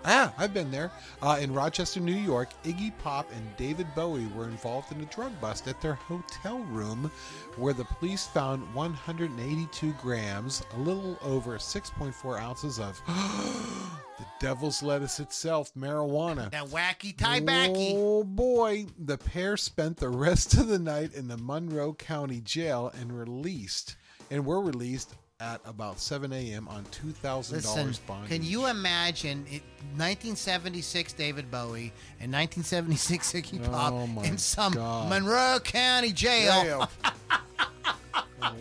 [SPEAKER 2] Ah, I've been there. Uh, in Rochester, New York, Iggy Pop and David Bowie were involved in a drug bust at their hotel room where the police found 182 grams, a little over 6.4 ounces of the devil's lettuce itself, marijuana.
[SPEAKER 1] That wacky tie backy.
[SPEAKER 2] Oh boy. The pair spent the rest of the night in the Monroe County Jail and released and were released at about 7 a.m. on
[SPEAKER 1] Listen,
[SPEAKER 2] $2,000 bond.
[SPEAKER 1] can you imagine it, 1976 David Bowie and 1976 Iggy Pop
[SPEAKER 2] Oh my
[SPEAKER 1] in some
[SPEAKER 2] God.
[SPEAKER 1] Monroe County jail?
[SPEAKER 2] Damn.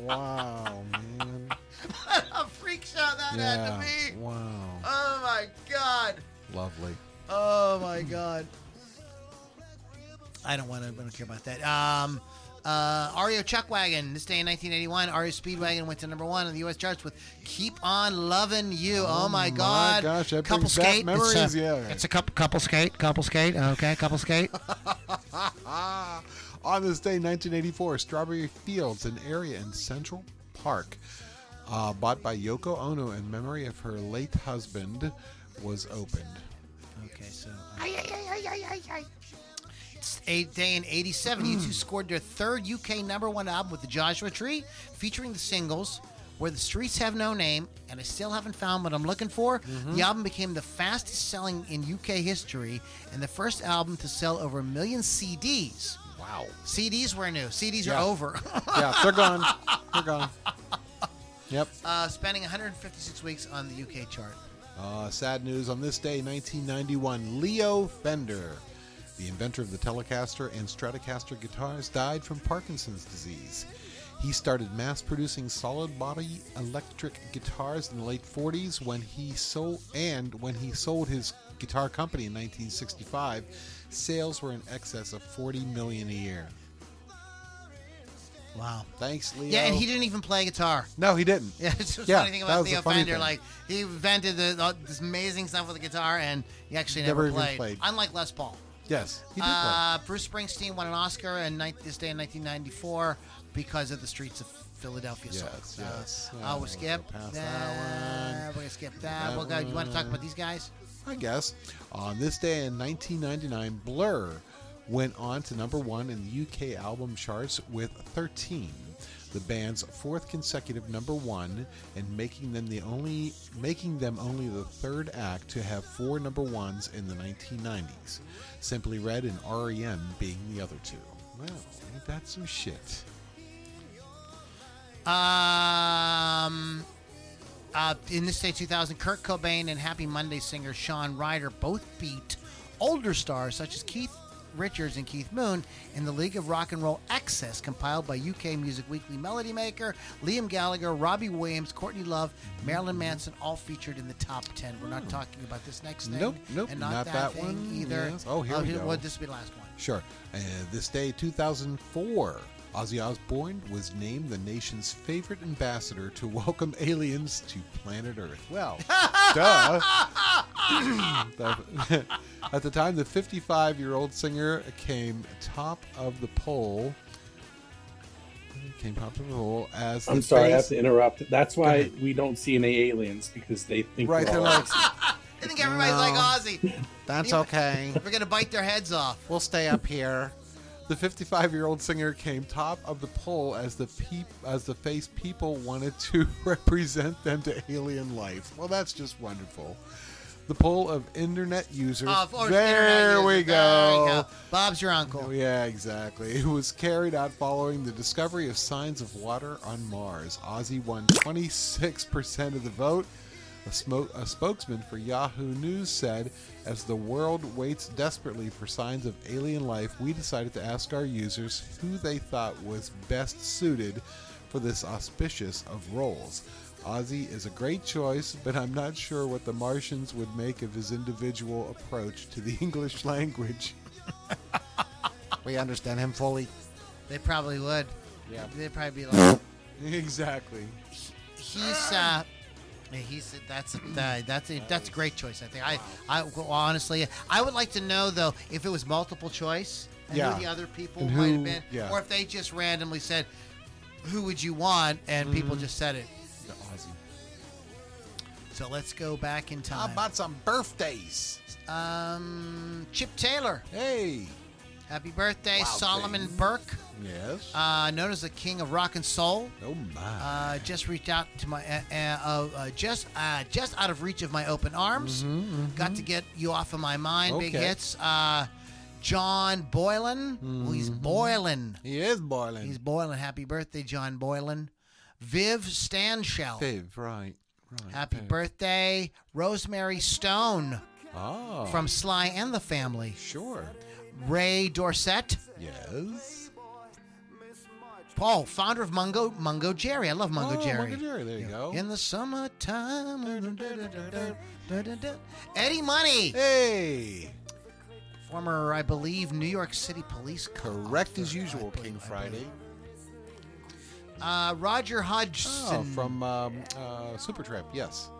[SPEAKER 2] wow, man.
[SPEAKER 1] a freak show that
[SPEAKER 2] Yeah.
[SPEAKER 1] had to be.
[SPEAKER 2] Wow.
[SPEAKER 1] Oh my god.
[SPEAKER 2] Lovely.
[SPEAKER 1] Oh my god. I don't want to. I don't care about that. Um, uh, Ario Chuckwagon. This day in 1981, Ario Speedwagon went to number one on the U.S. charts with "Keep on Lovin' You." Oh, my god.
[SPEAKER 2] gosh, that
[SPEAKER 1] couple
[SPEAKER 2] brings back
[SPEAKER 1] skate.
[SPEAKER 2] memories,
[SPEAKER 1] It's a,
[SPEAKER 2] yeah.
[SPEAKER 1] it's a couple couple skate. Couple skate. Okay, couple skate.
[SPEAKER 2] Ah, on this day, 1984, Strawberry Fields, an area in Central Park, uh, bought by Yoko Ono in memory of her late husband, was opened.
[SPEAKER 1] Okay, so. uh, It's a day in 87. U2 scored their third UK number one album with The Joshua Tree, featuring the singles Where the Streets Have No Name and I Still Haven't Found What I'm Looking For. The album became the fastest selling in UK history and the first album to sell over a million CDs.
[SPEAKER 2] Wow.
[SPEAKER 1] CDs were new, CDs
[SPEAKER 2] Yeah.
[SPEAKER 1] are over.
[SPEAKER 2] Yeah, they're gone. They're gone. Yep.
[SPEAKER 1] uh, spending 156 weeks on the UK chart.
[SPEAKER 2] Uh, sad news on this day, 1991, Leo Fender, the inventor of the Telecaster and Stratocaster guitars, died from Parkinson's disease. He started mass producing solid body electric guitars in the late 40s when he sold and when he sold his guitar company in 1965, sales were in excess of 40 million a year.
[SPEAKER 1] Wow.
[SPEAKER 2] Thanks, Leo.
[SPEAKER 1] Yeah, and he didn't even play guitar.
[SPEAKER 2] No, he didn't.
[SPEAKER 1] Yeah, it's just
[SPEAKER 2] Yeah,
[SPEAKER 1] funny thing
[SPEAKER 2] that
[SPEAKER 1] about
[SPEAKER 2] was the
[SPEAKER 1] Theo
[SPEAKER 2] funny
[SPEAKER 1] Fender.
[SPEAKER 2] thing.
[SPEAKER 1] Like he invented the, all this amazing stuff with the guitar, and he actually
[SPEAKER 2] Never
[SPEAKER 1] never,
[SPEAKER 2] even
[SPEAKER 1] played.
[SPEAKER 2] played.
[SPEAKER 1] Unlike Les Paul.
[SPEAKER 2] Yes, he did
[SPEAKER 1] Uh, Bruce Springsteen won an Oscar in night, this day in 1994 because of the Streets of Philadelphia
[SPEAKER 2] Yes,
[SPEAKER 1] song.
[SPEAKER 2] yes.
[SPEAKER 1] Uh,
[SPEAKER 2] Yeah,
[SPEAKER 1] uh,
[SPEAKER 2] we'll
[SPEAKER 1] we'll skip
[SPEAKER 2] go past
[SPEAKER 1] that.
[SPEAKER 2] that one.
[SPEAKER 1] We're gonna skip that.
[SPEAKER 2] That
[SPEAKER 1] well, God, you want to talk about these guys?
[SPEAKER 2] play. I guess. On this day in 1999, Blur went on to number one in the UK album charts with 13, the band's fourth consecutive number one, and making them the only making them only the third act to have four number ones in the 1990s. Simply Red and REM being the other two. Wow, ain't that some shit?
[SPEAKER 1] Um, uh, in this day 2000, Kurt Cobain and Happy Monday singer Sean Ryder both beat older stars such as Keith Richards and Keith Moon in the League of Rock and Roll Excess, compiled by UK Music Weekly Melody Maker, Liam Gallagher, Robbie Williams, Courtney Love, Marilyn Manson, all featured in the top 10. We're not talking about this next thing.
[SPEAKER 2] Hmm. Nope, nope,
[SPEAKER 1] And not,
[SPEAKER 2] not
[SPEAKER 1] that,
[SPEAKER 2] that
[SPEAKER 1] thing
[SPEAKER 2] one,
[SPEAKER 1] either.
[SPEAKER 2] yes. Oh, here we
[SPEAKER 1] here-
[SPEAKER 2] go.
[SPEAKER 1] Well, this will be the last one.
[SPEAKER 2] Sure. Uh, this day, 2004, Ozzy Osbourne was named the nation's favorite ambassador to welcome aliens to planet Earth. Well, duh. The- At the time, the 55 year old singer came top of the poll. Came top of the poll as
[SPEAKER 5] I'm
[SPEAKER 2] the
[SPEAKER 5] sorry, I have
[SPEAKER 2] face-
[SPEAKER 5] to interrupt. That's why
[SPEAKER 2] ahead.
[SPEAKER 5] we don't see any aliens because they think
[SPEAKER 2] Right,
[SPEAKER 5] we're
[SPEAKER 2] they're
[SPEAKER 5] all
[SPEAKER 2] like,
[SPEAKER 1] I think everybody's like
[SPEAKER 2] No.
[SPEAKER 1] Ozzy.
[SPEAKER 2] that's okay.
[SPEAKER 1] We're going to bite their heads off.
[SPEAKER 2] We'll stay up here. The 55-year-old singer came top of the poll as the peep as the face people wanted to represent them to alien life. Well, that's just wonderful. The poll of internet users.
[SPEAKER 1] Oh, of course,
[SPEAKER 2] there,
[SPEAKER 1] internet
[SPEAKER 2] we
[SPEAKER 1] users.
[SPEAKER 2] go.
[SPEAKER 1] There you go. Bob's your uncle.
[SPEAKER 2] Oh, yeah, exactly. It was carried out following the discovery of signs of water on Mars. Ozzy won 26% of the vote. A, smo- a spokesman for Yahoo News said, As the world waits desperately for signs of alien life, we decided to ask our users who they thought was best suited for this auspicious of roles. Ozzy is a great choice, but I'm not sure what the Martians would make of his individual approach to the English language. We understand him fully.
[SPEAKER 1] They probably would.
[SPEAKER 2] Yeah.
[SPEAKER 1] They'd probably be like,
[SPEAKER 2] Exactly.
[SPEAKER 1] he's uh yeah, he's that's uh, that's a, that's a great choice I think I I well, honestly I would like to know though if it was multiple choice and
[SPEAKER 2] Yeah.
[SPEAKER 1] who the other people
[SPEAKER 2] And
[SPEAKER 1] might
[SPEAKER 2] who-
[SPEAKER 1] have been
[SPEAKER 2] yeah.
[SPEAKER 1] or if they just randomly said who would you want and
[SPEAKER 2] Mm.
[SPEAKER 1] people just said it so let's go back in
[SPEAKER 2] How
[SPEAKER 1] time
[SPEAKER 2] about some birthdays?
[SPEAKER 1] um Chip Taylor
[SPEAKER 2] Hey.
[SPEAKER 1] happy birthday
[SPEAKER 2] Wow,
[SPEAKER 1] Solomon
[SPEAKER 2] thing.
[SPEAKER 1] Burke
[SPEAKER 2] Yes.
[SPEAKER 1] uh, known as the king of rock and soul
[SPEAKER 2] oh my.
[SPEAKER 1] uh, just reached out to my uh, uh, uh, uh, just uh, just out of reach of my open arms. Got to get you off of my mind. Big
[SPEAKER 2] Mm-hmm, Okay.
[SPEAKER 1] hits. Uh, John Boylan. Well, he's
[SPEAKER 2] Mm-hmm.
[SPEAKER 1] boiling.
[SPEAKER 2] he is boiling.
[SPEAKER 1] He's boiling. Happy birthday, John Boylan. Viv Stanshell.
[SPEAKER 2] Dave, right. Right.
[SPEAKER 1] Happy
[SPEAKER 2] Dave.
[SPEAKER 1] birthday, Rosemary Stone
[SPEAKER 2] Oh.
[SPEAKER 1] from Sly and the Family.
[SPEAKER 2] Sure.
[SPEAKER 1] Ray Dorset.
[SPEAKER 2] Yes.
[SPEAKER 1] Paul, founder of Mungo Mungo Jerry. I love Mungo
[SPEAKER 2] Oh,
[SPEAKER 1] Jerry.
[SPEAKER 2] Mungo Jerry, there you go.
[SPEAKER 1] In the summertime. da-da-da-da-da, Eddie Money,
[SPEAKER 2] Hey.
[SPEAKER 1] former, I believe, New York City police. cop.
[SPEAKER 2] Correct as
[SPEAKER 1] I
[SPEAKER 2] usual,
[SPEAKER 1] believe-
[SPEAKER 2] King
[SPEAKER 1] I
[SPEAKER 2] Friday.
[SPEAKER 1] believe. Uh, Roger
[SPEAKER 2] Oh,
[SPEAKER 1] Hodgson,
[SPEAKER 2] from um, uh, Supertramp. Yes.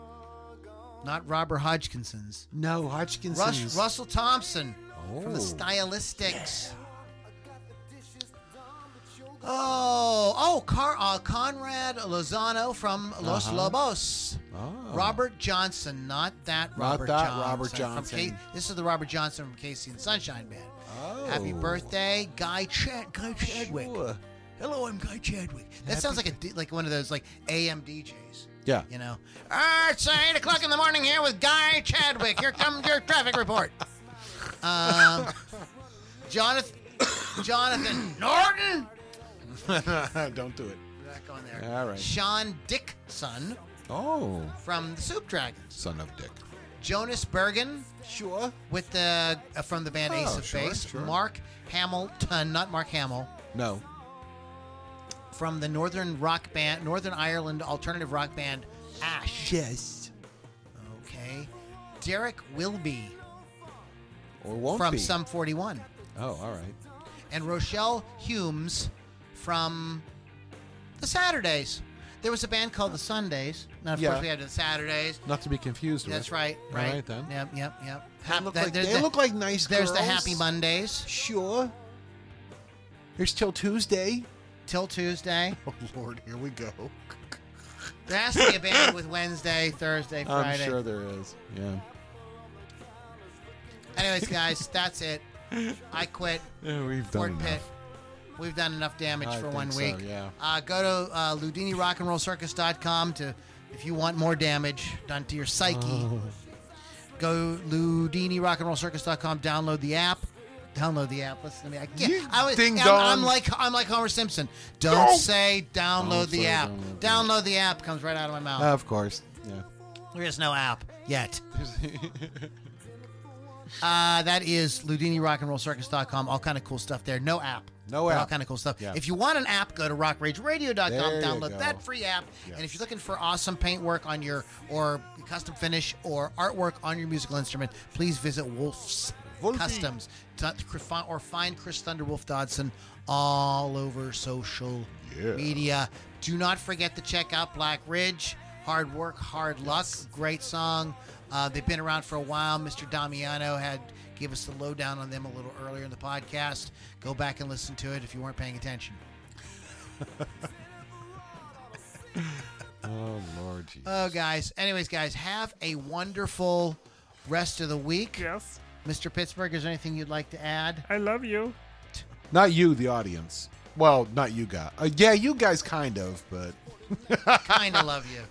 [SPEAKER 1] not Robert Hodgkinson's.
[SPEAKER 2] No, Hodgkin's.
[SPEAKER 1] Rush, Russell Thompson
[SPEAKER 2] Oh.
[SPEAKER 1] from the Stylistics. Oh, oh, Car- uh, Conrad Lozano from Los
[SPEAKER 2] Uh-huh.
[SPEAKER 1] Lobos.
[SPEAKER 2] Oh.
[SPEAKER 1] Robert Johnson, not that Robert
[SPEAKER 2] that
[SPEAKER 1] Johnson.
[SPEAKER 2] Robert
[SPEAKER 1] from
[SPEAKER 2] Johnson.
[SPEAKER 1] Ca- this is the Robert Johnson from Casey and Sunshine Band.
[SPEAKER 2] Oh.
[SPEAKER 1] Happy birthday, Guy Chad Guy Chadwick.
[SPEAKER 2] Sure.
[SPEAKER 1] Hello, I'm Guy Chadwick. That sounds like a D- like one of those like AM DJs.
[SPEAKER 2] Yeah.
[SPEAKER 1] You know, Ah, it's eight o'clock in the morning here with Guy Chadwick. Here comes your traffic report. Um, Jonathan, Jonathan Norton.
[SPEAKER 2] Don't do it.
[SPEAKER 1] Back on there.
[SPEAKER 2] All right.
[SPEAKER 1] Sean Dickson
[SPEAKER 2] Oh.
[SPEAKER 1] from the Soup Dragons.
[SPEAKER 2] Son of Dick.
[SPEAKER 1] Jonas Bergen
[SPEAKER 2] Sure.
[SPEAKER 1] with the uh, from the band Ace
[SPEAKER 2] Oh,
[SPEAKER 1] of
[SPEAKER 2] sure,
[SPEAKER 1] Base.
[SPEAKER 2] sure.
[SPEAKER 1] Mark Hamilton, not Mark Hamill,
[SPEAKER 2] No.
[SPEAKER 1] from the Northern rock band, Northern Ireland alternative rock band Ash.
[SPEAKER 2] Yes.
[SPEAKER 1] Okay. Derek Wilby
[SPEAKER 2] Or won't
[SPEAKER 1] from
[SPEAKER 2] be.
[SPEAKER 1] Sum 41,
[SPEAKER 2] Oh, all right.
[SPEAKER 1] and Rochelle Humes from the Saturdays. There was a band called the Sundays. Now, of
[SPEAKER 2] Yeah.
[SPEAKER 1] course, we had the Saturdays.
[SPEAKER 2] Not to be confused with.
[SPEAKER 1] That's right.
[SPEAKER 2] All
[SPEAKER 1] Right.
[SPEAKER 2] right, then.
[SPEAKER 1] Yep. Yep. Yep.
[SPEAKER 2] They
[SPEAKER 1] Hap-
[SPEAKER 2] look,
[SPEAKER 1] that-
[SPEAKER 2] like,
[SPEAKER 1] there's
[SPEAKER 2] they
[SPEAKER 1] the-
[SPEAKER 2] look like nice
[SPEAKER 1] There's the
[SPEAKER 2] girls.
[SPEAKER 1] Happy Mondays
[SPEAKER 2] Sure. Here's till Tuesday.
[SPEAKER 1] till Tuesday.
[SPEAKER 2] Oh, Lord, here we go.
[SPEAKER 1] There has to be a band with Wednesday, Thursday,
[SPEAKER 2] I'm
[SPEAKER 1] Friday.
[SPEAKER 2] sure there is. Yeah.
[SPEAKER 1] Anyways, guys, that's it. I quit.
[SPEAKER 2] we've
[SPEAKER 1] Fort Pitt. We've done enough damage
[SPEAKER 2] I
[SPEAKER 1] for
[SPEAKER 2] think
[SPEAKER 1] one
[SPEAKER 2] so,
[SPEAKER 1] week.
[SPEAKER 2] yeah.
[SPEAKER 1] Uh, go to uh, LudiniRockAndRollCircus.com to if you want more damage done to your psyche.
[SPEAKER 2] Oh.
[SPEAKER 1] Go LudiniRockAndRollCircus.com. Download the app. Download the app. Listen to me. I can't.
[SPEAKER 2] You
[SPEAKER 1] I was,
[SPEAKER 2] ding
[SPEAKER 1] I'm, I'm
[SPEAKER 2] dong.
[SPEAKER 1] like I'm like Homer Simpson. Don't say download
[SPEAKER 2] Don't
[SPEAKER 1] the
[SPEAKER 2] say
[SPEAKER 1] app.
[SPEAKER 2] download the Uh.
[SPEAKER 1] Download the app comes right out of my mouth.
[SPEAKER 2] of course. Yeah.
[SPEAKER 1] there is no app yet. Uh, that is Ludini Rock and Roll Circus.com. All kind of cool stuff there. No app.
[SPEAKER 2] No
[SPEAKER 1] but All
[SPEAKER 2] app.
[SPEAKER 1] kind of cool stuff.
[SPEAKER 2] Yeah.
[SPEAKER 1] If you want an app, go to rockrageradio.com,
[SPEAKER 2] There you
[SPEAKER 1] download
[SPEAKER 2] go.
[SPEAKER 1] that free app.
[SPEAKER 2] Yes.
[SPEAKER 1] And if you're looking for awesome paintwork on your or custom finish or artwork on your musical instrument, please visit Wolf's
[SPEAKER 2] Wolfie.
[SPEAKER 1] Customs to- to fi- or find Chris Thunderwolf Dodson all over social
[SPEAKER 2] Yeah.
[SPEAKER 1] media. Do not forget to check out Black Ridge. Hard work, hard luck. Great song. Uh, they've been around for a while. Mr. Damiano had give us the lowdown on them a little earlier in the podcast. Go back and listen to it if you weren't paying attention.
[SPEAKER 2] Oh Lord.
[SPEAKER 1] Oh, guys. Anyways, guys, have a wonderful rest of the week.
[SPEAKER 6] Yes.
[SPEAKER 1] Mr. Pittsburgh, is there anything you'd like to add?
[SPEAKER 6] I love you.
[SPEAKER 2] Not you, the audience. Well, not you guys. Uh, yeah, you guys kind of, but
[SPEAKER 1] Kind of love you.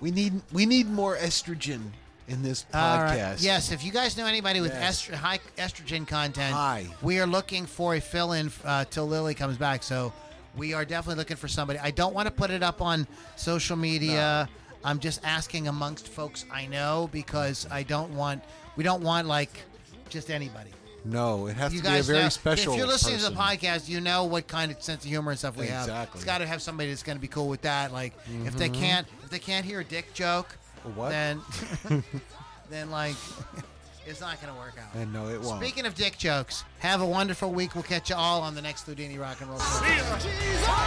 [SPEAKER 2] we need we need more estrogen in this
[SPEAKER 1] All right.
[SPEAKER 2] podcast.
[SPEAKER 1] Yes, if you guys know anybody with
[SPEAKER 2] Yes.
[SPEAKER 1] estro- high estrogen content,
[SPEAKER 2] High.
[SPEAKER 1] we are looking for a fill in uh, till Lily comes back. So we are definitely looking for somebody. I don't want to put it up on social media. I'm just asking amongst folks I know because I don't want, we don't want like just anybody.
[SPEAKER 2] No, it has
[SPEAKER 1] You
[SPEAKER 2] to be a
[SPEAKER 1] guys
[SPEAKER 2] very
[SPEAKER 1] know,
[SPEAKER 2] special.
[SPEAKER 1] if you're listening to the
[SPEAKER 2] person.
[SPEAKER 1] podcast, you know what kind of sense of humor and stuff we have.
[SPEAKER 2] Exactly. Mm-hmm.
[SPEAKER 1] It's got to have somebody that's going to be cool with that. Like if they can't, if they can't hear a dick joke,
[SPEAKER 2] A what?
[SPEAKER 1] Then, then like, it's not going to work out.
[SPEAKER 2] And no, it won't.
[SPEAKER 1] Speaking of dick jokes, have a wonderful week. We'll catch you all on the next Ludini Rock and Roll. Show.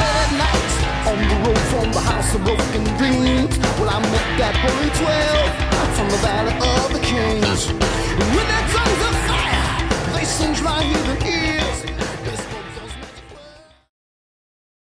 [SPEAKER 3] Midnight on the road from the house of broken dreams. Well, I met that boy 12.